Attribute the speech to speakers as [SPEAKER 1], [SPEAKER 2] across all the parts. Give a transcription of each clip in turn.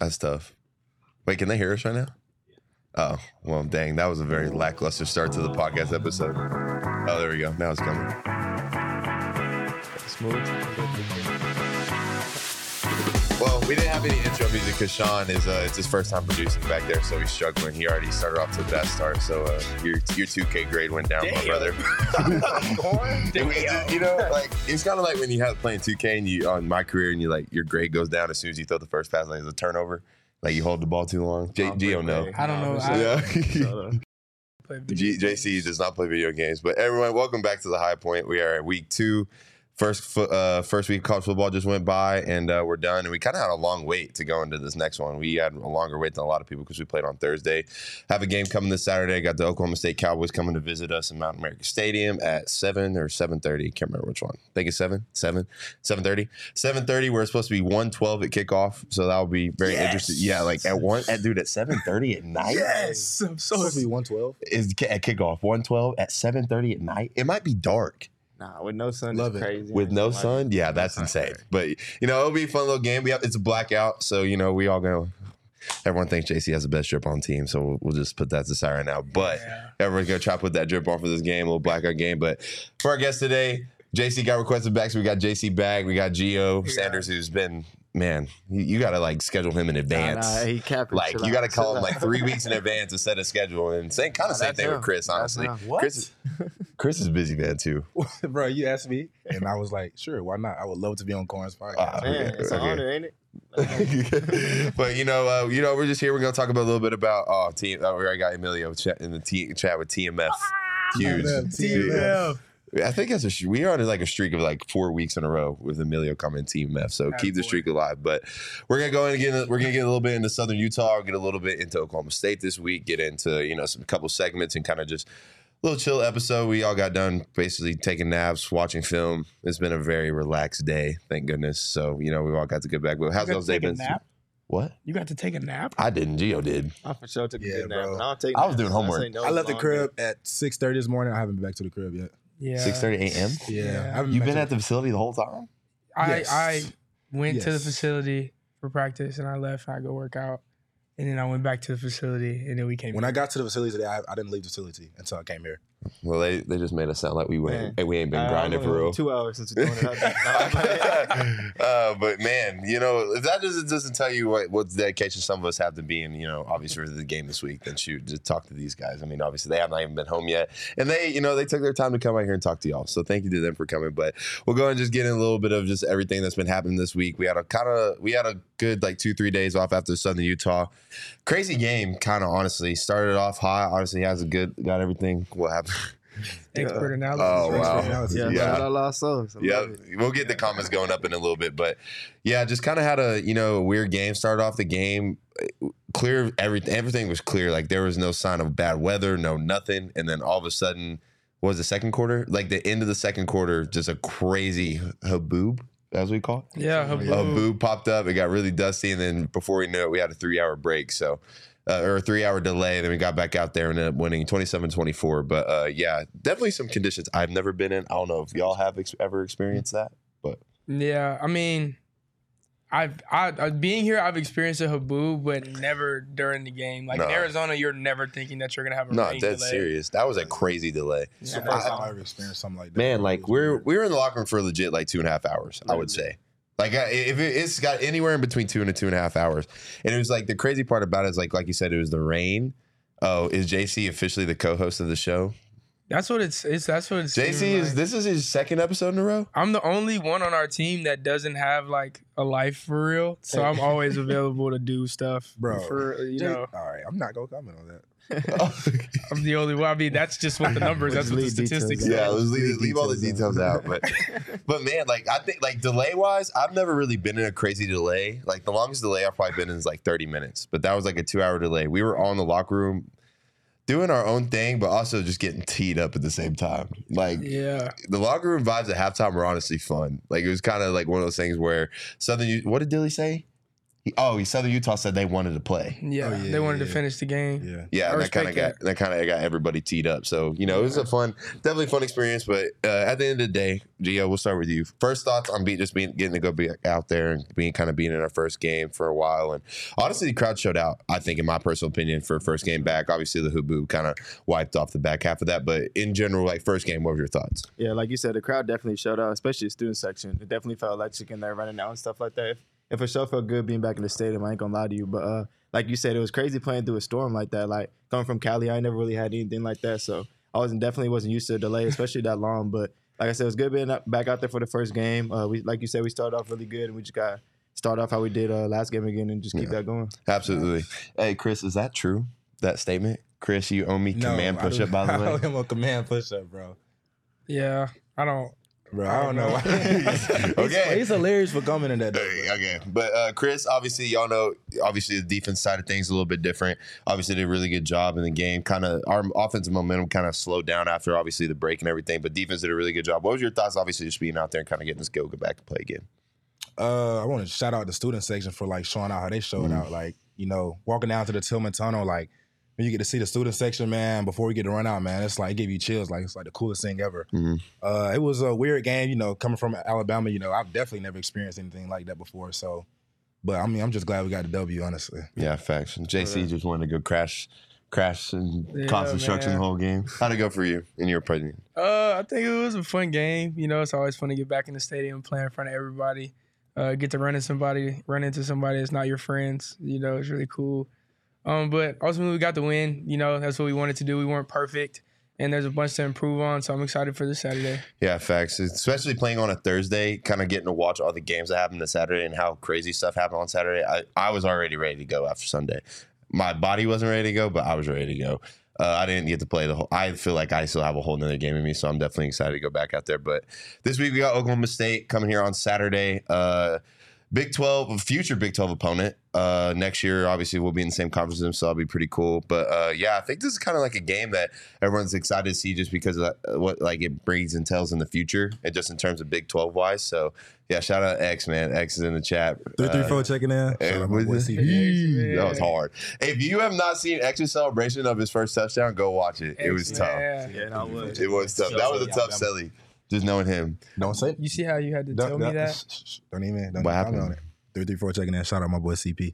[SPEAKER 1] That's tough. Wait, can they hear us right now? Oh, well, dang, that was a very lackluster start to the podcast episode. Oh, there we go. Now it's coming. Well, we didn't have any intro music because Sean is uh, it's his first time producing back there, so he's struggling. He already started off to the best start, so uh, your your 2K grade went down, my
[SPEAKER 2] Damn.
[SPEAKER 1] brother. It was just- you know, like it's kind of like when you have playing 2K and you on my career and you like your grade goes down as soon as you throw the first pass, like it's a turnover, like you hold the ball too long. J- Gio, no.
[SPEAKER 3] I don't know. I-
[SPEAKER 1] Yeah.
[SPEAKER 3] Play video
[SPEAKER 1] G-
[SPEAKER 3] games.
[SPEAKER 1] JC does not play video games, but everyone, welcome back to the High Point. We are at week two. First, fo- uh, first week of college football just went by, and uh, we're done. And we kind of had a long wait to go into this next one. We had a longer wait than a lot of people because we played on Thursday. Have a game coming this Saturday. Got the Oklahoma State Cowboys coming to visit us in Mountain America Stadium at seven or seven thirty. Can't remember which one. I think it's seven, seven, seven thirty, seven thirty. We're supposed to be one twelve at kickoff, so that will be very interesting. Yeah, like at one, at, dude, at seven thirty at night
[SPEAKER 3] Yes, I'm so
[SPEAKER 4] supposed to be 112.
[SPEAKER 1] is ki- at kickoff 112 at 7.30 at night it might be dark
[SPEAKER 2] Nah, with no sun,
[SPEAKER 4] Love
[SPEAKER 2] it's
[SPEAKER 4] it.
[SPEAKER 2] crazy.
[SPEAKER 1] with no
[SPEAKER 2] Like,
[SPEAKER 1] sun yeah that's
[SPEAKER 2] that's not
[SPEAKER 1] insane but you know it'll be a fun little game we have, it's a blackout so you know we all gonna everyone thinks jc has the best drip on team so we'll, we'll just put that to side right now but
[SPEAKER 3] Yeah.
[SPEAKER 1] everyone's gonna try to put that drip on for this game a little blackout game but for our guest today jc got requested back so we got jc back we got geo
[SPEAKER 3] Yeah.
[SPEAKER 1] sanders who's been man you, you gotta like schedule him in
[SPEAKER 2] Nah,
[SPEAKER 1] advance
[SPEAKER 2] nah, he capping.
[SPEAKER 1] like
[SPEAKER 2] Chill
[SPEAKER 1] you
[SPEAKER 2] out,
[SPEAKER 1] got to call
[SPEAKER 2] chill
[SPEAKER 1] him like
[SPEAKER 2] out.
[SPEAKER 1] three weeks in advance to set a schedule, and same kind
[SPEAKER 2] Nah,
[SPEAKER 1] of same
[SPEAKER 2] Oh, that's
[SPEAKER 1] thing
[SPEAKER 2] him.
[SPEAKER 1] with Chris.
[SPEAKER 2] That's
[SPEAKER 1] Honestly,
[SPEAKER 2] him.
[SPEAKER 3] What?
[SPEAKER 1] Chris, Chris is a busy man too.
[SPEAKER 3] Bro, you asked me.
[SPEAKER 4] And I was like, sure, why not? I would love to be on Corn's podcast.
[SPEAKER 1] Wow.
[SPEAKER 2] Man,
[SPEAKER 1] Okay,
[SPEAKER 2] it's
[SPEAKER 1] Ah,
[SPEAKER 2] an
[SPEAKER 1] okay.
[SPEAKER 2] honor, ain't it?
[SPEAKER 1] but you know, uh, you know, we're just here. We're gonna talk about a little bit about oh, team. Oh, we already got Emilio chat in the t- chat with TMF.
[SPEAKER 2] Ah!
[SPEAKER 1] Huge.
[SPEAKER 3] TMF.
[SPEAKER 1] I think that's a sh- we are on like a streak of like four weeks in a row with Emilio coming Team F. So keep the
[SPEAKER 3] Attaboy.
[SPEAKER 1] streak alive. But we're gonna go in and get we're gonna get a little bit into Southern Utah, get a little bit into Oklahoma State this week, get into you know some couple segments and kind of just a little chill episode. We all got done basically taking naps, watching film. It's been a very relaxed day, thank goodness. So you know we all got to get back. But how's
[SPEAKER 3] You got
[SPEAKER 1] those
[SPEAKER 3] to
[SPEAKER 1] day
[SPEAKER 3] take a
[SPEAKER 1] been?
[SPEAKER 3] nap.
[SPEAKER 1] What?
[SPEAKER 3] You got to take a nap.
[SPEAKER 1] I didn't. Geo did.
[SPEAKER 2] I for sure took a
[SPEAKER 4] Yeah,
[SPEAKER 2] good nap.
[SPEAKER 4] bro.
[SPEAKER 2] and I'll take
[SPEAKER 1] I was
[SPEAKER 2] naps,
[SPEAKER 1] doing
[SPEAKER 2] so
[SPEAKER 1] homework.
[SPEAKER 2] ain't no
[SPEAKER 4] I left the
[SPEAKER 2] long
[SPEAKER 4] crib at 6.30 this morning. I haven't been back to the crib yet.
[SPEAKER 3] Yeah.
[SPEAKER 1] Six thirty a.m.
[SPEAKER 4] Yeah.
[SPEAKER 3] Yeah.
[SPEAKER 4] I haven't
[SPEAKER 1] You've
[SPEAKER 4] back
[SPEAKER 1] been
[SPEAKER 4] to
[SPEAKER 1] at the facility the whole time.
[SPEAKER 3] I
[SPEAKER 4] Yes.
[SPEAKER 3] I went to the
[SPEAKER 4] Yes.
[SPEAKER 3] facility for practice and I left. And I go work out, and then I went back to the facility and then we came.
[SPEAKER 4] When I got to the facility today, I, I didn't leave the facility until I came here.
[SPEAKER 1] Well, they, they just made us sound like we
[SPEAKER 2] Man.
[SPEAKER 1] went and we ain't been
[SPEAKER 2] Uh,
[SPEAKER 1] grinding
[SPEAKER 2] only
[SPEAKER 1] for real.
[SPEAKER 2] Two hours since we doing it.
[SPEAKER 1] uh, but man, you know, if that doesn't doesn't tell you what what dedication some of us have to be in, you know, obviously for the game this week, then shoot, just talk to these guys. I mean, obviously they have not even been home yet, and they, you know, they took their time to come out here and talk to y'all. So thank you to them for coming. But we'll go and just get in a little bit of just everything that's been happening this week. We had a kind of we had a good like two three days off after Southern Utah. Crazy game, kind of honestly. Started off high. Honestly, has a good got everything. What happened?
[SPEAKER 3] expert
[SPEAKER 4] uh,
[SPEAKER 3] analysis.
[SPEAKER 1] Oh
[SPEAKER 3] right
[SPEAKER 1] wow.
[SPEAKER 3] there.
[SPEAKER 2] Yeah,
[SPEAKER 1] Yeah.
[SPEAKER 2] yeah. I lost souls. I
[SPEAKER 1] Yeah,
[SPEAKER 2] love it.
[SPEAKER 1] we'll get the comments going up in a little bit, but yeah, just kind of had a you know weird game. Started off the game uh, clear. Everything everything was clear. Like there was no sign of bad weather, no nothing. And then all of a sudden, what was the second quarter? Like the end of the second quarter, just a crazy haboob, as we call it.
[SPEAKER 3] Yeah. Haboob.
[SPEAKER 1] A boob popped up. It got really dusty, and then before we knew it, we had a three-hour break. So, uh, or a three-hour delay. Then we got back out there and ended up winning 27-24. But uh, yeah, definitely some conditions I've never been in. I don't know if y'all have ex- ever experienced that.
[SPEAKER 3] Yeah. I mean. I've I, I being here. I've experienced a haboob, but never during the game. Like
[SPEAKER 1] Nah.
[SPEAKER 3] in Arizona, you're never thinking that you're gonna have a
[SPEAKER 1] No,
[SPEAKER 3] rain
[SPEAKER 1] that's
[SPEAKER 3] delay.
[SPEAKER 1] serious. That was a crazy delay,
[SPEAKER 4] It's
[SPEAKER 3] Yeah.
[SPEAKER 4] the first time
[SPEAKER 3] I-
[SPEAKER 4] I ever experienced something like that.
[SPEAKER 1] man.
[SPEAKER 4] It
[SPEAKER 1] Like
[SPEAKER 4] was
[SPEAKER 1] we're
[SPEAKER 4] weird.
[SPEAKER 1] we were in the locker room for legit like two and a half hours. I would say. Like I- if it, it's got anywhere in between two and a two and a half hours, and it was like the crazy part about it is like like you said it was the rain. Oh, is JC officially the co-host of the show?
[SPEAKER 3] That's what it's. It's that's what it's.
[SPEAKER 1] JC
[SPEAKER 3] seeming
[SPEAKER 1] is
[SPEAKER 3] like.
[SPEAKER 1] this is his second episode in a row.
[SPEAKER 3] I'm the only one on our team that doesn't have like a life for real, so I'm always available to do stuff,
[SPEAKER 4] Bro.
[SPEAKER 3] For you
[SPEAKER 4] Jay-
[SPEAKER 3] know,
[SPEAKER 4] All right, I'm not gonna comment on that.
[SPEAKER 1] Oh,
[SPEAKER 3] I'm the only one. I mean, that's just what the numbers. that's what the
[SPEAKER 2] Leave details
[SPEAKER 3] statistics.
[SPEAKER 2] out.
[SPEAKER 3] say.
[SPEAKER 1] yeah, let's leave,
[SPEAKER 4] leave
[SPEAKER 1] leave all the
[SPEAKER 4] details
[SPEAKER 1] details out. But but man, like I think like delay wise, I've never really been in a crazy delay. Like the longest delay I've probably been in is like 30 minutes, but that was like a two hour delay. We were all in the locker room doing our own thing, but also just getting teed up at the same time. Like
[SPEAKER 3] Yeah.
[SPEAKER 1] the locker room vibes at halftime were honestly fun. Like it was kind of like one of those things where Southern. U- What did Dilly say? He, oh, Southern Utah said they wanted to play.
[SPEAKER 3] Yeah,
[SPEAKER 4] Oh, yeah,
[SPEAKER 3] they wanted
[SPEAKER 4] yeah,
[SPEAKER 3] to
[SPEAKER 4] yeah.
[SPEAKER 3] finish the game.
[SPEAKER 4] Yeah.
[SPEAKER 1] Yeah,
[SPEAKER 3] I
[SPEAKER 1] and that
[SPEAKER 3] respect
[SPEAKER 1] kind of got
[SPEAKER 3] that.
[SPEAKER 1] that kind of got everybody teed up. So you know, it was a fun, definitely fun experience. But uh, at the end of the day, Gio, we'll start with you. First thoughts on be, just being getting to go be out there and being kind of being in our first game for a while, and honestly, the crowd showed out. I think, in my personal opinion, for first game back. Obviously, the hooboo kind of wiped off the back half of that, but in general, like first game, what were your thoughts?
[SPEAKER 2] Yeah, like you said, the crowd definitely showed out, especially the student section. It definitely felt electric in there running out and stuff like that. If, if it sure felt good being back in the stadium, I ain't gonna lie to you. But uh, like you said, it was crazy playing through a storm like that. Like coming from Cali, I never really had anything like that. So I wasn't definitely wasn't used to a delay, especially that long. But like I said, it was good being up- back out there for the first game. Uh, we like you said, we started off really good, and we just got to start off how we did uh, last game again, and just keep
[SPEAKER 1] Yeah.
[SPEAKER 2] that going.
[SPEAKER 1] Absolutely. Hey, Chris, is that true? That statement, Chris, you owe me command
[SPEAKER 4] I
[SPEAKER 1] push up.
[SPEAKER 4] don't-
[SPEAKER 1] By
[SPEAKER 4] I
[SPEAKER 1] the way,
[SPEAKER 4] owe him a command push up, bro.
[SPEAKER 3] Yeah, I don't.
[SPEAKER 4] Bro, I don't know. why-
[SPEAKER 1] Okay.
[SPEAKER 4] He's, he's hilarious for commenting that. Though,
[SPEAKER 1] Hey, Okay, but uh, Chris, obviously, y'all know, obviously, the defense side of things a little bit different. Obviously, did a really good job in the game. Kind of our offensive momentum kind of slowed down after obviously the break and everything, but defense did a really good job. What was your thoughts, obviously, just being out there and kind of getting this go go back and play again?
[SPEAKER 4] uh, I want to shout out the student section for like showing out how they showed
[SPEAKER 1] Mhm.
[SPEAKER 4] out. Like, you know, walking down to the Tillman Tunnel, like when you get to see the student section, man, before we get to run out, man, it's like it give you chills. Like it's like the coolest thing ever.
[SPEAKER 1] Mhm.
[SPEAKER 4] Uh, it was a weird game, you know, coming from Alabama. You know, I've definitely never experienced anything like that before. So, but I mean, I'm just glad we got the W. Honestly,
[SPEAKER 1] Yeah, facts. And JC
[SPEAKER 2] Yeah.
[SPEAKER 1] just wanted to go crash, crash and
[SPEAKER 3] Yeah,
[SPEAKER 1] cause destruction
[SPEAKER 3] man.
[SPEAKER 1] the whole game. How'd it go for you in your opinion?
[SPEAKER 3] Uh, I think it was a fun game. You know, it's always fun to get back in the stadium, play in front of everybody, uh, get to run into somebody, run into somebody that's not your friends. You know, it's really cool. Um, but ultimately, we got the win. You know, that's what we wanted to do. We weren't perfect, and there's a bunch to improve on. So I'm excited for this Saturday.
[SPEAKER 1] Yeah, facts. Especially playing on a Thursday, kind of getting to watch all the games that happened this Saturday and how crazy stuff happened on Saturday. I, I was already ready to go after Sunday. My body wasn't ready to go, but I was ready to go. Uh, I didn't get to play the whole. I feel like I still have a whole nother game in me, so I'm definitely excited to go back out there. But this week we got Oklahoma State coming here on Saturday. Uh, Big 12, future Big 12 opponent. Uh, next year, obviously, we'll be in the same conference as them, so that'll be pretty cool. But uh, yeah, I think this is kind of like a game that everyone's excited to see just because of that, uh, what like it brings and tells in the future, and just in terms of Big 12 wise. So yeah, shout out X, man. X is in the chat.
[SPEAKER 4] three three
[SPEAKER 1] Uh,
[SPEAKER 4] four checking in.
[SPEAKER 1] Hey,
[SPEAKER 4] Shout out
[SPEAKER 1] what
[SPEAKER 4] my
[SPEAKER 1] is
[SPEAKER 4] boy
[SPEAKER 1] this?
[SPEAKER 4] CP.
[SPEAKER 3] CP.
[SPEAKER 1] That was hard. If you have not seen X's celebration of his first touchdown, go watch it. It was tough.
[SPEAKER 3] Yeah.
[SPEAKER 2] Yeah, no, I would.
[SPEAKER 1] It was tough. That was a tough silly. Just knowing him.
[SPEAKER 4] Don't say.
[SPEAKER 3] You see how you had to tell me that?
[SPEAKER 4] shh, shh, shh. Don't even. Don't
[SPEAKER 1] What
[SPEAKER 4] even
[SPEAKER 1] happened?
[SPEAKER 4] comment on it. Three three four checking in. Shout out my boy CP.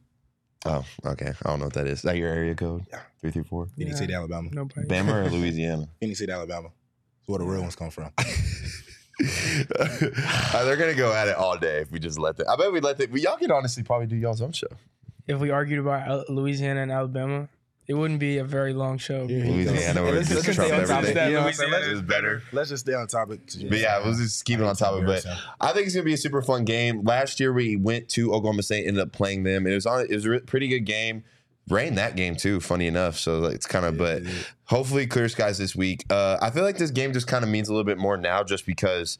[SPEAKER 1] Oh, okay. I don't know what that is. Is that your area code?
[SPEAKER 4] Yeah.
[SPEAKER 1] Three three four.
[SPEAKER 4] Phoenix
[SPEAKER 3] Yeah.
[SPEAKER 4] City, Alabama.
[SPEAKER 3] Nobody.
[SPEAKER 1] Bama or Louisiana?
[SPEAKER 4] Phoenix City, Alabama. That's where the real ones come from.
[SPEAKER 1] Uh, they're gonna go at it all day if we just let them. I bet we let them. we- Y'all could honestly probably do y'all's own show.
[SPEAKER 3] If we argued about Al- Louisiana and Alabama, it wouldn't be a very long show.
[SPEAKER 1] Louisiana would
[SPEAKER 4] Let's-
[SPEAKER 1] just
[SPEAKER 4] let's
[SPEAKER 1] trump
[SPEAKER 4] stay on topic.
[SPEAKER 1] everything.
[SPEAKER 4] You know what I'm saying?
[SPEAKER 3] Louisiana
[SPEAKER 1] It was better.
[SPEAKER 4] Let's just stay on topic. 'cause you
[SPEAKER 1] But
[SPEAKER 4] know,
[SPEAKER 1] yeah, we'll just keep it on top of it. But I think it's gonna be a super fun game. Last year we went to Oklahoma State, ended up playing them. It was on. It was a re- pretty good game. Rained that game too. Funny enough, so like, it's kind of. But hopefully, clear skies this week. Uh, I feel like this game just kind of means a little bit more now, just because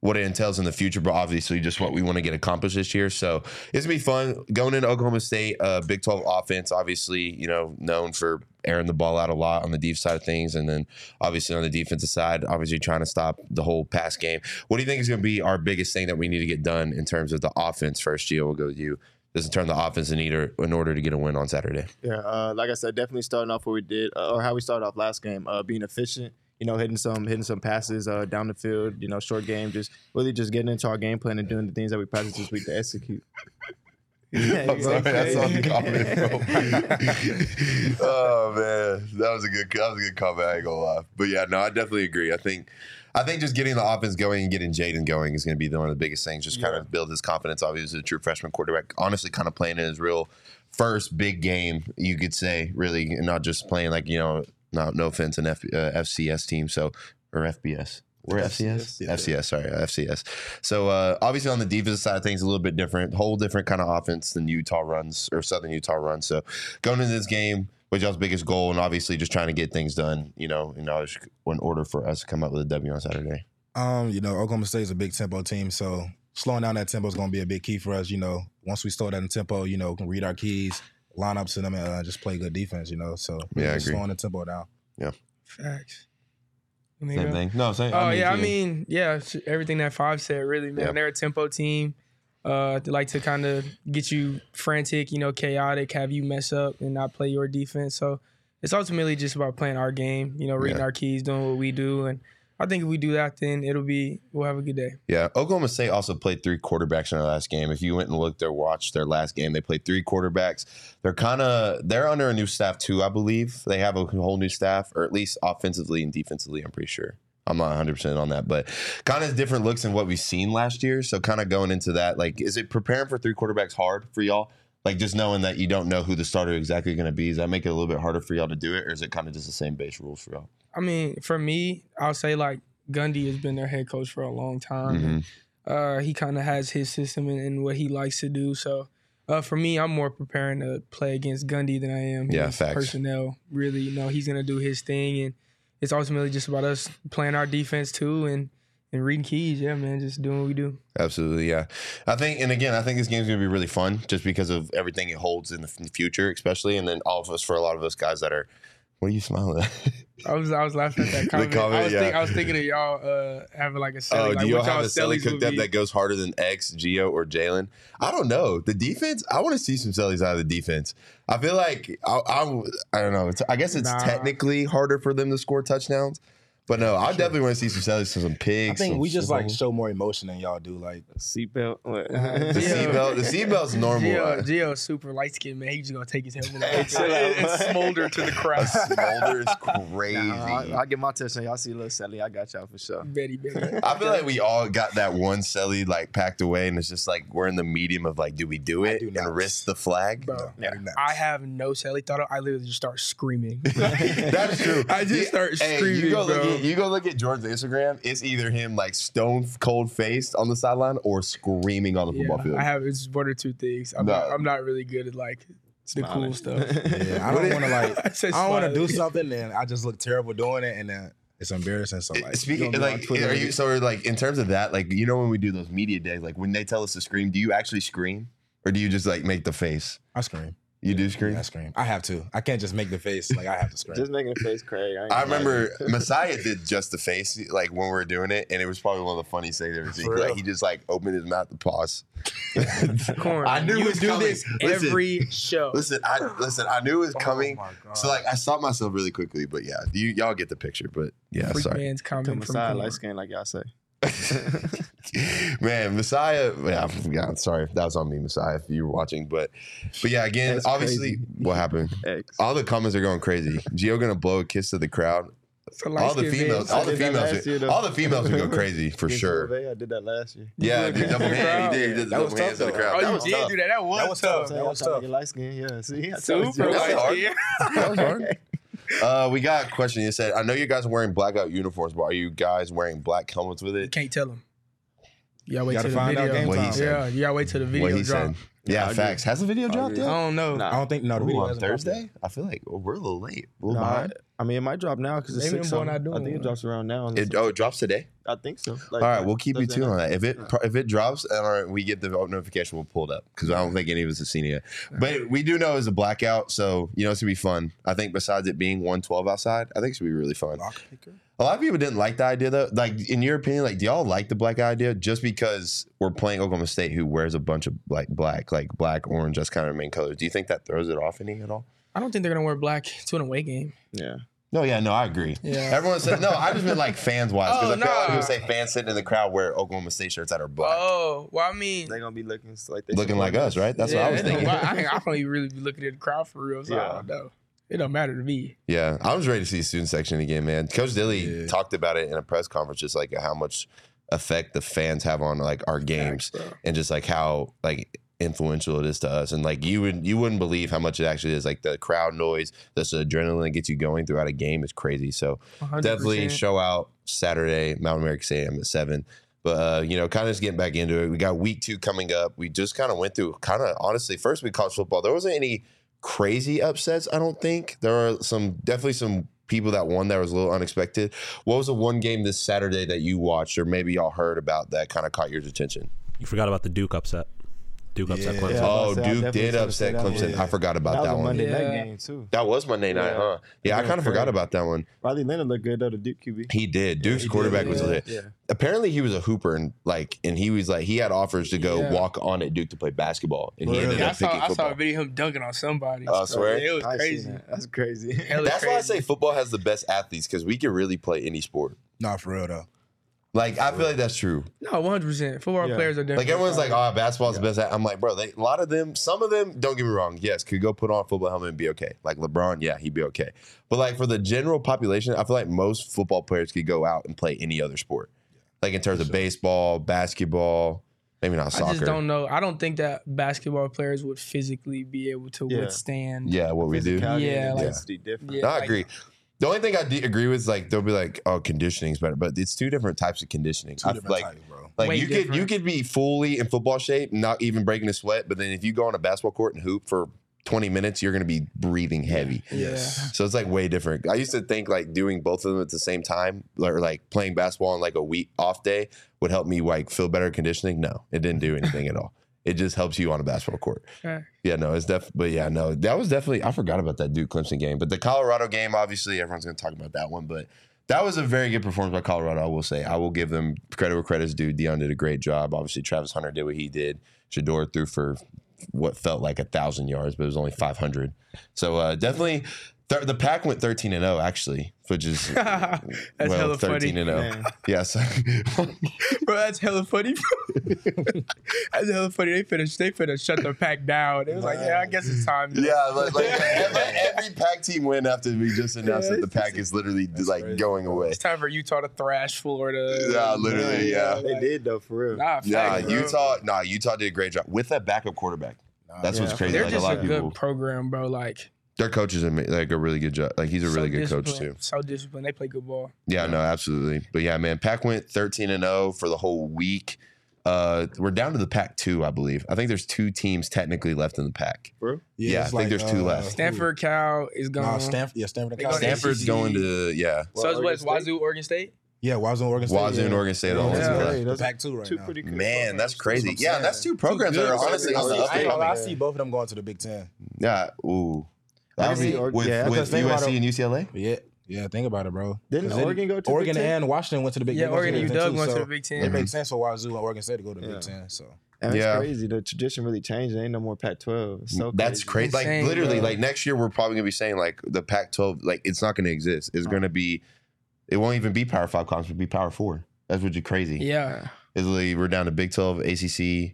[SPEAKER 1] what it entails in the future, but obviously just what we want to get accomplished this year. So it's gonna be fun going into Oklahoma State. Uh, Big Twelve offense, obviously, you know, known for airing the ball out a lot on the deep side of things, and then obviously on the defensive side, obviously trying to stop the whole pass game. What do you think is gonna be our biggest thing that we need to get done in terms of the offense? First, Gio, we'll go with you. Doesn't turn the offense in either in order to get a win on Saturday.
[SPEAKER 2] Yeah, uh, like I said, definitely starting off what we did uh, or how we started off last game, uh, being efficient. You know, hitting some hitting some passes uh, down the field. You know, short game, just really just getting into our game plan and doing the things that we practiced this week to execute.
[SPEAKER 1] I'm sorry, that's on the comment, bro. oh man, that was a good that was a good comment. I ain't gonna lie, but yeah, no, I definitely agree. I think I think just getting the offense going and getting Jaden going is going to be the- one of the biggest things. Just kind of build his confidence. Obviously, he's a true freshman quarterback. Honestly, kind of playing in his real first big game, you could say, really, and not just playing like you know. No, no offense, an F, uh, FCS team. So or FBS. We're FCS.
[SPEAKER 4] FCS, yeah.
[SPEAKER 1] FCS, sorry, uh, FCS. So uh, obviously on the defensive side of things, a little bit different, whole different kind of offense than Utah runs or Southern Utah runs. So going into this game, what's y'all's biggest goal, and obviously just trying to get things done, you know, in, order- in order for us to come up with a W on Saturday.
[SPEAKER 4] Um, you know, Oklahoma State's a big tempo team, so slowing down that tempo is going to be a big key for us. You know, once we slow down the tempo, you know, can read our keys, lineups, and I mean, uh, just play good defense. You know, so
[SPEAKER 1] Yeah, I agree.
[SPEAKER 4] slowing the tempo down.
[SPEAKER 3] Facts. Let me
[SPEAKER 1] Same
[SPEAKER 3] go.
[SPEAKER 1] thing. No, same.
[SPEAKER 3] Oh yeah,
[SPEAKER 1] yeah.
[SPEAKER 3] I mean, yeah, sh- everything that Five said, really, man.
[SPEAKER 1] Yeah.
[SPEAKER 3] They're a tempo team. Uh, they like to kind of get you frantic, you know, chaotic, have you mess up and not play your defense. So it's ultimately just about playing our game, you know, reading
[SPEAKER 1] Yeah.
[SPEAKER 3] our keys, doing what we do, and I think if we do that, then it'll be we'll have a good day.
[SPEAKER 1] Yeah, Oklahoma State also played three quarterbacks in their last game. If you went and looked or watched their last game, they played three quarterbacks. They're kind of they're under a new staff too, I believe. They have a whole new staff, or at least offensively and defensively. I'm pretty sure. I'm not 100 percent on that, but kind of different looks than what we've seen last year. So kind of going into that, like, is it preparing for three quarterbacks hard for y'all? Like just knowing that you don't know who the starter exactly going to be, does that make it a little bit harder for y'all to do it, or is it kind of just the same base rules for y'all?
[SPEAKER 3] I mean, for me, I'll say like Gundy has been their head coach for a long time.
[SPEAKER 1] Mhm.
[SPEAKER 3] uh, he kind of has his system and, and what he likes to do. So uh, for me, I'm more preparing to play against Gundy than I am
[SPEAKER 1] Yeah,
[SPEAKER 3] his
[SPEAKER 1] facts.
[SPEAKER 3] personnel. Really, you know, he's gonna do his thing, and it's ultimately just about us playing our defense too and and reading keys. Yeah, man, just doing what we do.
[SPEAKER 1] Absolutely, yeah. I think, and again, I think this game's gonna be really fun just because of everything it holds in the f- future, especially, and then all of us for a lot of us guys that are. What are you smiling at?
[SPEAKER 3] I was I was laughing at
[SPEAKER 1] The
[SPEAKER 3] that comment. I,
[SPEAKER 1] comment,
[SPEAKER 3] was think,
[SPEAKER 1] yeah.
[SPEAKER 3] I was thinking of y'all uh, having like a celly.
[SPEAKER 1] oh,
[SPEAKER 3] like,
[SPEAKER 1] do y'all
[SPEAKER 3] what
[SPEAKER 1] have a
[SPEAKER 3] y'all's
[SPEAKER 1] celly
[SPEAKER 3] cellies
[SPEAKER 1] cooked
[SPEAKER 3] would
[SPEAKER 1] up
[SPEAKER 3] be.
[SPEAKER 1] that goes harder than X, Geo, or Jalen? I don't know. The defense, I want to see some sellies out of the defense. I feel like I, I, I don't know. It's, I guess it's
[SPEAKER 3] Nah.
[SPEAKER 1] technically harder for them to score touchdowns, but no, I definitely want to see some sellies to some
[SPEAKER 4] I
[SPEAKER 1] pigs.
[SPEAKER 4] think
[SPEAKER 1] some-
[SPEAKER 4] we just
[SPEAKER 1] some-
[SPEAKER 4] like show more emotion than y'all do. Like,
[SPEAKER 2] Seatbelt. What?
[SPEAKER 1] the
[SPEAKER 3] Yeah.
[SPEAKER 1] seatbelt. The seatbelt's normal.
[SPEAKER 3] Gio,
[SPEAKER 1] uh,
[SPEAKER 3] Gio, super light skinned man. He just gonna take his helmet
[SPEAKER 1] Hey,
[SPEAKER 3] off
[SPEAKER 1] chill out,
[SPEAKER 3] and, and
[SPEAKER 2] boy.
[SPEAKER 3] smolder to the
[SPEAKER 1] A
[SPEAKER 3] crowd.
[SPEAKER 1] smolder is crazy.
[SPEAKER 2] Nah, I, I'll get my touchdown. Y'all see a little Sally. I got y'all for sure.
[SPEAKER 3] Betty, Betty.
[SPEAKER 1] I feel like we all got that one celly like packed away, and it's just like we're in the medium of like, do we do
[SPEAKER 4] I
[SPEAKER 1] it
[SPEAKER 4] do not.
[SPEAKER 1] and risk the flag?
[SPEAKER 3] Bro,
[SPEAKER 4] Yeah, I do not.
[SPEAKER 3] I have no Sally thought of. I literally just start screaming.
[SPEAKER 1] That's true.
[SPEAKER 3] I just
[SPEAKER 1] Yeah,
[SPEAKER 3] start
[SPEAKER 1] Hey,
[SPEAKER 3] screaming,
[SPEAKER 1] you go
[SPEAKER 3] bro.
[SPEAKER 1] look at you go look at George's Instagram. It's either him like stone cold faced on the sideline or screaming on the football
[SPEAKER 3] yeah,
[SPEAKER 1] field.
[SPEAKER 3] I have it's one or two things. I'm,
[SPEAKER 1] No.
[SPEAKER 3] not, I'm not really good at like the cool stuff.
[SPEAKER 4] yeah, I don't want to like,
[SPEAKER 3] I said
[SPEAKER 4] I don't want to do
[SPEAKER 3] smiling.
[SPEAKER 4] something, and I just look terrible doing it, and uh, it's embarrassing. So
[SPEAKER 1] It-
[SPEAKER 4] like,
[SPEAKER 1] Speaking
[SPEAKER 2] gonna be on
[SPEAKER 1] like,
[SPEAKER 2] Twitter
[SPEAKER 1] are
[SPEAKER 2] every-
[SPEAKER 1] you so like in terms of that, like you know when we do those media days, like when they tell us to scream, do you actually scream or do you just like make the face?
[SPEAKER 4] I scream.
[SPEAKER 1] You do scream.
[SPEAKER 4] I scream. I have to. I can't just make the face. Like I have to scream.
[SPEAKER 2] Just making a face, Craig. ain't
[SPEAKER 1] I
[SPEAKER 2] gonna lie.
[SPEAKER 1] remember Messiah did just the face, like when we were doing it, and it was probably one of the funniest things I've ever seen.
[SPEAKER 4] For
[SPEAKER 1] Like
[SPEAKER 4] real.
[SPEAKER 1] he just like opened his mouth to pause.
[SPEAKER 3] Corn,
[SPEAKER 1] I knew it
[SPEAKER 3] you
[SPEAKER 1] was
[SPEAKER 3] do
[SPEAKER 1] coming.
[SPEAKER 3] this
[SPEAKER 1] Listen.
[SPEAKER 3] every Oh show.
[SPEAKER 1] Listen, I listen, I knew it was coming. so like I stopped myself really quickly, but yeah, you y'all get the picture. But yeah,
[SPEAKER 3] Freak
[SPEAKER 1] sorry,
[SPEAKER 3] man's
[SPEAKER 2] To
[SPEAKER 3] comment
[SPEAKER 2] my
[SPEAKER 3] from
[SPEAKER 2] side,
[SPEAKER 3] Corn.
[SPEAKER 2] light skin, like y'all say.
[SPEAKER 1] man, Messiah. Yeah, yeah, sorry, that was on me, Messiah, if you were watching. But but yeah, again,
[SPEAKER 2] That's
[SPEAKER 1] obviously,
[SPEAKER 2] crazy.
[SPEAKER 1] what happened?
[SPEAKER 2] X.
[SPEAKER 1] All the comments are going crazy. Gio gonna blow a kiss to the crowd.
[SPEAKER 3] It's a
[SPEAKER 1] All the
[SPEAKER 3] light-skinned man.
[SPEAKER 1] females,
[SPEAKER 2] I
[SPEAKER 1] all the
[SPEAKER 2] did that
[SPEAKER 1] females,
[SPEAKER 2] last year,
[SPEAKER 1] would-
[SPEAKER 2] though.
[SPEAKER 1] all the females would go crazy for
[SPEAKER 2] Against
[SPEAKER 1] sure.
[SPEAKER 2] UVA, I did that last year.
[SPEAKER 1] Yeah,
[SPEAKER 3] Look at
[SPEAKER 1] dude, double
[SPEAKER 3] the
[SPEAKER 1] hand.
[SPEAKER 3] crowd.
[SPEAKER 1] He did. He did the
[SPEAKER 4] That was
[SPEAKER 1] double hands
[SPEAKER 4] tough,
[SPEAKER 1] to the
[SPEAKER 4] though.
[SPEAKER 1] crowd.
[SPEAKER 3] Oh,
[SPEAKER 1] That
[SPEAKER 3] you
[SPEAKER 1] was
[SPEAKER 3] did
[SPEAKER 1] tough.
[SPEAKER 3] do that. That was,
[SPEAKER 4] That was
[SPEAKER 3] tough.
[SPEAKER 4] tough.
[SPEAKER 2] That was
[SPEAKER 4] tough.
[SPEAKER 2] tough. Light skin, yeah. See, I told
[SPEAKER 3] Super
[SPEAKER 1] That
[SPEAKER 2] you.
[SPEAKER 1] was
[SPEAKER 3] light
[SPEAKER 1] hard.
[SPEAKER 3] skin.
[SPEAKER 1] That was hard. Uh, we got a question. It said, "I know you guys are wearing blackout uniforms, but are you guys wearing black helmets with
[SPEAKER 3] You
[SPEAKER 1] it?"
[SPEAKER 3] can't tell him. You gotta wait
[SPEAKER 4] Gotta
[SPEAKER 3] till the
[SPEAKER 4] find out
[SPEAKER 3] video.
[SPEAKER 4] game
[SPEAKER 1] What he time. said.
[SPEAKER 3] yeah, you gotta wait till the video
[SPEAKER 1] what he
[SPEAKER 3] drop.
[SPEAKER 1] said. Yeah,
[SPEAKER 2] I agree.
[SPEAKER 1] facts. Has the video
[SPEAKER 2] I
[SPEAKER 1] dropped
[SPEAKER 2] agree.
[SPEAKER 1] yet?
[SPEAKER 3] I don't know.
[SPEAKER 4] I don't think no. The
[SPEAKER 1] Ooh,
[SPEAKER 4] video
[SPEAKER 1] on
[SPEAKER 4] hasn't dropped yet.
[SPEAKER 1] Thursday? I feel like oh, we're a little late. A little
[SPEAKER 2] Nah,
[SPEAKER 1] behind.
[SPEAKER 2] I mean, it might drop now because it's
[SPEAKER 3] Maybe
[SPEAKER 2] six.
[SPEAKER 3] them boy
[SPEAKER 2] something.
[SPEAKER 3] not doing
[SPEAKER 2] I think
[SPEAKER 3] one.
[SPEAKER 2] it drops around now.
[SPEAKER 1] It, oh, it drops today.
[SPEAKER 2] I think so.
[SPEAKER 1] All
[SPEAKER 2] Like,
[SPEAKER 1] right, we'll keep you
[SPEAKER 2] Thursday
[SPEAKER 1] tuned
[SPEAKER 2] night.
[SPEAKER 1] on that. If it if it drops and our, we get the notification, we'll pull it up because I don't think any of us have seen it yet. But we do know it's a blackout, so you know it's gonna be fun. I think besides it being one twelve outside, I think it's gonna be really fun.
[SPEAKER 4] Lock picker?
[SPEAKER 1] A lot of people didn't like the idea though. Like in your opinion, like do y'all like the black idea just because we're playing Oklahoma State who wears a bunch of like black, like black, orange, that's kind of the main colors. Do you think that throws it off any at all?
[SPEAKER 3] I don't think they're gonna wear black to an away game.
[SPEAKER 2] Yeah.
[SPEAKER 1] No, yeah, no, I agree.
[SPEAKER 3] Yeah.
[SPEAKER 1] Everyone says no, I just meant like fans wise. Because
[SPEAKER 3] Oh,
[SPEAKER 1] I feel like
[SPEAKER 3] nah.
[SPEAKER 1] people say fans sitting in the crowd wear Oklahoma State shirts that are black.
[SPEAKER 3] Oh, well, I mean,
[SPEAKER 2] They're going to be looking s- like they
[SPEAKER 1] Looking like us, right? That's what I was
[SPEAKER 3] it don't
[SPEAKER 1] thinking.
[SPEAKER 3] matter. I, ain't- I don't even really be looking at the crowd for real, so I
[SPEAKER 2] Yeah.
[SPEAKER 3] don't know. It don't matter to me.
[SPEAKER 1] Yeah, I was ready to see the student section again, man. Coach Dilly
[SPEAKER 4] Yeah.
[SPEAKER 1] talked about it in a press conference, just like how much effect the fans have on like our games,
[SPEAKER 3] Facts, bro.
[SPEAKER 1] and just like how like influential it is to us. And like you would you wouldn't believe how much it actually is. Like the crowd noise, this adrenaline that gets you going throughout a game is crazy. So
[SPEAKER 3] 100%.
[SPEAKER 1] definitely show out Saturday, Mount America Stadium at seven. But uh, you know, kind of just getting back into it. We got week two coming up. We just kind of went through kind of honestly first week college football. There wasn't any crazy upsets. I don't think there are some definitely some people that won that was a little unexpected. What was the one game this Saturday that you watched or maybe y'all heard about that kind of caught your attention?
[SPEAKER 5] You forgot about the Duke upset. Duke upset
[SPEAKER 4] Yeah.
[SPEAKER 5] Clemson.
[SPEAKER 2] Yeah. I
[SPEAKER 1] oh,
[SPEAKER 2] was gonna say, I
[SPEAKER 1] Duke
[SPEAKER 2] definitely
[SPEAKER 1] did
[SPEAKER 2] saw the
[SPEAKER 1] upset
[SPEAKER 2] stat.
[SPEAKER 1] Clemson.
[SPEAKER 4] Yeah.
[SPEAKER 1] I forgot about
[SPEAKER 2] that,
[SPEAKER 1] that,
[SPEAKER 2] was a
[SPEAKER 1] one.
[SPEAKER 2] Monday night
[SPEAKER 3] Yeah.
[SPEAKER 2] game too.
[SPEAKER 1] That was Monday night,
[SPEAKER 2] Yeah.
[SPEAKER 1] huh? Yeah, I
[SPEAKER 2] Yeah,
[SPEAKER 1] kind of forgot
[SPEAKER 2] correct.
[SPEAKER 1] about that one.
[SPEAKER 2] Riley Leonard looked good though. The Duke QB.
[SPEAKER 1] He did. Duke's
[SPEAKER 4] he did,
[SPEAKER 1] quarterback was
[SPEAKER 3] yeah.
[SPEAKER 1] lit.
[SPEAKER 2] Yeah.
[SPEAKER 1] apparently he was a hooper and like and he was like he had offers to go
[SPEAKER 3] Yeah.
[SPEAKER 1] walk on at Duke to play basketball and he
[SPEAKER 4] Really?
[SPEAKER 1] ended
[SPEAKER 3] Yeah, I
[SPEAKER 1] up
[SPEAKER 3] saw
[SPEAKER 1] picking
[SPEAKER 3] I saw
[SPEAKER 1] football.
[SPEAKER 3] a video of him dunking on somebody.
[SPEAKER 1] I swear.
[SPEAKER 3] it was
[SPEAKER 2] I seen
[SPEAKER 3] crazy.
[SPEAKER 2] that. That's crazy.
[SPEAKER 3] Hella
[SPEAKER 1] That's why I
[SPEAKER 3] crazy.
[SPEAKER 1] say football has the best athletes because we can really play any sport.
[SPEAKER 4] Nah, for real though.
[SPEAKER 1] Like I feel like that's true.
[SPEAKER 3] No, one hundred percent. Football
[SPEAKER 2] Yeah.
[SPEAKER 3] players are different.
[SPEAKER 1] Like everyone's like, "Oh, basketball's
[SPEAKER 2] Yeah.
[SPEAKER 1] the best." ath-" I'm like, bro, they, a lot of them, some of them, don't get me wrong, yes, could go put on a football helmet and be okay. Like LeBron, yeah, he'd be okay. But like for the general population, I feel like most football players could go out and play any other sport, like in terms of baseball, basketball, maybe not "Oh, soccer.
[SPEAKER 3] I just don't know. I don't think that basketball players would physically be able to
[SPEAKER 2] Yeah.
[SPEAKER 3] withstand.
[SPEAKER 1] yeah, what we do.
[SPEAKER 2] Physicality
[SPEAKER 3] Yeah,
[SPEAKER 2] and
[SPEAKER 3] like-
[SPEAKER 2] intensity different.
[SPEAKER 3] Yeah,
[SPEAKER 1] No, I
[SPEAKER 3] like-
[SPEAKER 1] agree. The only thing I de- agree with is like they'll be like, oh, conditioning's better, but it's two different types of conditioning.
[SPEAKER 4] Two
[SPEAKER 1] I-
[SPEAKER 4] different
[SPEAKER 1] like,
[SPEAKER 4] types, bro.
[SPEAKER 1] like
[SPEAKER 3] Way
[SPEAKER 1] you could you
[SPEAKER 3] different.
[SPEAKER 1] could be fully in football shape, not even breaking a sweat, but then if you go on a basketball court and hoop for 20 minutes, you're gonna be breathing heavy.
[SPEAKER 4] Yes.
[SPEAKER 1] So it's like way different. I used to think like doing both of them at the same time, or like playing basketball on like a week off day would help me like feel better conditioning. No, it didn't do anything at all. It just helps you on a basketball court.
[SPEAKER 3] Okay.
[SPEAKER 1] Yeah, no, it's def but yeah, no, that was definitely I forgot about that Duke Clemson game. But the Colorado game, obviously, everyone's gonna talk about that one, but that was a very good performance by Colorado, I will say. I will give them credit where credit's due. Deion did a great job. Obviously, Travis Hunter did what he did. Shador threw for what felt like a thousand yards, but it was only five hundred. So uh, definitely, th- the pack went thirteen and zero actually, which is
[SPEAKER 3] that's hella funny,
[SPEAKER 1] and oh. zero.
[SPEAKER 2] Man.
[SPEAKER 1] Yes,
[SPEAKER 3] bro. That's hella funny, bro. that's hella funny. They finished. They finished. Shut the pack down. It was like, yeah, I guess it's time.
[SPEAKER 1] yeah, like, like every, every pack team win after we just announced that the pack is literally like
[SPEAKER 4] crazy.
[SPEAKER 1] going away.
[SPEAKER 3] It's time for Utah to thrash Florida.
[SPEAKER 1] Yeah, literally, yeah.
[SPEAKER 3] like-
[SPEAKER 2] They did though, for real.
[SPEAKER 3] Nah,
[SPEAKER 1] Yeah,
[SPEAKER 3] facts, bro.
[SPEAKER 1] Utah. Nah, Utah did a great job with that backup quarterback.
[SPEAKER 4] Nah,
[SPEAKER 1] That's what's
[SPEAKER 2] Yeah.
[SPEAKER 1] crazy.
[SPEAKER 3] They're
[SPEAKER 1] like
[SPEAKER 3] just
[SPEAKER 1] a lot
[SPEAKER 3] a
[SPEAKER 1] of people,
[SPEAKER 3] good program, bro. Like
[SPEAKER 1] their coach is ama- like a really good job. Like he's a really
[SPEAKER 3] so
[SPEAKER 1] good coach too.
[SPEAKER 3] disciplined, So disciplined. They play good ball.
[SPEAKER 1] Yeah, no, absolutely. But yeah, man, Pack went 13 and 0 for the whole week. Uh, we're down to the Pack two, I believe. I think there's two teams technically left in the Pack. yeah,
[SPEAKER 4] it's
[SPEAKER 1] I think there's two left.
[SPEAKER 3] Stanford, Cal is gone.
[SPEAKER 4] Nah, Stanford. Yeah, Stanford. and
[SPEAKER 3] They go to
[SPEAKER 4] Cal State.
[SPEAKER 1] Stanford's
[SPEAKER 3] ACC.
[SPEAKER 1] going to yeah,
[SPEAKER 3] So it's what it's Wazoo, Oregon State.
[SPEAKER 4] Yeah, Wazoo and Oregon State.
[SPEAKER 1] Wazoo and
[SPEAKER 4] yeah.
[SPEAKER 1] Oregon State. are The
[SPEAKER 4] Yeah,
[SPEAKER 1] only
[SPEAKER 4] that's
[SPEAKER 1] two
[SPEAKER 4] great.
[SPEAKER 1] left.
[SPEAKER 2] That's
[SPEAKER 4] That's back two right
[SPEAKER 2] two
[SPEAKER 4] now.
[SPEAKER 2] pretty good
[SPEAKER 1] Man, that's crazy.
[SPEAKER 4] That's what I'm
[SPEAKER 1] Yeah,
[SPEAKER 4] saying.
[SPEAKER 1] that's two programs
[SPEAKER 4] Two
[SPEAKER 1] that are
[SPEAKER 4] good
[SPEAKER 1] honestly on
[SPEAKER 4] programs.
[SPEAKER 1] the up
[SPEAKER 4] I,
[SPEAKER 1] and
[SPEAKER 4] ain't gonna
[SPEAKER 1] coming.
[SPEAKER 4] lie, I see both of them going to the Big Ten.
[SPEAKER 1] Yeah, ooh,
[SPEAKER 2] I
[SPEAKER 1] That'd
[SPEAKER 2] see
[SPEAKER 1] be-
[SPEAKER 2] Oregon-
[SPEAKER 1] with,
[SPEAKER 2] yeah, that's
[SPEAKER 1] with
[SPEAKER 2] the thing about
[SPEAKER 1] USC and UCLA.
[SPEAKER 4] But yeah, yeah. Think about it, bro.
[SPEAKER 2] Didn't
[SPEAKER 4] 'Cause then
[SPEAKER 2] Oregon go to the
[SPEAKER 4] Oregon
[SPEAKER 2] Big Ten?
[SPEAKER 4] and Washington went to the Big
[SPEAKER 3] Yeah,
[SPEAKER 4] went to
[SPEAKER 3] Oregon
[SPEAKER 4] the
[SPEAKER 3] and
[SPEAKER 4] Big Ten
[SPEAKER 3] Doug
[SPEAKER 4] too,
[SPEAKER 3] went
[SPEAKER 4] so
[SPEAKER 3] to the Big
[SPEAKER 4] It
[SPEAKER 3] Ten.
[SPEAKER 4] makes sense for Wazoo and Oregon State to go to the
[SPEAKER 2] Yeah.
[SPEAKER 4] Big Ten. So
[SPEAKER 2] And it's
[SPEAKER 1] Yeah.
[SPEAKER 2] crazy. The tradition really changed. There ain't no more Pac-12. It's so
[SPEAKER 1] That's crazy. Like
[SPEAKER 3] Insane,
[SPEAKER 1] literally,
[SPEAKER 3] bro.
[SPEAKER 1] like next year we're probably gonna be saying like the Pac-12, like it's not gonna exist.
[SPEAKER 3] Uh-huh.
[SPEAKER 1] It's gonna be, it won't even be Power Five conference. It'll be Power Four. That's what's crazy.
[SPEAKER 3] Yeah,
[SPEAKER 1] It's literally we're down to Big Twelve, ACC.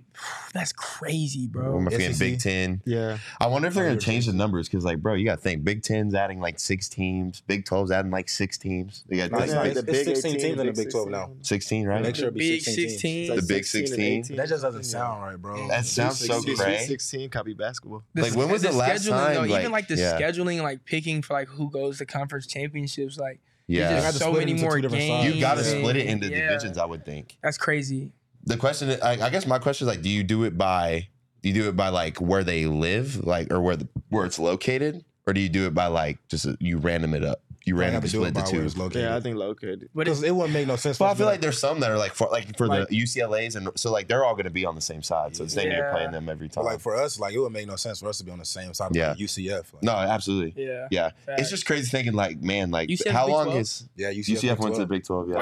[SPEAKER 3] that's crazy,
[SPEAKER 1] What
[SPEAKER 3] bro.
[SPEAKER 1] am I forgetting?
[SPEAKER 4] SEC.
[SPEAKER 1] Big Ten.
[SPEAKER 2] Yeah,
[SPEAKER 1] I wonder if they're gonna
[SPEAKER 4] Under-
[SPEAKER 1] change the numbers because, like, bro, you gotta think Big Ten's adding like six teams, Big 12's adding like six teams. They got
[SPEAKER 4] Nah,
[SPEAKER 1] like,
[SPEAKER 4] it's like
[SPEAKER 1] like
[SPEAKER 4] the Big 16 teams in the Big 12 now.
[SPEAKER 1] sixteen, right?
[SPEAKER 4] next year it'll be
[SPEAKER 3] Big
[SPEAKER 4] 16 teams.
[SPEAKER 3] 16.
[SPEAKER 1] The Big 16?
[SPEAKER 4] That just doesn't sound right, bro.
[SPEAKER 1] That sounds so cray.
[SPEAKER 2] Sixteen copy basketball.
[SPEAKER 3] The
[SPEAKER 1] Like,
[SPEAKER 3] s-
[SPEAKER 1] when was the last
[SPEAKER 3] scheduling,
[SPEAKER 1] time,
[SPEAKER 3] Though,
[SPEAKER 1] like-
[SPEAKER 3] even like the
[SPEAKER 1] yeah.
[SPEAKER 3] scheduling, like picking for like who goes to conference championships, like
[SPEAKER 4] You
[SPEAKER 1] Yeah,
[SPEAKER 4] gotta
[SPEAKER 3] there's just so
[SPEAKER 4] split it
[SPEAKER 3] many
[SPEAKER 4] into
[SPEAKER 3] more
[SPEAKER 4] two different
[SPEAKER 3] games.
[SPEAKER 4] sides.
[SPEAKER 1] you gotta
[SPEAKER 3] and-
[SPEAKER 1] split it into
[SPEAKER 3] yeah.
[SPEAKER 1] divisions. I would think.
[SPEAKER 3] That's crazy.
[SPEAKER 1] the question is- I, I guess my question is like do you do it by do you do it by like where they live like or where the, where it's located or do you do it by like just uh, you random it up you
[SPEAKER 4] They have
[SPEAKER 1] randomly
[SPEAKER 4] to do it
[SPEAKER 1] split the
[SPEAKER 4] by where
[SPEAKER 1] two
[SPEAKER 4] it's located.
[SPEAKER 2] Yeah, I think located.
[SPEAKER 3] But it's,
[SPEAKER 4] because it wouldn't make no sense.
[SPEAKER 1] well,
[SPEAKER 4] for
[SPEAKER 1] I
[SPEAKER 4] us
[SPEAKER 1] feel
[SPEAKER 4] to-
[SPEAKER 1] like there's some that are like for like for
[SPEAKER 4] Like-
[SPEAKER 1] the UCLA's and so like they're all going to be on the same side. So it's saying you're
[SPEAKER 3] Yeah.
[SPEAKER 1] playing them every time.
[SPEAKER 4] like for us, like it would make no sense for us to be on the same side.
[SPEAKER 1] Yeah.
[SPEAKER 4] Yeah, UCF. Like,
[SPEAKER 1] no, absolutely.
[SPEAKER 3] yeah,
[SPEAKER 1] Yeah,
[SPEAKER 3] facts.
[SPEAKER 1] it's just crazy thinking like man, like
[SPEAKER 3] UCF
[SPEAKER 1] how
[SPEAKER 3] Big
[SPEAKER 1] long
[SPEAKER 3] 12?
[SPEAKER 1] is
[SPEAKER 4] yeah,
[SPEAKER 1] UCF,
[SPEAKER 4] UCF,
[SPEAKER 1] went to the
[SPEAKER 4] Big
[SPEAKER 1] Big Twelve? Yeah,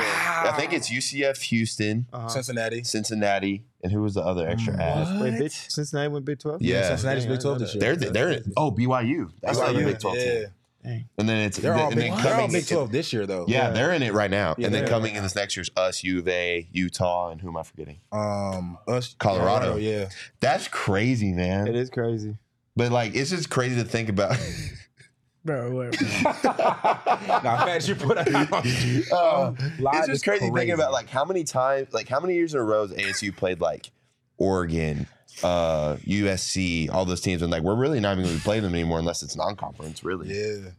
[SPEAKER 1] I think it's UCF, Houston,
[SPEAKER 2] Uh-huh.
[SPEAKER 4] Cincinnati.
[SPEAKER 1] Cincinnati, and who was the other extra
[SPEAKER 4] Mm.
[SPEAKER 1] add?
[SPEAKER 3] What?
[SPEAKER 2] Wait, Big, Cincinnati went Big 12?
[SPEAKER 1] Yeah.
[SPEAKER 4] Cincinnati's
[SPEAKER 2] Dang, I
[SPEAKER 4] Big 12
[SPEAKER 2] didn't
[SPEAKER 4] this
[SPEAKER 2] know
[SPEAKER 4] year.
[SPEAKER 1] They're they're oh BYU. That's
[SPEAKER 4] Yeah,
[SPEAKER 1] not the
[SPEAKER 4] yeah,
[SPEAKER 1] Big Twelve team.
[SPEAKER 4] yeah.
[SPEAKER 1] And then it's
[SPEAKER 4] They're all
[SPEAKER 1] and
[SPEAKER 4] Big
[SPEAKER 1] then
[SPEAKER 4] 12. They're all
[SPEAKER 1] coming
[SPEAKER 4] Big 12 this year though.
[SPEAKER 1] Yeah, they're in it right now.
[SPEAKER 4] Yeah,
[SPEAKER 1] and then
[SPEAKER 4] they're-
[SPEAKER 1] coming in this next year's us, U of A, Utah, and who am I forgetting?
[SPEAKER 4] Um, us
[SPEAKER 1] Colorado.
[SPEAKER 4] Yeah,
[SPEAKER 1] That's crazy,
[SPEAKER 2] that. It
[SPEAKER 1] man.
[SPEAKER 2] is crazy.
[SPEAKER 1] But like, it's just crazy to think about.
[SPEAKER 3] bro. whatever.
[SPEAKER 4] nah, fast you put out.
[SPEAKER 1] Uh,
[SPEAKER 4] Live
[SPEAKER 1] it's
[SPEAKER 4] is
[SPEAKER 1] just crazy,
[SPEAKER 4] crazy.
[SPEAKER 1] thinking about like how many times, like how many years in a row has ASU played like Oregon, uh, USC, all those teams, and like we're really not even going to play them anymore unless it's non-conference, really.
[SPEAKER 4] Yeah.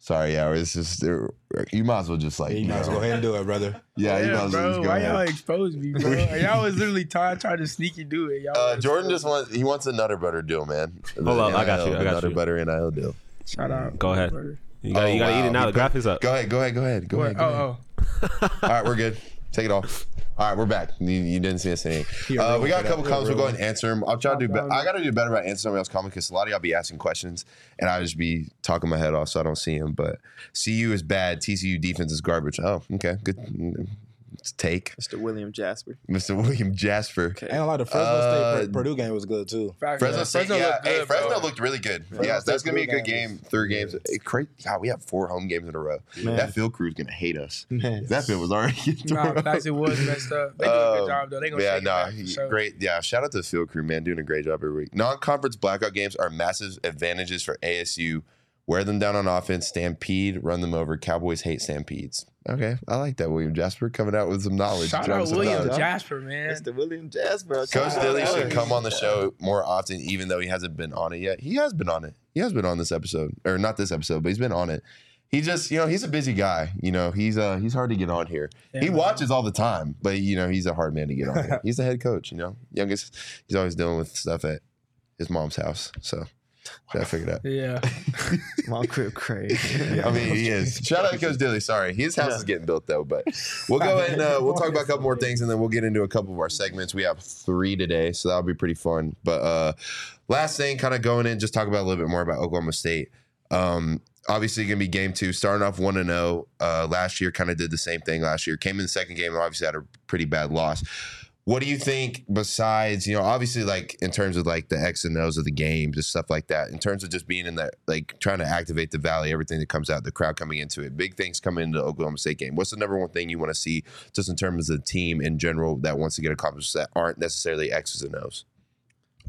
[SPEAKER 1] Sorry, yeah, it's just you might as well just like
[SPEAKER 4] You
[SPEAKER 1] you
[SPEAKER 4] might as well
[SPEAKER 1] know.
[SPEAKER 4] go ahead and do it, brother.
[SPEAKER 1] yeah, you might as well
[SPEAKER 3] bro.
[SPEAKER 1] just go
[SPEAKER 3] Why y'all
[SPEAKER 1] ahead.
[SPEAKER 3] exposed me, bro? y'all was literally trying, trying to sneaky do it. Y'all
[SPEAKER 1] Uh,
[SPEAKER 3] was-
[SPEAKER 1] Jordan just wants he wants a Nutter Butter deal, man.
[SPEAKER 5] Hold up, I got you, I got
[SPEAKER 1] Nutter
[SPEAKER 5] you.
[SPEAKER 1] Butter NIL deal.
[SPEAKER 3] shout out.
[SPEAKER 5] Go ahead.
[SPEAKER 3] Bro.
[SPEAKER 5] You gotta,
[SPEAKER 1] Oh,
[SPEAKER 5] you gotta eat
[SPEAKER 1] wow.
[SPEAKER 5] it now. The graphics up.
[SPEAKER 1] Go ahead, go ahead, go ahead, go
[SPEAKER 3] What?
[SPEAKER 1] ahead.
[SPEAKER 3] Oh,
[SPEAKER 1] Go ahead.
[SPEAKER 3] oh.
[SPEAKER 1] All right, we're good. Take it off. All right, we're back. You, you didn't see us any.
[SPEAKER 4] He a
[SPEAKER 1] Uh,
[SPEAKER 4] real
[SPEAKER 1] we got
[SPEAKER 4] one
[SPEAKER 1] a couple
[SPEAKER 4] for that. He
[SPEAKER 1] comments.
[SPEAKER 4] a
[SPEAKER 1] We'll
[SPEAKER 4] real
[SPEAKER 1] go
[SPEAKER 4] one.
[SPEAKER 1] ahead and answer them. I'll try to do. Be-
[SPEAKER 3] down.
[SPEAKER 1] I got to do better about answering somebody else's comments because a lot of y'all be asking questions, and I just be talking my head off, so I don't see them. But CU is bad. TCU defense is garbage. Oh, okay, good It's a take,
[SPEAKER 2] Mr. William Jasper.
[SPEAKER 1] Mr. William Jasper.
[SPEAKER 2] Okay.
[SPEAKER 4] And a lot of Fresno
[SPEAKER 1] Uh,
[SPEAKER 4] State Purdue game was good too.
[SPEAKER 3] Fact,
[SPEAKER 1] Fresno
[SPEAKER 3] man.
[SPEAKER 1] State, yeah.
[SPEAKER 3] looked
[SPEAKER 1] hey,
[SPEAKER 3] good,
[SPEAKER 1] Fresno
[SPEAKER 3] bro.
[SPEAKER 1] looked really good.
[SPEAKER 4] Fresno
[SPEAKER 1] yeah, that's
[SPEAKER 4] State
[SPEAKER 1] gonna be a
[SPEAKER 4] Blue
[SPEAKER 1] good
[SPEAKER 4] game
[SPEAKER 1] game.
[SPEAKER 4] was-
[SPEAKER 1] Three games. It, crazy. God, we have four home games in a row.
[SPEAKER 2] Man.
[SPEAKER 1] That field crew's gonna hate us.
[SPEAKER 2] Man.
[SPEAKER 1] That field was already.
[SPEAKER 3] Nah,
[SPEAKER 1] thrown.
[SPEAKER 3] facts, it was messed up. They do a good
[SPEAKER 1] Um,
[SPEAKER 3] job though. They gonna
[SPEAKER 1] yeah,
[SPEAKER 3] take it
[SPEAKER 1] no,
[SPEAKER 3] back,
[SPEAKER 1] he-
[SPEAKER 3] so.
[SPEAKER 1] great. Yeah, shout out to the field crew, man, doing a great job every week. Non-conference blackout games are massive advantages for ASU. Wear them down on offense, stampede, run them over. Cowboys hate stampedes. Okay, I like that. William Jasper coming out with some knowledge.
[SPEAKER 3] Shout
[SPEAKER 1] dropping
[SPEAKER 3] out
[SPEAKER 1] some
[SPEAKER 3] William
[SPEAKER 1] knowledge.
[SPEAKER 3] Jasper, man.
[SPEAKER 2] Mr. William Jasper.
[SPEAKER 1] Coach
[SPEAKER 2] Shout
[SPEAKER 1] Dilly
[SPEAKER 2] out.
[SPEAKER 1] should come on the show more often, even though he hasn't been on it yet. He has been on it. He has been on this episode, or not this episode, but he's been on it. He just, you know, he's a busy guy. You know, he's uh he's hard to get on here.
[SPEAKER 3] Yeah,
[SPEAKER 1] he
[SPEAKER 3] man.
[SPEAKER 1] watches all the time, but you know, he's a hard man to get on. here. He's the head coach. You know, youngest. He's always dealing with stuff at his mom's house, so gotta figure it out.
[SPEAKER 3] Yeah.
[SPEAKER 2] My crib crazy.
[SPEAKER 1] I mean, he is. Shout out to Coach Dilly. Sorry, his house is getting built though. But we'll go and uh, we'll talk about a couple more things, and then we'll get into a couple of our segments. We have three today, so that'll be pretty fun. But uh, last thing, kind of going in, just talk about a little bit more about Oklahoma State. Um, obviously, going to be game two, starting off one and zero. Last year, kind of did the same thing. Last year, came in the second game and obviously had a pretty bad loss. What do you think? Besides, you know, obviously, like in terms of like the X and O's of the game, just stuff like that. In terms of just being in that, like trying to activate the valley, everything that comes out, the crowd coming into it, big things coming into the Oklahoma State game. What's the number one thing you want to see, just in terms of the team in general, that wants to get accomplished that aren't necessarily X's and O's?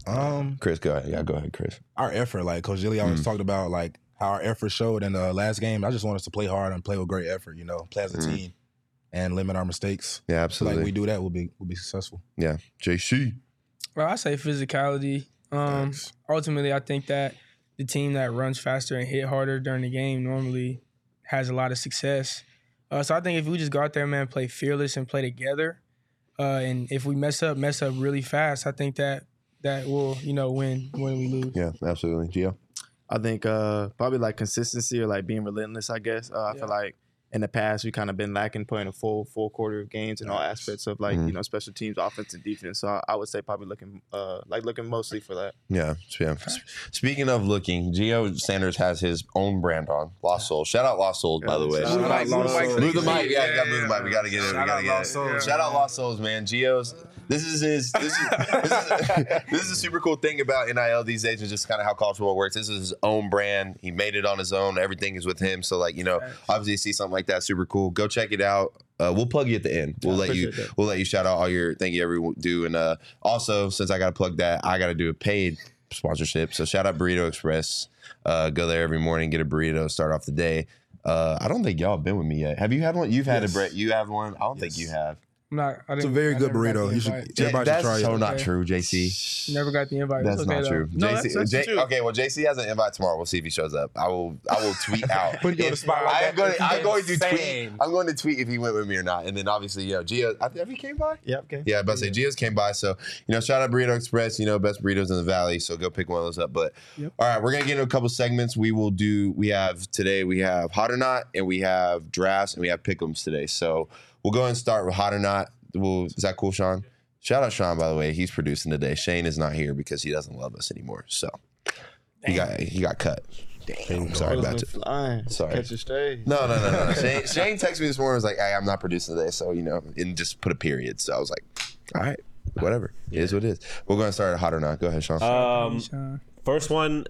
[SPEAKER 4] Um,
[SPEAKER 1] Chris, go ahead. Yeah, go ahead, Chris.
[SPEAKER 4] our effort, like Coach Gilly
[SPEAKER 1] Mm.
[SPEAKER 4] always talked about, like how our effort showed in the uh, last game. I just want us to play hard and play with great effort, you know, play as a
[SPEAKER 1] Mhm.
[SPEAKER 4] team, and limit our mistakes.
[SPEAKER 1] Yeah,
[SPEAKER 4] Like
[SPEAKER 1] absolutely.
[SPEAKER 4] we do that, we'll be we'll be successful.
[SPEAKER 1] yeah, JC.
[SPEAKER 3] Well, I say physicality. Um,
[SPEAKER 4] Thanks.
[SPEAKER 3] ultimately, I think that the team that runs faster and hit harder during the game normally has a lot of success. Uh, so I think if we just go out there, man, play fearless and play together, uh, and if we mess up, mess up really fast, I think that that will you know win when we lose.
[SPEAKER 1] Yeah, absolutely. Gio.
[SPEAKER 2] I think uh, probably like consistency or like being relentless. I guess uh, I
[SPEAKER 3] Yeah.
[SPEAKER 2] feel like in the past we kind of been lacking playing a full full quarter of games in all aspects of like
[SPEAKER 1] Mhm.
[SPEAKER 2] you know special teams, offense, and defense. So I, I would say probably looking uh, like looking mostly for that.
[SPEAKER 1] Yeah, yeah. S- Speaking of looking, Gio Sanders has his own brand on Lost Souls. Shout out Lost Souls, by the way.
[SPEAKER 4] Shout out Lost Souls.
[SPEAKER 1] Move the mic. Yeah, we gotta move the mic. We gotta get it. we
[SPEAKER 3] Shout
[SPEAKER 1] gotta
[SPEAKER 3] out
[SPEAKER 1] get
[SPEAKER 3] Lost
[SPEAKER 1] it.
[SPEAKER 3] Souls,
[SPEAKER 1] Shout out Lost Souls, man. Geo's. This is his. This is this is, this is a super cool thing about NIL these days. Is just kind of how college football works. This is his own brand. He made it on his own. Everything is with him. So like you know, obviously you see something like that, super cool. Go check it out. Uh, we'll plug you at the end. We'll let you.
[SPEAKER 2] appreciate that.
[SPEAKER 1] We'll let you shout out all your thank you everyone do. And uh, also since I gotta plug that, I gotta do a paid sponsorship. So shout out Burrito Express. Uh, go there every morning, get a burrito, start off the day. Uh, I don't think y'all have been with me yet. Have you had one? You've had a
[SPEAKER 4] Yes.
[SPEAKER 1] Brett. You have one. I don't think
[SPEAKER 4] Yes.
[SPEAKER 1] you have.
[SPEAKER 3] I'm not. I
[SPEAKER 4] It's a
[SPEAKER 3] didn't-
[SPEAKER 4] very
[SPEAKER 3] I
[SPEAKER 4] good
[SPEAKER 3] never got
[SPEAKER 4] burrito.
[SPEAKER 3] the
[SPEAKER 4] You should
[SPEAKER 3] invite.
[SPEAKER 4] everybody should
[SPEAKER 1] that's
[SPEAKER 4] try
[SPEAKER 1] so
[SPEAKER 4] it.
[SPEAKER 1] not
[SPEAKER 3] Okay.
[SPEAKER 1] true, JC.
[SPEAKER 3] Never got the invite.
[SPEAKER 1] That's
[SPEAKER 3] It's okay,
[SPEAKER 1] not
[SPEAKER 3] though.
[SPEAKER 1] true.
[SPEAKER 3] No,
[SPEAKER 1] JC,
[SPEAKER 3] that's, that's
[SPEAKER 1] J-
[SPEAKER 3] true.
[SPEAKER 1] Okay, well, JC has an invite tomorrow. We'll see if he shows up. I will. I will tweet out.
[SPEAKER 4] Put you on the
[SPEAKER 1] If-
[SPEAKER 4] spot
[SPEAKER 3] like
[SPEAKER 1] I'm
[SPEAKER 3] that.
[SPEAKER 1] going.
[SPEAKER 3] That's
[SPEAKER 1] I'm going to tweet.
[SPEAKER 3] insane.
[SPEAKER 1] I'm going to tweet if he went with me or not. And then obviously, yo, Gio, I think he came by.
[SPEAKER 2] Yeah. Okay.
[SPEAKER 1] Yeah, but I say Gia's came by. So, you know, shout out Burrito Express, you know, best burritos in the valley. So go pick one of those up. But
[SPEAKER 3] Yep.
[SPEAKER 1] all right, we're gonna get into a couple segments. We will do we have today, we have hot or not, and we have drafts and we have pick'ems today. So we'll go ahead and start with hot or not. Well, is that cool, Sean? Shout out Sean, by the way. He's producing today. Shane is not here because he doesn't love us anymore. So he got he got cut. Damn. Sorry about it.
[SPEAKER 2] Flying.
[SPEAKER 1] Sorry.
[SPEAKER 2] Catch your stay.
[SPEAKER 1] No, no, no, no. Shane, Shane texted me this morning. Was like, "Hey, I'm not producing today," so you know, and just put a period. So I was like, "All right, whatever. It is what it is." We're going to start at hot or not. Go ahead, Sean.
[SPEAKER 5] Um,
[SPEAKER 3] Sean.
[SPEAKER 5] first one,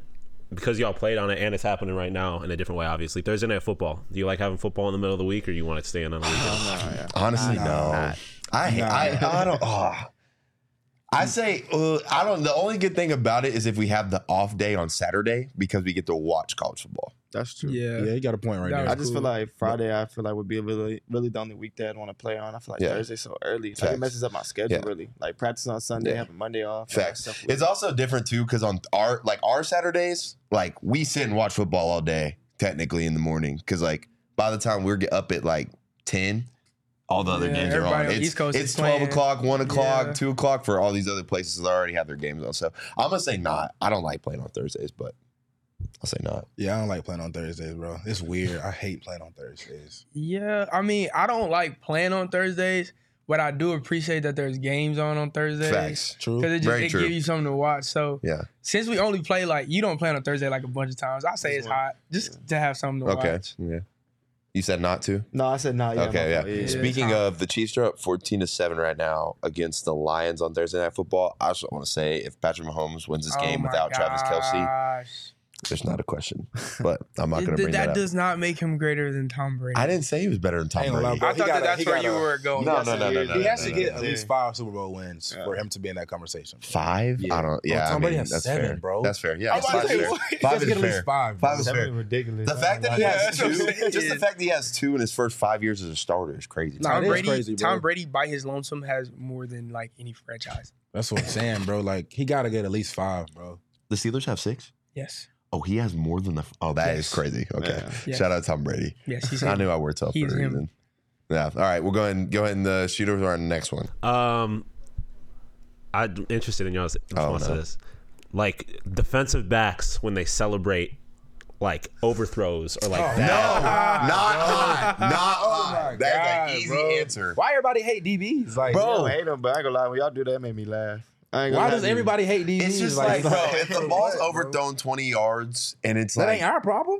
[SPEAKER 5] because y'all played on it and it's happening right now in a different way, obviously. Thursday night football. Do you like having football in the middle of the week or you want it staying on the weekend?
[SPEAKER 1] Honestly, no. I, I, I don't. ah. I say uh, I don't. The only good thing about it is if we have the off day on Saturday because we get to watch college football.
[SPEAKER 2] That's true.
[SPEAKER 3] Yeah.
[SPEAKER 4] Yeah, you got a point right
[SPEAKER 3] That
[SPEAKER 4] there.
[SPEAKER 3] was
[SPEAKER 2] I just
[SPEAKER 3] cool.
[SPEAKER 2] feel like Friday, I feel like would be really, really the only weekday I'd want to play on. I feel like
[SPEAKER 1] Yeah.
[SPEAKER 2] Thursday so early, like,
[SPEAKER 1] Facts.
[SPEAKER 2] it messes up my schedule.
[SPEAKER 1] Yeah.
[SPEAKER 2] Really, like practice on Sunday,
[SPEAKER 1] Yeah.
[SPEAKER 2] having Monday off. all that
[SPEAKER 1] Facts.
[SPEAKER 2] stuff
[SPEAKER 1] It's also different too because on our like our Saturdays, like we sit and watch football all day technically in the morning because like by the time we're get up at like ten, all the other
[SPEAKER 3] Yeah,
[SPEAKER 1] games are
[SPEAKER 3] everybody
[SPEAKER 1] on.
[SPEAKER 3] on the
[SPEAKER 1] It's,
[SPEAKER 3] East Coast
[SPEAKER 1] it's
[SPEAKER 3] is
[SPEAKER 1] twelve
[SPEAKER 3] playing.
[SPEAKER 1] o'clock, one o'clock,
[SPEAKER 3] Yeah.
[SPEAKER 1] two o'clock for all these other places that already have their games on. So I'm gonna say not. I don't like playing on Thursdays, but I'll say not.
[SPEAKER 4] yeah, I don't like playing on Thursdays, bro. It's weird. I hate playing on Thursdays.
[SPEAKER 3] Yeah, I mean, I don't like playing on Thursdays, but I do appreciate that there's games on on Thursdays.
[SPEAKER 1] Facts.
[SPEAKER 4] True.
[SPEAKER 3] Because it just
[SPEAKER 1] Very
[SPEAKER 3] it
[SPEAKER 1] true.
[SPEAKER 3] gives you something to watch. So
[SPEAKER 1] Yeah.
[SPEAKER 3] since we only play like you don't play on a Thursday like a bunch of times, I say
[SPEAKER 2] Just
[SPEAKER 3] it's
[SPEAKER 2] one.
[SPEAKER 3] hot just to have something to
[SPEAKER 1] Okay.
[SPEAKER 3] watch.
[SPEAKER 1] Yeah. You said not to.
[SPEAKER 2] No, I said not.
[SPEAKER 1] okay, yeah.
[SPEAKER 3] yeah.
[SPEAKER 1] Speaking of the Chiefs are up fourteen to seven right now against the Lions on Thursday Night Football. I just want to say if Patrick Mahomes wins this
[SPEAKER 3] Oh
[SPEAKER 1] game
[SPEAKER 3] my
[SPEAKER 1] without Travis Kelsey,
[SPEAKER 3] gosh.
[SPEAKER 1] there's not a question. But I'm not
[SPEAKER 3] It-
[SPEAKER 1] going to
[SPEAKER 3] th-
[SPEAKER 1] bring that,
[SPEAKER 3] that
[SPEAKER 1] up.
[SPEAKER 3] does not make him greater than Tom Brady.
[SPEAKER 1] I didn't say he was better than Tom
[SPEAKER 4] Ain't gonna lie,
[SPEAKER 1] Brady.
[SPEAKER 4] bro.
[SPEAKER 3] I
[SPEAKER 4] He
[SPEAKER 3] thought
[SPEAKER 4] gotta-
[SPEAKER 3] that that's
[SPEAKER 4] he
[SPEAKER 3] where you
[SPEAKER 4] gotta-
[SPEAKER 3] were going.
[SPEAKER 1] No, no, no, no, no.
[SPEAKER 4] he has to
[SPEAKER 1] no,
[SPEAKER 4] get
[SPEAKER 1] no.
[SPEAKER 4] at least five Super Bowl wins for him to be in that conversation.
[SPEAKER 1] Five?
[SPEAKER 4] Yeah.
[SPEAKER 1] I don't.
[SPEAKER 4] Bro,
[SPEAKER 1] Yeah,
[SPEAKER 4] Tom
[SPEAKER 1] I
[SPEAKER 4] Brady
[SPEAKER 1] mean,
[SPEAKER 4] has
[SPEAKER 1] that's
[SPEAKER 4] seven,
[SPEAKER 1] fair.
[SPEAKER 4] bro.
[SPEAKER 1] That's fair. Yeah,
[SPEAKER 4] I'm about
[SPEAKER 1] five
[SPEAKER 4] to
[SPEAKER 1] is
[SPEAKER 4] say,
[SPEAKER 1] fair.
[SPEAKER 4] what? Oh He
[SPEAKER 1] Five
[SPEAKER 4] has to
[SPEAKER 1] is
[SPEAKER 4] get at least
[SPEAKER 1] fair.
[SPEAKER 4] five, bro.
[SPEAKER 1] Five is fair.
[SPEAKER 2] ridiculous.
[SPEAKER 1] The fact that he
[SPEAKER 3] Yeah,
[SPEAKER 1] has
[SPEAKER 3] that's what I'm
[SPEAKER 1] two,
[SPEAKER 3] saying.
[SPEAKER 1] just the fact that he has two in his first five years as a starter is crazy.
[SPEAKER 4] Nah,
[SPEAKER 3] Tom
[SPEAKER 4] it is
[SPEAKER 3] Brady,
[SPEAKER 4] crazy, bro.
[SPEAKER 3] Tom Brady by his lonesome has more than like any franchise.
[SPEAKER 4] That's what I'm saying, bro. Like he got to get at least five, bro.
[SPEAKER 1] The Steelers have six.
[SPEAKER 3] Yes,
[SPEAKER 1] Oh, he has more than the. Oh, that is
[SPEAKER 3] Yes.
[SPEAKER 1] crazy. Okay,
[SPEAKER 2] Yeah.
[SPEAKER 3] Yes.
[SPEAKER 1] shout out Tom Brady.
[SPEAKER 3] yes, he's.
[SPEAKER 1] I knew I were tough for a
[SPEAKER 3] He's him.
[SPEAKER 1] reason. Yeah. All right, we'll go ahead and go ahead and uh, shoot over to our next one.
[SPEAKER 5] Um, I'm interested in y'all's response
[SPEAKER 1] no.
[SPEAKER 5] to this. Like defensive backs when they celebrate like overthrows or like
[SPEAKER 4] Oh
[SPEAKER 5] that.
[SPEAKER 1] not hot. Not hot. That's an easy answer.
[SPEAKER 4] Why everybody hate DBs? Like,
[SPEAKER 2] I don't hate him, but I ain't gonna lie. When y'all do that, it made me laugh. I ain't gonna
[SPEAKER 4] why
[SPEAKER 2] lie
[SPEAKER 4] does
[SPEAKER 2] to you.
[SPEAKER 4] everybody hate DBs?
[SPEAKER 1] It's just like, bro,
[SPEAKER 4] that
[SPEAKER 1] if the ball's overthrown 20 yards and it's
[SPEAKER 4] ain't
[SPEAKER 1] like,
[SPEAKER 4] our problem.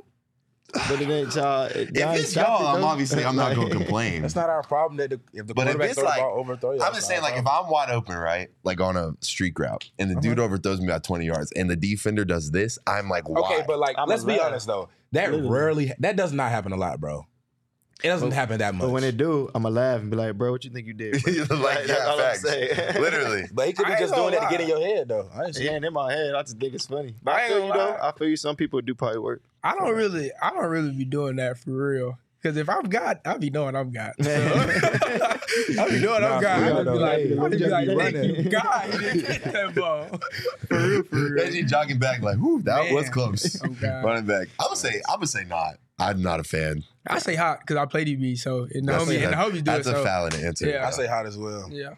[SPEAKER 2] But it ain't y'all. If
[SPEAKER 1] if it's y'all, I'm obviously, I'm not going to complain.
[SPEAKER 4] That's not our problem that the, if the
[SPEAKER 1] But if
[SPEAKER 4] quarterback
[SPEAKER 1] it's
[SPEAKER 4] throw
[SPEAKER 1] like-
[SPEAKER 4] the ball overthrow you.
[SPEAKER 1] I'm just saying, like, if I'm wide open, right, like on a streak route, and
[SPEAKER 4] Uh-huh.
[SPEAKER 1] the dude overthrows me by 20 yards, and the defender does this, I'm like, why?
[SPEAKER 4] okay, but like,
[SPEAKER 2] I'm
[SPEAKER 4] let's be
[SPEAKER 2] allowed.
[SPEAKER 4] honest though, that
[SPEAKER 2] Literally.
[SPEAKER 4] rarely that does not happen a lot, bro. It doesn't happen that much.
[SPEAKER 2] But when it do, I'ma laugh and be like, "Bro, what you think you did?" bro?"
[SPEAKER 1] like,
[SPEAKER 2] That's
[SPEAKER 1] yeah,
[SPEAKER 2] all I'm
[SPEAKER 1] facts.
[SPEAKER 2] saying.
[SPEAKER 1] Literally.
[SPEAKER 4] But he could
[SPEAKER 3] I
[SPEAKER 4] be
[SPEAKER 3] ain't
[SPEAKER 4] just
[SPEAKER 3] gonna
[SPEAKER 4] doing it to get
[SPEAKER 3] lie.
[SPEAKER 4] in your head though. Honestly.
[SPEAKER 2] It ain't in my head. I just think it's funny. But
[SPEAKER 3] I
[SPEAKER 2] I,
[SPEAKER 3] ain't
[SPEAKER 2] feel you
[SPEAKER 3] gonna
[SPEAKER 2] though.
[SPEAKER 3] lie.
[SPEAKER 2] I feel you. Some people do probably work.
[SPEAKER 3] I don't really, I don't really be doing that for real. Because if I'm God, I be knowing I'm God. So. I be knowing
[SPEAKER 4] Nah,
[SPEAKER 3] I'm God.
[SPEAKER 4] for real
[SPEAKER 3] I just be
[SPEAKER 4] though,
[SPEAKER 3] like,
[SPEAKER 4] hey,
[SPEAKER 3] I
[SPEAKER 4] we
[SPEAKER 3] just be
[SPEAKER 4] just
[SPEAKER 3] like,
[SPEAKER 4] be
[SPEAKER 3] thank
[SPEAKER 4] running.
[SPEAKER 3] you, God, you didn't get that ball. For real, for real.
[SPEAKER 1] Reggie jogging back, like, whoo, that
[SPEAKER 3] Man.
[SPEAKER 1] was close.
[SPEAKER 3] Oh, God.
[SPEAKER 1] Running back. I'm gonna say, I'm gonna say not. I'm not a fan.
[SPEAKER 3] I say hot because I play DB, so and the
[SPEAKER 1] That's
[SPEAKER 3] homie
[SPEAKER 1] a-
[SPEAKER 3] and the homies do
[SPEAKER 1] That's
[SPEAKER 3] it.
[SPEAKER 1] a
[SPEAKER 3] so
[SPEAKER 1] valid answer.
[SPEAKER 3] Yeah.
[SPEAKER 4] I say hot as well.
[SPEAKER 3] yeah,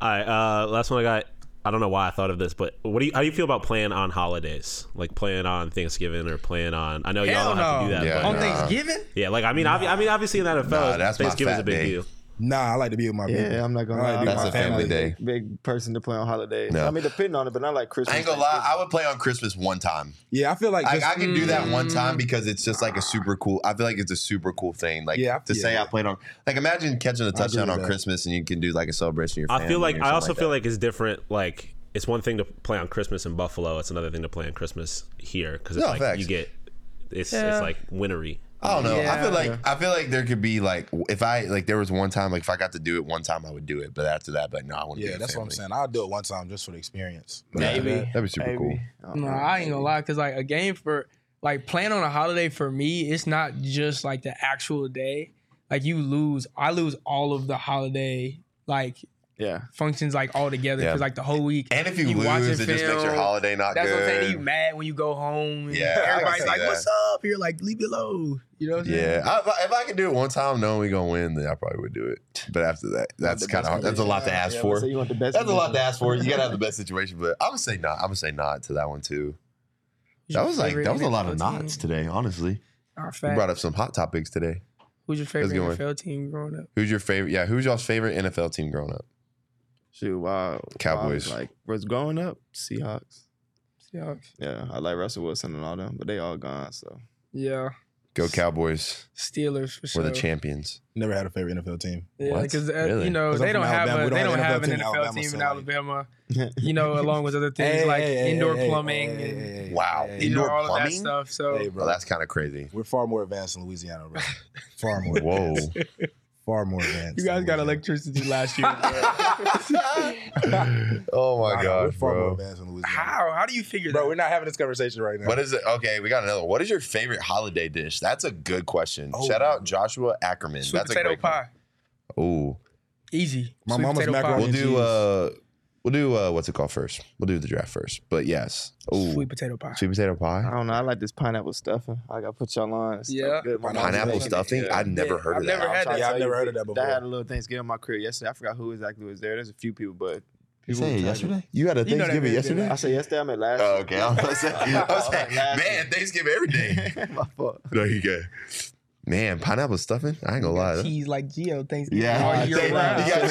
[SPEAKER 5] All right, uh, last one I got. I don't know why I thought of this, but what do you, how do you feel about playing on holidays? Like playing on Thanksgiving or playing on? I know y'all
[SPEAKER 3] Hell
[SPEAKER 5] don't have to do
[SPEAKER 3] no.
[SPEAKER 5] that.
[SPEAKER 1] Yeah,
[SPEAKER 5] but-
[SPEAKER 3] on
[SPEAKER 1] nah.
[SPEAKER 3] Thanksgiving.
[SPEAKER 5] Yeah, like I mean, obvi- I mean, obviously in NFL,
[SPEAKER 1] Nah, that's my
[SPEAKER 5] Thanksgiving's
[SPEAKER 1] fat
[SPEAKER 5] a big
[SPEAKER 1] day.
[SPEAKER 5] deal.
[SPEAKER 4] Nah, I like to be with my people.
[SPEAKER 2] Yeah, I'm not gonna
[SPEAKER 4] I like
[SPEAKER 2] lie.
[SPEAKER 4] to be with
[SPEAKER 1] That's
[SPEAKER 4] my
[SPEAKER 1] a family day.
[SPEAKER 2] Big person to play on holidays.
[SPEAKER 1] No.
[SPEAKER 2] I mean, depending on it, but not like Christmas.
[SPEAKER 1] I ain't gonna lie. I would play on Christmas one time.
[SPEAKER 4] Yeah, I feel like
[SPEAKER 1] I,
[SPEAKER 4] just,
[SPEAKER 1] I can do that one
[SPEAKER 3] Mm.
[SPEAKER 1] time because it's just like a super cool. I feel like it's a super cool thing. Like
[SPEAKER 4] Yeah, I-
[SPEAKER 1] to say
[SPEAKER 4] yeah.
[SPEAKER 1] I played on. Like imagine catching a
[SPEAKER 4] agree
[SPEAKER 1] touchdown
[SPEAKER 4] with
[SPEAKER 1] on
[SPEAKER 4] that.
[SPEAKER 1] Christmas and you can do like a celebration. Of your
[SPEAKER 5] I feel
[SPEAKER 1] family or
[SPEAKER 5] like I
[SPEAKER 1] something
[SPEAKER 5] also
[SPEAKER 1] like
[SPEAKER 5] feel
[SPEAKER 1] that.
[SPEAKER 5] like it's different. Like it's one thing to play on Christmas in Buffalo; it's another thing to play on Christmas here because it's
[SPEAKER 1] No,
[SPEAKER 5] like
[SPEAKER 1] facts.
[SPEAKER 5] you get it's
[SPEAKER 3] Yeah.
[SPEAKER 5] it's like wintery.
[SPEAKER 1] I don't know. I
[SPEAKER 3] Yeah.
[SPEAKER 1] feel like I feel like there could be like if I like there was one time like if I got to do it one time I would do it, but after that, but no, I wouldn't.
[SPEAKER 4] yeah, that's what I'm saying. I'll do it one time just for the experience. But after
[SPEAKER 1] Maybe
[SPEAKER 4] that-
[SPEAKER 1] that'd be super cool.
[SPEAKER 3] No, I ain't gonna lie, cause like a game for like playing on a holiday for me, it's not just like the actual day. Like you lose, I lose all of the holiday like
[SPEAKER 2] Yeah.
[SPEAKER 3] functions like all together
[SPEAKER 1] Yeah.
[SPEAKER 3] because like the whole week.
[SPEAKER 1] And if you,
[SPEAKER 3] You watching
[SPEAKER 1] lose, it just makes your
[SPEAKER 3] film,
[SPEAKER 1] holiday not
[SPEAKER 3] That's
[SPEAKER 1] good.
[SPEAKER 3] what I'm saying. You mad when you go home? And
[SPEAKER 1] Yeah, I can
[SPEAKER 3] everybody's
[SPEAKER 1] see
[SPEAKER 3] like,
[SPEAKER 1] that.
[SPEAKER 3] "What's up?" You're like, "Leave me alone." You know? What I'm saying?
[SPEAKER 1] Yeah, I, if I- if I could do it one time, knowing we gonna win, then I probably would do it. But after that, that's kind of that's a lot to ask
[SPEAKER 2] Yeah,
[SPEAKER 1] for.
[SPEAKER 2] So you want the best?
[SPEAKER 1] That's a lot to ask for. You gotta have the best situation. But I'm gonna say not. I'm gonna say not to that one too.
[SPEAKER 3] Who's
[SPEAKER 1] That
[SPEAKER 3] your
[SPEAKER 1] was like
[SPEAKER 3] favorite
[SPEAKER 1] that was a lot of
[SPEAKER 3] NFL
[SPEAKER 1] knots
[SPEAKER 3] team?
[SPEAKER 1] today. Honestly,
[SPEAKER 3] Our
[SPEAKER 1] we
[SPEAKER 3] fact.
[SPEAKER 1] brought up some hot topics today.
[SPEAKER 3] Who's your
[SPEAKER 1] a
[SPEAKER 3] favorite
[SPEAKER 1] good one.
[SPEAKER 3] NFL team growing up?
[SPEAKER 1] Who's your favorite? Yeah, who's y'all's favorite NFL team growing up?
[SPEAKER 2] Shoot, wow.
[SPEAKER 1] Cowboys.
[SPEAKER 2] Wow, like was growing up, Seahawks.
[SPEAKER 3] Seahawks.
[SPEAKER 2] Yeah, I like Russell Wilson and all them, but they all gone. So
[SPEAKER 3] Yeah,
[SPEAKER 1] Go Cowboys!
[SPEAKER 3] Steelers for sure.
[SPEAKER 1] We're the champions.
[SPEAKER 4] Never had a favorite NFL team.
[SPEAKER 3] Yeah,
[SPEAKER 1] What?
[SPEAKER 3] because uh,
[SPEAKER 1] Really?
[SPEAKER 3] you know
[SPEAKER 4] 'Cause
[SPEAKER 3] they
[SPEAKER 4] I'm
[SPEAKER 3] don't
[SPEAKER 4] from
[SPEAKER 3] have
[SPEAKER 4] Alabama.
[SPEAKER 3] a,
[SPEAKER 4] We
[SPEAKER 3] they
[SPEAKER 4] don't
[SPEAKER 3] don't
[SPEAKER 4] have
[SPEAKER 3] have
[SPEAKER 4] an
[SPEAKER 3] an
[SPEAKER 4] NFL
[SPEAKER 3] NFL
[SPEAKER 4] Alabama,
[SPEAKER 3] team
[SPEAKER 4] so,
[SPEAKER 3] in
[SPEAKER 4] like-
[SPEAKER 3] Alabama. You know, along with other things
[SPEAKER 4] Hey,
[SPEAKER 3] like
[SPEAKER 4] hey, hey,
[SPEAKER 3] indoor
[SPEAKER 4] hey,
[SPEAKER 3] plumbing
[SPEAKER 4] hey,
[SPEAKER 3] and
[SPEAKER 4] hey, hey,
[SPEAKER 1] Wow.
[SPEAKER 4] hey, hey.
[SPEAKER 3] you know
[SPEAKER 1] Indoor
[SPEAKER 3] all of that
[SPEAKER 1] plumbing?
[SPEAKER 3] stuff. So
[SPEAKER 4] Hey,
[SPEAKER 1] Bro,
[SPEAKER 4] bro,
[SPEAKER 1] that's kind of crazy.
[SPEAKER 4] we're far more advanced in Louisiana, bro. Far more.
[SPEAKER 1] Whoa,
[SPEAKER 4] far more advanced.
[SPEAKER 3] You guys
[SPEAKER 4] than
[SPEAKER 3] got
[SPEAKER 4] we are.
[SPEAKER 3] electricity last year.
[SPEAKER 1] oh
[SPEAKER 4] Nah,
[SPEAKER 1] my
[SPEAKER 4] nah, we're
[SPEAKER 1] gosh,
[SPEAKER 4] far more
[SPEAKER 1] bro.
[SPEAKER 4] advanced than Louisiana.
[SPEAKER 3] How? How do you figure
[SPEAKER 4] Bro,
[SPEAKER 3] that?
[SPEAKER 4] we're not having this conversation right now.
[SPEAKER 1] What is it? Okay, we got another. What is your favorite holiday dish? That's a good question.
[SPEAKER 4] Oh.
[SPEAKER 1] Shout out Joshua Ackerman.
[SPEAKER 3] Sweet
[SPEAKER 1] That's
[SPEAKER 3] potato
[SPEAKER 1] a great
[SPEAKER 3] pie.
[SPEAKER 1] One. Ooh,
[SPEAKER 3] Easy.
[SPEAKER 4] My
[SPEAKER 3] Sweet
[SPEAKER 4] mama's
[SPEAKER 3] potato pie.
[SPEAKER 4] macaroni
[SPEAKER 1] we'll
[SPEAKER 4] and
[SPEAKER 1] do.
[SPEAKER 4] cheese.
[SPEAKER 1] uh We'll do. uh What's it called first? We'll do the draft first. But yes, ooh,
[SPEAKER 3] Sweet potato pie.
[SPEAKER 1] sweet potato
[SPEAKER 2] I
[SPEAKER 1] pie,
[SPEAKER 2] don't know. I like this pineapple stuffing. I gotta put y'all on. It's
[SPEAKER 3] Yeah.
[SPEAKER 2] good. My
[SPEAKER 4] Pineapple
[SPEAKER 2] mom's
[SPEAKER 1] pineapple
[SPEAKER 2] making it.
[SPEAKER 1] stuffing.
[SPEAKER 2] Yeah.
[SPEAKER 1] I've never
[SPEAKER 3] Yeah,
[SPEAKER 1] heard
[SPEAKER 3] I've
[SPEAKER 1] of
[SPEAKER 3] never
[SPEAKER 1] that.
[SPEAKER 3] had
[SPEAKER 2] trying to
[SPEAKER 4] Yeah, I've
[SPEAKER 2] tell you,
[SPEAKER 4] never heard of that
[SPEAKER 2] I
[SPEAKER 4] before.
[SPEAKER 2] had a little Thanksgiving in my career yesterday. I forgot who exactly was there. There's a few people, but
[SPEAKER 1] You
[SPEAKER 2] people were
[SPEAKER 1] saying
[SPEAKER 2] tagging.
[SPEAKER 1] yesterday? You had a
[SPEAKER 3] You know that
[SPEAKER 1] Thanksgiving
[SPEAKER 3] man did
[SPEAKER 1] yesterday?
[SPEAKER 3] that. Oh,
[SPEAKER 2] I said yesterday. I meant last.
[SPEAKER 1] Oh,
[SPEAKER 2] year.
[SPEAKER 1] okay. I was saying, I was
[SPEAKER 2] I meant
[SPEAKER 1] saying,
[SPEAKER 2] last year.
[SPEAKER 1] man, Thanksgiving every day.
[SPEAKER 2] My fault.
[SPEAKER 1] No, you good. Man, pineapple stuffing? I ain't gonna lie. that-
[SPEAKER 3] Cheese like Geo. Thanksgiving.
[SPEAKER 1] Yeah,
[SPEAKER 3] all
[SPEAKER 1] I
[SPEAKER 3] year
[SPEAKER 1] think-
[SPEAKER 3] round.
[SPEAKER 1] you got cheese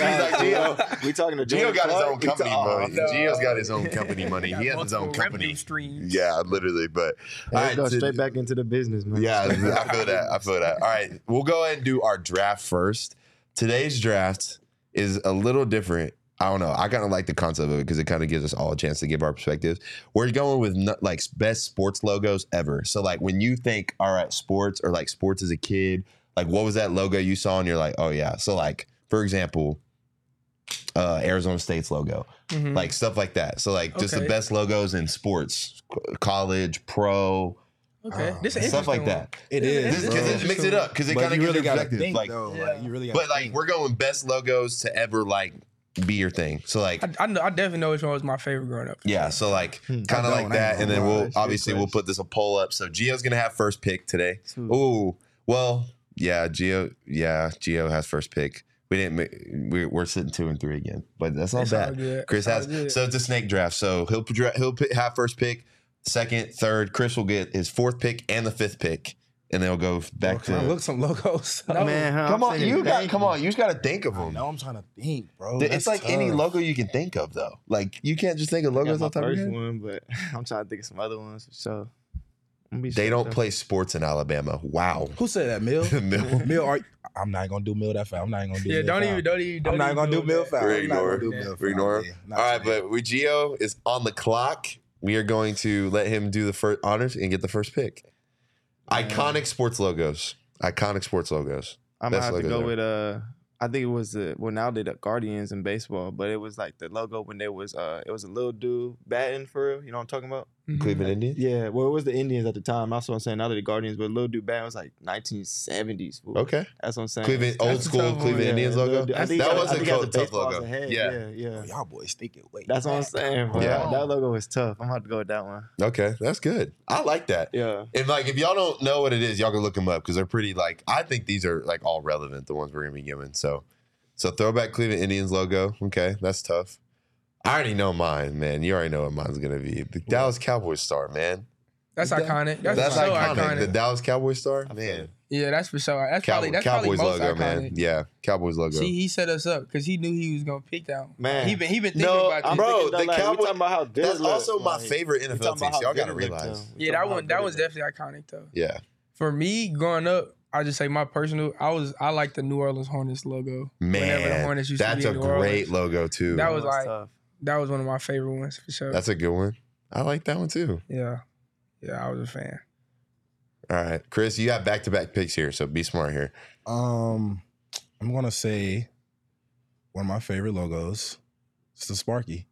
[SPEAKER 1] like Gio.
[SPEAKER 2] We talking to
[SPEAKER 1] Gio
[SPEAKER 2] Jordan
[SPEAKER 1] got his
[SPEAKER 2] Clark?
[SPEAKER 1] own
[SPEAKER 2] We ta-
[SPEAKER 1] company
[SPEAKER 2] oh,
[SPEAKER 1] money.
[SPEAKER 2] no.
[SPEAKER 1] Gio's got his own company money.
[SPEAKER 3] Got
[SPEAKER 1] He has his own
[SPEAKER 3] multiple revenue
[SPEAKER 1] company.
[SPEAKER 3] Streams.
[SPEAKER 1] Yeah, literally. But
[SPEAKER 2] There
[SPEAKER 1] all
[SPEAKER 2] we
[SPEAKER 1] right,
[SPEAKER 2] go
[SPEAKER 1] to-
[SPEAKER 2] straight back into the business, man.
[SPEAKER 1] Yeah, I feel that. I feel that. All right, we'll go ahead and do our draft first. Today's draft is a little different. I don't know. I kind of like the concept of it because it kind of gives us all a chance to give our perspectives. We're going with no- like best sports logos ever. So like when you think, all right, sports or like sports as a kid, like what was that logo you saw and you're like, oh yeah. So like for example, uh Arizona State's logo
[SPEAKER 3] Mhm.
[SPEAKER 1] like stuff like that. So like just the
[SPEAKER 3] Okay.
[SPEAKER 1] best logos in sports, co- college, pro,
[SPEAKER 3] okay,
[SPEAKER 4] uh,
[SPEAKER 3] this is
[SPEAKER 1] stuff like that.
[SPEAKER 4] It
[SPEAKER 3] This
[SPEAKER 4] is.
[SPEAKER 3] is-
[SPEAKER 4] bro.
[SPEAKER 1] Because it mix it up because it
[SPEAKER 4] But
[SPEAKER 1] kind of
[SPEAKER 4] you
[SPEAKER 1] gives really
[SPEAKER 4] really gotta
[SPEAKER 1] perspective.
[SPEAKER 4] think,
[SPEAKER 1] like,
[SPEAKER 4] though.
[SPEAKER 3] Yeah.
[SPEAKER 4] Like, you really gotta
[SPEAKER 1] but like
[SPEAKER 4] think.
[SPEAKER 1] we're going best logos to ever like be your thing. So like.
[SPEAKER 3] I, I, know, I definitely know which one was my favorite growing up.
[SPEAKER 1] yeah, so like
[SPEAKER 2] Hmm.
[SPEAKER 1] kind of like
[SPEAKER 4] I don't, I
[SPEAKER 1] that,
[SPEAKER 4] don't
[SPEAKER 1] and then
[SPEAKER 4] know.
[SPEAKER 1] we'll
[SPEAKER 2] That's a good
[SPEAKER 1] obviously we'll put this a poll up. So Gio's gonna have first pick today.
[SPEAKER 2] Ooh.
[SPEAKER 1] Ooh, well, yeah, Gio, yeah, Gio has first pick. We didn't, ma- we- we're sitting two and three again, but that's not
[SPEAKER 3] It's all
[SPEAKER 1] bad.
[SPEAKER 3] good.
[SPEAKER 1] Chris
[SPEAKER 3] It's all
[SPEAKER 1] has
[SPEAKER 3] good.
[SPEAKER 1] so it's a snake draft. So he'll dra- he'll pick, have first pick, second, third. Chris will get his fourth pick and the fifth pick, and they'll go back
[SPEAKER 4] Bro, can I
[SPEAKER 1] to.
[SPEAKER 4] look some logos.
[SPEAKER 3] No,
[SPEAKER 2] Man, huh,
[SPEAKER 1] come
[SPEAKER 2] I'm
[SPEAKER 1] on,
[SPEAKER 2] saying
[SPEAKER 1] you got
[SPEAKER 2] thank
[SPEAKER 1] come on, you just got to think of
[SPEAKER 4] I
[SPEAKER 1] them.
[SPEAKER 4] know I'm trying to think, bro.
[SPEAKER 1] Th-
[SPEAKER 4] That's
[SPEAKER 1] it's like any
[SPEAKER 4] tough.
[SPEAKER 1] logo you can think of though. Like you can't just think of
[SPEAKER 2] I got
[SPEAKER 1] logos
[SPEAKER 2] my
[SPEAKER 1] off the top of
[SPEAKER 2] first
[SPEAKER 1] your head.
[SPEAKER 2] one, but I'm trying to think of some other ones. So
[SPEAKER 1] They don't play sports in Alabama. Wow.
[SPEAKER 4] Who said that, Mill?
[SPEAKER 1] Mill.
[SPEAKER 4] Mill, are I'm not gonna do Mill that foul. I'm not even gonna do.
[SPEAKER 3] Yeah,
[SPEAKER 4] Mill
[SPEAKER 3] don't
[SPEAKER 4] foul.
[SPEAKER 3] even, don't even, don't
[SPEAKER 4] I'm not
[SPEAKER 3] even
[SPEAKER 4] gonna do Mill
[SPEAKER 3] that.
[SPEAKER 4] foul. I'm not
[SPEAKER 1] Ignore
[SPEAKER 4] gonna do
[SPEAKER 3] him.
[SPEAKER 4] Mill foul.
[SPEAKER 1] Ignore him.
[SPEAKER 4] Yeah,
[SPEAKER 1] All
[SPEAKER 4] not
[SPEAKER 1] right,
[SPEAKER 4] today.
[SPEAKER 1] but Gio is on the clock. We are going to let him do the first honors and get the first pick. Iconic sports logos. Iconic sports logos.
[SPEAKER 2] I'm gonna
[SPEAKER 1] Best
[SPEAKER 2] have
[SPEAKER 1] logo
[SPEAKER 2] to
[SPEAKER 1] there.
[SPEAKER 2] go with uh I think it was the well now they the Guardians in baseball, but it was like the logo when there was uh it was a little dude batting for real. You know what I'm talking about?
[SPEAKER 3] Mhm.
[SPEAKER 1] Cleveland Indians.
[SPEAKER 2] Yeah, well it was the Indians at the time. That's what I'm saying. Now they're the Guardians, but little dude batting was like 1970s. fool.
[SPEAKER 1] Okay.
[SPEAKER 2] that's what I'm saying.
[SPEAKER 1] Cleveland old
[SPEAKER 3] That's a
[SPEAKER 1] school
[SPEAKER 3] tough one.
[SPEAKER 1] Cleveland
[SPEAKER 3] Yeah,
[SPEAKER 1] Indians logo.
[SPEAKER 3] I think
[SPEAKER 1] that
[SPEAKER 3] I-
[SPEAKER 1] was
[SPEAKER 3] I
[SPEAKER 1] a,
[SPEAKER 3] think
[SPEAKER 1] co- tough logo. Yeah.
[SPEAKER 2] yeah, yeah.
[SPEAKER 4] Bro, y'all boys think it way.
[SPEAKER 2] That's what I'm
[SPEAKER 4] back.
[SPEAKER 2] saying, bro.
[SPEAKER 1] Yeah.
[SPEAKER 2] That logo is tough. I'm gonna have to go with that one.
[SPEAKER 1] Okay, that's good. I like that.
[SPEAKER 2] Yeah.
[SPEAKER 1] And like, if y'all don't know what it is, y'all can look them up because they're pretty. Like, I think these are like all relevant. The ones we're gonna be given. So, so throwback Cleveland Indians logo. Okay, that's tough. I already know mine, man. You already know what mine's gonna be. The Dallas Cowboys star, man.
[SPEAKER 3] That's
[SPEAKER 1] That-
[SPEAKER 3] iconic. That's,
[SPEAKER 1] That's,
[SPEAKER 3] so
[SPEAKER 1] iconic.
[SPEAKER 3] iconic.
[SPEAKER 1] The Dallas Cowboys star,
[SPEAKER 2] I feel
[SPEAKER 1] man.
[SPEAKER 2] it.
[SPEAKER 3] yeah, that's for sure. That's
[SPEAKER 1] Cow-
[SPEAKER 3] probably that's
[SPEAKER 1] Cowboys
[SPEAKER 3] probably most
[SPEAKER 1] logo,
[SPEAKER 3] iconic.
[SPEAKER 1] man. Yeah, Cowboys logo.
[SPEAKER 3] See, he set us up because he knew he was gonna pick that. One.
[SPEAKER 2] Man.
[SPEAKER 3] he been he been thinking
[SPEAKER 1] No,
[SPEAKER 3] about this.
[SPEAKER 1] I'm- Bro,
[SPEAKER 2] thinking,
[SPEAKER 1] the
[SPEAKER 2] like, we
[SPEAKER 1] Cowboy-
[SPEAKER 2] talking about how good
[SPEAKER 1] that's
[SPEAKER 2] it look,
[SPEAKER 1] also my
[SPEAKER 2] like,
[SPEAKER 1] favorite
[SPEAKER 2] we
[SPEAKER 1] NFL
[SPEAKER 2] talking
[SPEAKER 1] team.
[SPEAKER 2] about
[SPEAKER 1] So
[SPEAKER 2] how
[SPEAKER 1] y'all gotta
[SPEAKER 2] good it look,
[SPEAKER 1] realize.
[SPEAKER 2] though. We talking
[SPEAKER 3] yeah, that
[SPEAKER 2] about
[SPEAKER 3] one
[SPEAKER 2] how
[SPEAKER 3] that
[SPEAKER 2] good
[SPEAKER 3] was
[SPEAKER 2] it look.
[SPEAKER 3] definitely iconic though.
[SPEAKER 1] Yeah.
[SPEAKER 3] For me, growing up, I just say my personal. I was I like the New Orleans Hornets logo. Whenever the
[SPEAKER 1] Man,
[SPEAKER 3] Hornets used
[SPEAKER 1] that's
[SPEAKER 3] to
[SPEAKER 1] a
[SPEAKER 3] be in New Orleans.
[SPEAKER 1] great logo too.
[SPEAKER 3] That was
[SPEAKER 2] That was
[SPEAKER 3] like-
[SPEAKER 2] tough.
[SPEAKER 3] That was one of my favorite ones for sure.
[SPEAKER 1] That's a good one. I like that one too.
[SPEAKER 3] yeah, yeah, I was a fan.
[SPEAKER 1] All right, Chris, you have back to back picks here, so be smart here.
[SPEAKER 4] Um, I'm gonna say one of my favorite logos. It's the Sparky.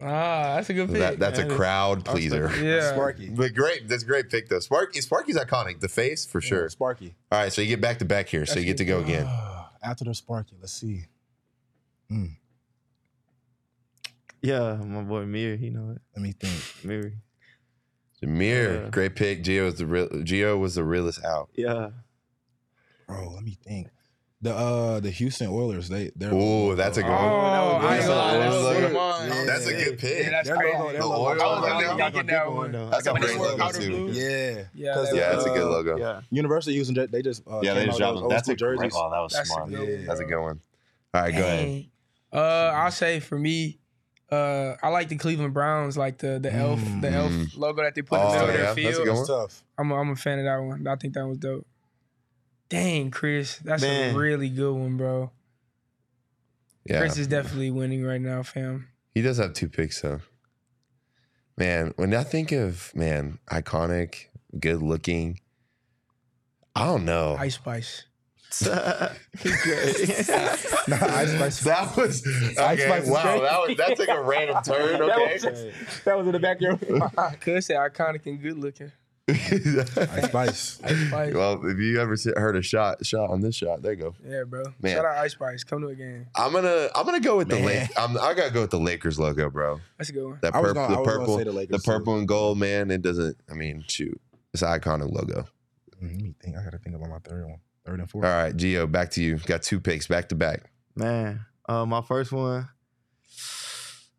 [SPEAKER 3] Ah, that's a good pick.
[SPEAKER 1] That, that's a
[SPEAKER 2] Yeah,
[SPEAKER 1] crowd
[SPEAKER 2] I respect
[SPEAKER 1] pleaser.
[SPEAKER 3] yeah,
[SPEAKER 4] Sparky.
[SPEAKER 1] But great, that's a great pick though. Spark, Sparky's iconic. The face for sure.
[SPEAKER 4] Sparky.
[SPEAKER 1] All right, so you get back to back here, so
[SPEAKER 3] That's
[SPEAKER 1] you get to go again.
[SPEAKER 4] After the Sparky, let's see.
[SPEAKER 2] Yeah, my boy Mir, he know it.
[SPEAKER 4] Let me think.
[SPEAKER 2] Mir.
[SPEAKER 1] Jameer,
[SPEAKER 2] Yeah.
[SPEAKER 1] great pick. Geo was the real. Geo was the realest out.
[SPEAKER 2] Yeah.
[SPEAKER 4] Bro, let me think. The uh the Houston Oilers, they they're
[SPEAKER 1] Ooh, that's a good
[SPEAKER 3] Oh,
[SPEAKER 1] one.
[SPEAKER 3] I
[SPEAKER 1] That's
[SPEAKER 3] ain't
[SPEAKER 1] a-
[SPEAKER 3] gonna lie, that was one of mine.
[SPEAKER 4] Yeah.
[SPEAKER 1] That's a good pick.
[SPEAKER 3] Yeah, that's
[SPEAKER 4] Their
[SPEAKER 3] crazy.
[SPEAKER 4] logo, their
[SPEAKER 1] The
[SPEAKER 4] logo.
[SPEAKER 1] oil.
[SPEAKER 3] I was
[SPEAKER 1] I'm
[SPEAKER 3] really
[SPEAKER 1] not
[SPEAKER 3] thinking that one.
[SPEAKER 1] That's a
[SPEAKER 3] When
[SPEAKER 1] great
[SPEAKER 3] they were
[SPEAKER 1] logo
[SPEAKER 3] out of
[SPEAKER 1] too.
[SPEAKER 3] blue.
[SPEAKER 4] Yeah.
[SPEAKER 3] Yeah,
[SPEAKER 4] 'Cause,
[SPEAKER 1] Yeah, that's a good
[SPEAKER 4] uh,
[SPEAKER 1] logo.
[SPEAKER 2] Yeah.
[SPEAKER 4] University using they just uh,
[SPEAKER 1] Yeah,
[SPEAKER 4] came
[SPEAKER 1] they just
[SPEAKER 4] out
[SPEAKER 1] dropped
[SPEAKER 4] with
[SPEAKER 1] them.
[SPEAKER 4] those
[SPEAKER 1] That's a
[SPEAKER 4] old school
[SPEAKER 1] great.
[SPEAKER 4] jerseys.
[SPEAKER 1] Oh, that was
[SPEAKER 3] That's a
[SPEAKER 1] smart.
[SPEAKER 3] good one.
[SPEAKER 1] That's a good one. All right, go ahead.
[SPEAKER 3] Dang. Uh, I'll say for me, uh, I like the Cleveland Browns, like the the elf, the elf
[SPEAKER 1] Mm.
[SPEAKER 3] logo that they put in
[SPEAKER 1] Oh,
[SPEAKER 3] the middle
[SPEAKER 1] yeah,
[SPEAKER 3] of their
[SPEAKER 1] that's a
[SPEAKER 3] field.
[SPEAKER 1] good
[SPEAKER 4] That's
[SPEAKER 1] one.
[SPEAKER 4] tough.
[SPEAKER 3] I'm a, I'm a fan of that one. I think that was dope. Dang, Chris, that's
[SPEAKER 2] Man.
[SPEAKER 3] a really good one, bro.
[SPEAKER 1] Yeah,
[SPEAKER 3] Chris is definitely winning right now, fam.
[SPEAKER 1] he does have two picks though. Man, when I think of man, iconic, good looking. I don't know.
[SPEAKER 3] Ice Spice.
[SPEAKER 4] Nah, Ice Spice.
[SPEAKER 1] That was
[SPEAKER 4] Ice
[SPEAKER 1] okay,
[SPEAKER 4] Spice is
[SPEAKER 1] wow.
[SPEAKER 4] great.
[SPEAKER 1] That was that took a random turn. Okay,
[SPEAKER 2] that was in the back of your
[SPEAKER 3] I could say iconic and good looking.
[SPEAKER 4] Ice Spice.
[SPEAKER 3] Spice.
[SPEAKER 1] well, if you ever se- heard a shot shot on this shot, there you go.
[SPEAKER 3] Yeah, bro.
[SPEAKER 1] Man.
[SPEAKER 3] Shout out Ice Spice. Come to a game.
[SPEAKER 1] I'm gonna I'm gonna go with the
[SPEAKER 4] Man.
[SPEAKER 1] Lake. I'm, I gotta go with the Lakers logo, bro.
[SPEAKER 3] That's a good one.
[SPEAKER 1] That
[SPEAKER 4] I was
[SPEAKER 1] purp-
[SPEAKER 4] gonna- I
[SPEAKER 1] the
[SPEAKER 4] was gonna
[SPEAKER 1] purple,
[SPEAKER 4] say the
[SPEAKER 1] the,
[SPEAKER 4] Lakers, too.
[SPEAKER 1] purple and gold, man. It doesn't. I mean, shoot, it's an iconic logo.
[SPEAKER 4] Mm, Let me think. I gotta think about my third one. Third and
[SPEAKER 1] All
[SPEAKER 4] fourth.
[SPEAKER 1] right, Geo, back to you. Got two picks back to back.
[SPEAKER 2] man. Uh, my first one.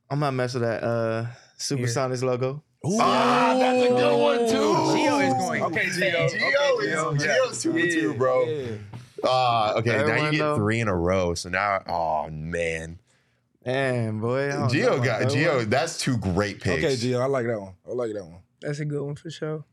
[SPEAKER 2] I'm not messing with that uh, Supersonics logo.
[SPEAKER 4] Ooh.
[SPEAKER 1] Ah, that's a good one too.
[SPEAKER 3] Gio is going.
[SPEAKER 1] Okay,
[SPEAKER 3] Okay, Gio.
[SPEAKER 1] Gio is Gio's two and two, bro. Ah, okay. now
[SPEAKER 2] Everyone
[SPEAKER 1] you get
[SPEAKER 2] know.
[SPEAKER 1] three in a row. So now, oh man,
[SPEAKER 2] Damn, boy. I don't know
[SPEAKER 1] Geo
[SPEAKER 2] about
[SPEAKER 1] got
[SPEAKER 2] that
[SPEAKER 1] Geo.
[SPEAKER 2] one.
[SPEAKER 1] That's two great picks.
[SPEAKER 4] Okay, Gio, I like that one. I like that one.
[SPEAKER 3] That's a good one for sure.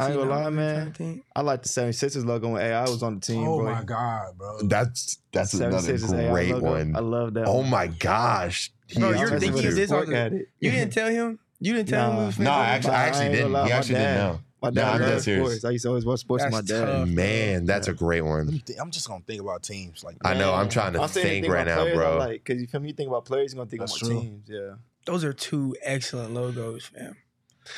[SPEAKER 2] I ain't gonna
[SPEAKER 3] See, now
[SPEAKER 2] lie,
[SPEAKER 3] I'm trying
[SPEAKER 2] man.
[SPEAKER 3] to think.
[SPEAKER 2] I like the 76ers logo when AI was on the team,
[SPEAKER 4] oh
[SPEAKER 2] boy.
[SPEAKER 4] my god, bro.
[SPEAKER 1] That's that's another
[SPEAKER 2] 76ers AI
[SPEAKER 1] great
[SPEAKER 2] logo.
[SPEAKER 1] one.
[SPEAKER 2] I love that.
[SPEAKER 1] Oh
[SPEAKER 2] one.
[SPEAKER 1] my gosh.
[SPEAKER 3] Bro,
[SPEAKER 1] Yeah,
[SPEAKER 3] you're
[SPEAKER 1] that's
[SPEAKER 3] thinking
[SPEAKER 1] two.
[SPEAKER 3] of this-
[SPEAKER 2] Work at it.
[SPEAKER 3] You didn't tell him. You didn't tell him.
[SPEAKER 2] Nah.
[SPEAKER 3] it was
[SPEAKER 1] No, I actually, I
[SPEAKER 2] I
[SPEAKER 1] actually
[SPEAKER 2] ain't
[SPEAKER 1] didn't.
[SPEAKER 2] gonna lie,
[SPEAKER 1] He
[SPEAKER 2] my
[SPEAKER 1] actually
[SPEAKER 2] dad-
[SPEAKER 1] didn't Nah,
[SPEAKER 2] My
[SPEAKER 1] I'm
[SPEAKER 2] dad
[SPEAKER 1] dead
[SPEAKER 2] loved
[SPEAKER 1] serious.
[SPEAKER 2] sports. I used to always watch sports with my
[SPEAKER 3] That's
[SPEAKER 2] dad.
[SPEAKER 1] know.
[SPEAKER 3] tough.
[SPEAKER 1] Man, that's a great one.
[SPEAKER 4] I'm just gonna think about teams. Like
[SPEAKER 1] I know. I'm
[SPEAKER 2] Man,
[SPEAKER 1] trying to
[SPEAKER 2] I'm saying
[SPEAKER 1] think
[SPEAKER 2] about
[SPEAKER 1] right now,
[SPEAKER 2] players,
[SPEAKER 1] bro.
[SPEAKER 2] I'm like, cause you feel me, you think about players, you're gonna think
[SPEAKER 4] That's
[SPEAKER 2] about
[SPEAKER 4] true.
[SPEAKER 2] teams. Yeah.
[SPEAKER 3] Those are two excellent logos, fam.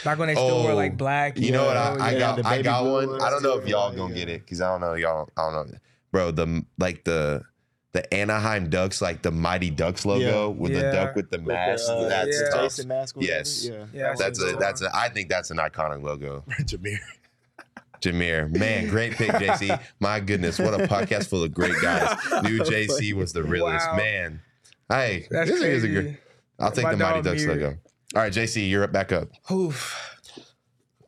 [SPEAKER 3] Back when they still
[SPEAKER 1] Oh,
[SPEAKER 3] were like black.
[SPEAKER 1] You know what? I,
[SPEAKER 3] yellow,
[SPEAKER 1] I
[SPEAKER 3] yeah.
[SPEAKER 1] got
[SPEAKER 2] the
[SPEAKER 1] I
[SPEAKER 2] baby
[SPEAKER 1] got
[SPEAKER 2] blue
[SPEAKER 1] one.
[SPEAKER 2] ones,
[SPEAKER 1] I don't know if
[SPEAKER 2] yeah,
[SPEAKER 1] y'all
[SPEAKER 2] yeah.
[SPEAKER 1] gonna get it because I don't know y'all. I don't know, bro. The like the the Anaheim Ducks, like the Mighty Ducks logo with the
[SPEAKER 3] Yeah.
[SPEAKER 1] duck with the
[SPEAKER 2] With
[SPEAKER 1] mask.
[SPEAKER 2] the, uh,
[SPEAKER 1] that's
[SPEAKER 3] yeah.
[SPEAKER 1] tough.
[SPEAKER 2] Jason Mask. or whatever.
[SPEAKER 1] Yes.
[SPEAKER 2] Yeah.
[SPEAKER 3] Yeah,
[SPEAKER 1] That's a that's a. I think that's an iconic logo.
[SPEAKER 4] Jameer.
[SPEAKER 1] Jameer, man, great pick, JC. My goodness, what a podcast full of great guys. New JC was the realest
[SPEAKER 3] Wow.
[SPEAKER 1] man. Hey,
[SPEAKER 3] That's
[SPEAKER 1] this is a
[SPEAKER 3] crazy.
[SPEAKER 1] good. I'll take
[SPEAKER 3] My
[SPEAKER 1] the Mighty
[SPEAKER 3] dog
[SPEAKER 1] Ducks
[SPEAKER 3] Mir.
[SPEAKER 1] logo. All right, JC, you're up back up.
[SPEAKER 3] Oof.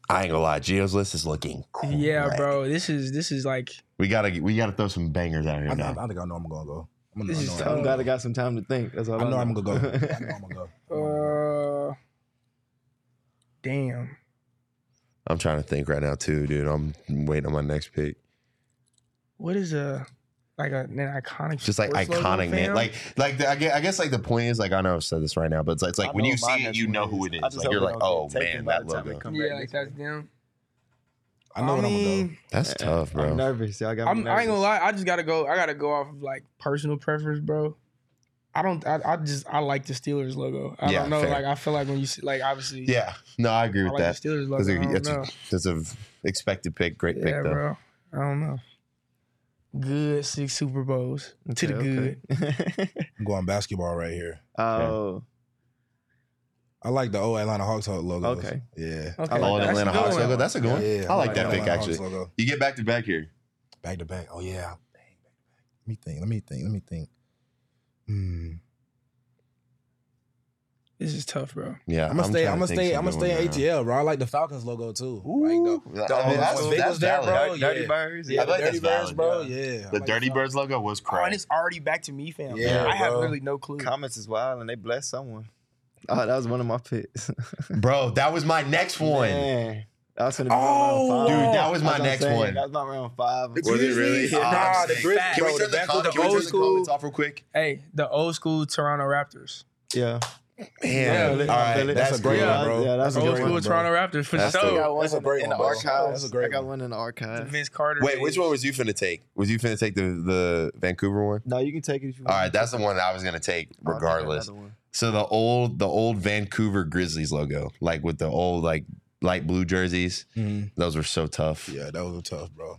[SPEAKER 1] I ain't gonna lie, Geo's list is looking. Great.
[SPEAKER 3] Yeah, bro. This is this is like
[SPEAKER 1] We gotta we gotta throw some bangers out
[SPEAKER 4] I,
[SPEAKER 1] here
[SPEAKER 4] know-
[SPEAKER 1] now.
[SPEAKER 4] I think I know I'm gonna go. I'm gonna
[SPEAKER 3] This
[SPEAKER 4] I
[SPEAKER 3] is
[SPEAKER 4] know,
[SPEAKER 3] tough.
[SPEAKER 4] I'm,
[SPEAKER 2] I'm glad I got some time to think. That's all
[SPEAKER 4] I
[SPEAKER 2] I
[SPEAKER 4] know I'm gonna go. I know
[SPEAKER 2] go.
[SPEAKER 4] I'm gonna go.
[SPEAKER 3] uh damn.
[SPEAKER 1] I'm trying to think right now too, dude. I'm waiting on my next pick.
[SPEAKER 3] What is a like a, an iconic
[SPEAKER 1] Just like
[SPEAKER 3] sports logo,
[SPEAKER 1] iconic, man.
[SPEAKER 3] fam?
[SPEAKER 1] Like, like the, I, guess, I guess like the point is like I know I've said this right now, but it's like, it's like when you see it, you know who it is. Like you're like, oh man, that logo.
[SPEAKER 3] yeah, like that's them.
[SPEAKER 4] I know what I'm gonna
[SPEAKER 3] mean,
[SPEAKER 4] go.
[SPEAKER 1] That's tough,
[SPEAKER 2] I'm
[SPEAKER 1] bro.
[SPEAKER 2] nervous. Y'all got me
[SPEAKER 3] I'm, I ain't gonna
[SPEAKER 2] nervous.
[SPEAKER 3] lie. I just gotta go. I gotta go off of like personal preference, bro. I don't. I, I just. I like the Steelers logo. I
[SPEAKER 1] Yeah,
[SPEAKER 3] don't know.
[SPEAKER 1] fair.
[SPEAKER 3] Like I feel like when you see, like obviously.
[SPEAKER 1] Yeah, no, I agree
[SPEAKER 3] I
[SPEAKER 1] with
[SPEAKER 3] like
[SPEAKER 1] that.
[SPEAKER 3] the Steelers
[SPEAKER 1] That's
[SPEAKER 3] logo.
[SPEAKER 1] a,
[SPEAKER 3] I don't
[SPEAKER 1] that's,
[SPEAKER 3] know.
[SPEAKER 1] a, that's a expected pick. Great
[SPEAKER 3] Yeah,
[SPEAKER 1] pick though.
[SPEAKER 3] bro. I don't know. Good six Super Bowls to the good.
[SPEAKER 2] Okay, okay.
[SPEAKER 4] I'm going basketball right here.
[SPEAKER 2] Oh,
[SPEAKER 4] I like the old Atlanta Hawks logo.
[SPEAKER 2] Okay.
[SPEAKER 4] Yeah.
[SPEAKER 3] Okay,
[SPEAKER 2] I like
[SPEAKER 1] All
[SPEAKER 2] that.
[SPEAKER 1] Atlanta
[SPEAKER 3] that's a
[SPEAKER 1] Hawks
[SPEAKER 3] good one.
[SPEAKER 1] logo. That's a good one.
[SPEAKER 4] Yeah,
[SPEAKER 1] I like that
[SPEAKER 4] the
[SPEAKER 1] pick
[SPEAKER 4] Atlanta Hawks
[SPEAKER 1] actually.
[SPEAKER 4] logo.
[SPEAKER 1] You get back to back here.
[SPEAKER 4] Back to back. Oh yeah. Dang, Let me think. Let me think. Let me think. Hmm.
[SPEAKER 3] This is tough, bro.
[SPEAKER 1] Yeah,
[SPEAKER 4] I'm gonna stay. I'm gonna stay. I'm gonna stay
[SPEAKER 1] in
[SPEAKER 4] ATL, bro. I like the Falcons logo too.
[SPEAKER 3] oh,
[SPEAKER 4] like
[SPEAKER 1] Ooh, I mean, that's-
[SPEAKER 4] Las
[SPEAKER 1] that's
[SPEAKER 4] Vegas there,
[SPEAKER 1] valid.
[SPEAKER 4] bro.
[SPEAKER 2] Dirty
[SPEAKER 4] Yeah.
[SPEAKER 2] Birds.
[SPEAKER 4] Yeah,
[SPEAKER 1] I
[SPEAKER 4] the
[SPEAKER 1] like
[SPEAKER 4] Dirty
[SPEAKER 1] that's valid,
[SPEAKER 4] Birds, bro. Yeah, I
[SPEAKER 1] The
[SPEAKER 4] like
[SPEAKER 1] Dirty
[SPEAKER 4] Fal-
[SPEAKER 1] Birds logo was
[SPEAKER 3] Oh,
[SPEAKER 1] crazy.
[SPEAKER 3] and it's already back to me, fam.
[SPEAKER 4] Yeah,
[SPEAKER 3] I have
[SPEAKER 4] bro.
[SPEAKER 3] really no clue.
[SPEAKER 2] Comments is wild, and they blessed someone. Oh, that was one of my picks.
[SPEAKER 1] Bro, that was my next one.
[SPEAKER 2] Man, that was gonna be
[SPEAKER 4] Oh,
[SPEAKER 2] my round five.
[SPEAKER 1] Dude, that was my
[SPEAKER 2] That's what I'm
[SPEAKER 1] next
[SPEAKER 2] saying.
[SPEAKER 1] one.
[SPEAKER 2] That was my round five.
[SPEAKER 4] Was it really?
[SPEAKER 1] Oh,
[SPEAKER 4] Nah,
[SPEAKER 1] I'm
[SPEAKER 4] the
[SPEAKER 1] sick.
[SPEAKER 4] Grizz-
[SPEAKER 1] Can we
[SPEAKER 4] bro,
[SPEAKER 1] turn
[SPEAKER 4] the
[SPEAKER 1] the,
[SPEAKER 4] back
[SPEAKER 1] com-
[SPEAKER 4] with the
[SPEAKER 1] can we turn
[SPEAKER 4] old
[SPEAKER 1] the
[SPEAKER 4] school-
[SPEAKER 1] comments off real quick?
[SPEAKER 3] Hey, the old school Toronto Raptors.
[SPEAKER 2] Yeah.
[SPEAKER 1] Man,
[SPEAKER 2] Yeah,
[SPEAKER 1] all
[SPEAKER 2] I
[SPEAKER 1] right,
[SPEAKER 2] feel it.
[SPEAKER 1] that's,
[SPEAKER 4] That's a
[SPEAKER 1] great,
[SPEAKER 4] great
[SPEAKER 1] one,
[SPEAKER 4] one,
[SPEAKER 1] bro.
[SPEAKER 4] bro.
[SPEAKER 2] Yeah, that's a
[SPEAKER 3] old
[SPEAKER 2] great
[SPEAKER 3] school
[SPEAKER 4] one, bro.
[SPEAKER 3] Toronto Raptors for
[SPEAKER 1] That's
[SPEAKER 3] sure.
[SPEAKER 1] the-
[SPEAKER 4] That's a great
[SPEAKER 2] in
[SPEAKER 4] one,
[SPEAKER 2] the
[SPEAKER 4] bro.
[SPEAKER 2] archives.
[SPEAKER 4] That's a great
[SPEAKER 2] I got
[SPEAKER 4] one.
[SPEAKER 2] one in the archives.
[SPEAKER 3] Vince Carter.
[SPEAKER 1] Wait, which
[SPEAKER 3] days.
[SPEAKER 1] one was you finna take? Was you finna take the the Vancouver one?
[SPEAKER 2] No, you can take it if you want.
[SPEAKER 1] All right, that's the one that I was gonna
[SPEAKER 4] Oh,
[SPEAKER 1] take
[SPEAKER 2] I'll take
[SPEAKER 1] regardless.
[SPEAKER 2] another one.
[SPEAKER 1] So the old the old Vancouver Grizzlies logo, like with the old like light blue jerseys,
[SPEAKER 4] Mhm.
[SPEAKER 1] those were so tough.
[SPEAKER 4] Yeah, that was tough, bro.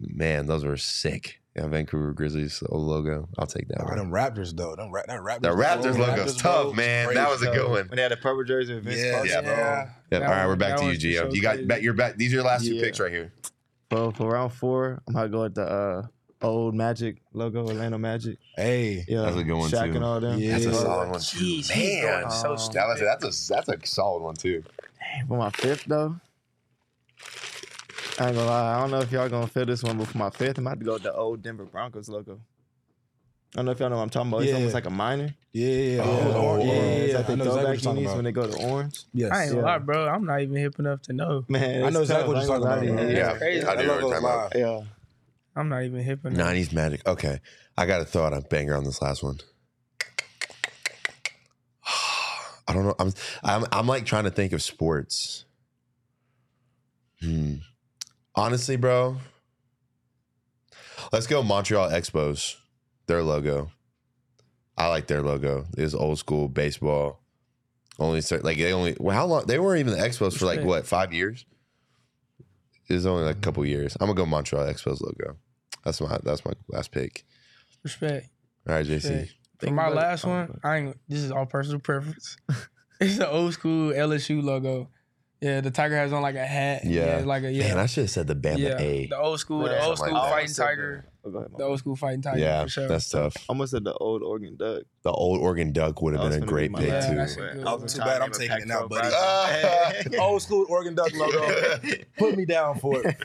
[SPEAKER 1] Man, those were sick. Yeah, Vancouver Grizzlies old logo. I'll take that
[SPEAKER 4] Oh,
[SPEAKER 1] one.
[SPEAKER 4] them Raptors though. Them ra- that Raptors.
[SPEAKER 1] The Raptors
[SPEAKER 4] logo-
[SPEAKER 1] logo's
[SPEAKER 4] Raptors
[SPEAKER 1] tough,
[SPEAKER 4] logo,
[SPEAKER 1] man.
[SPEAKER 4] crazy.
[SPEAKER 1] That was a good
[SPEAKER 2] So,
[SPEAKER 1] one.
[SPEAKER 2] When they had a purple jersey with Vince
[SPEAKER 4] Yeah,
[SPEAKER 2] Carter.
[SPEAKER 4] yeah,
[SPEAKER 3] Yeah.
[SPEAKER 1] Yeah,
[SPEAKER 3] That
[SPEAKER 1] all right,
[SPEAKER 3] one-
[SPEAKER 1] we're back
[SPEAKER 3] that
[SPEAKER 1] to you,
[SPEAKER 3] one's for
[SPEAKER 1] Gio.
[SPEAKER 3] sure
[SPEAKER 1] You got
[SPEAKER 3] crazy.
[SPEAKER 1] back. You're back. These are your last two
[SPEAKER 2] Yeah.
[SPEAKER 1] picks right here.
[SPEAKER 2] For, for round four, I'm gonna go with the uh, old Magic logo, Atlanta Magic.
[SPEAKER 4] Hey,
[SPEAKER 2] Yeah,
[SPEAKER 1] That's a good one,
[SPEAKER 2] Shaq
[SPEAKER 1] too.
[SPEAKER 2] and all them.
[SPEAKER 4] Yeah.
[SPEAKER 1] That's a
[SPEAKER 4] Yeah.
[SPEAKER 1] solid one, too.
[SPEAKER 3] Jeez, he's
[SPEAKER 1] man.
[SPEAKER 3] going so
[SPEAKER 1] That was,
[SPEAKER 3] stupid.
[SPEAKER 1] that's a that's a solid one too.
[SPEAKER 2] For my fifth though, I ain't gonna lie. I don't know if y'all gonna feel this one, but for my fifth, I'm about to go with the old Denver Broncos logo. I don't know if y'all know what I'm talking about. It's
[SPEAKER 4] Yeah.
[SPEAKER 2] almost like a minor.
[SPEAKER 4] yeah, yeah, yeah.
[SPEAKER 1] Oh,
[SPEAKER 4] Oh,
[SPEAKER 1] oh,
[SPEAKER 4] yeah,
[SPEAKER 1] oh.
[SPEAKER 4] yeah,
[SPEAKER 2] it's
[SPEAKER 4] yeah.
[SPEAKER 2] like
[SPEAKER 4] I
[SPEAKER 2] they
[SPEAKER 4] know
[SPEAKER 2] throw back
[SPEAKER 4] exactly what you're talking
[SPEAKER 2] unis when
[SPEAKER 4] about.
[SPEAKER 2] they go to orange.
[SPEAKER 4] Yes,
[SPEAKER 3] I ain't gonna
[SPEAKER 2] Yeah.
[SPEAKER 3] lie, bro. I'm not even hip enough to know.
[SPEAKER 2] Man,
[SPEAKER 4] I know
[SPEAKER 2] it's
[SPEAKER 4] exactly what
[SPEAKER 2] tough.
[SPEAKER 4] you're
[SPEAKER 2] I ain't
[SPEAKER 4] talking
[SPEAKER 2] gonna
[SPEAKER 4] about,
[SPEAKER 2] lie
[SPEAKER 4] bro.
[SPEAKER 2] to you.
[SPEAKER 3] That's crazy.
[SPEAKER 1] I do know what you're talking about.
[SPEAKER 2] Yeah. Yeah.
[SPEAKER 3] I'm not even hip enough.
[SPEAKER 1] 90s magic. Okay, I got to throw out a banger on this last one. I don't know. I'm I'm I'm like trying to think of sports. Hmm. Honestly, bro, Let's go Montreal Expos. Their logo. I like their logo. It was old school baseball. Only start, like they only well, how long they weren't even the Expos for like
[SPEAKER 3] Respect.
[SPEAKER 1] what five years. It was only like a couple years. I'm gonna go Montreal Expos logo. That's my that's my last pick.
[SPEAKER 3] Respect.
[SPEAKER 1] All right, JC.
[SPEAKER 3] Respect. For my last one, I ain't. This is all personal preference. it's the old school LSU logo. Yeah, the tiger has on like a hat.
[SPEAKER 1] Yeah.
[SPEAKER 3] like a yeah.
[SPEAKER 1] Man, I should have said the Bama
[SPEAKER 3] yeah,
[SPEAKER 1] A.
[SPEAKER 3] the old school,
[SPEAKER 2] Yeah,
[SPEAKER 3] the old
[SPEAKER 1] something
[SPEAKER 3] school
[SPEAKER 1] like that.
[SPEAKER 3] fighting tiger, the old school fighting tiger.
[SPEAKER 1] yeah,
[SPEAKER 3] for sure.
[SPEAKER 1] that's tough.
[SPEAKER 2] Almost said the old Oregon Duck.
[SPEAKER 1] The old Oregon Duck would
[SPEAKER 2] That
[SPEAKER 1] have
[SPEAKER 2] was
[SPEAKER 1] been a
[SPEAKER 2] gonna be
[SPEAKER 1] great
[SPEAKER 2] my
[SPEAKER 1] pick
[SPEAKER 3] Yeah,
[SPEAKER 1] too.
[SPEAKER 3] that's a good one.
[SPEAKER 4] I'm too Ah. bad I'm taking it now, buddy.
[SPEAKER 2] oh,
[SPEAKER 4] Old school Oregon Duck logo. Put me down for it.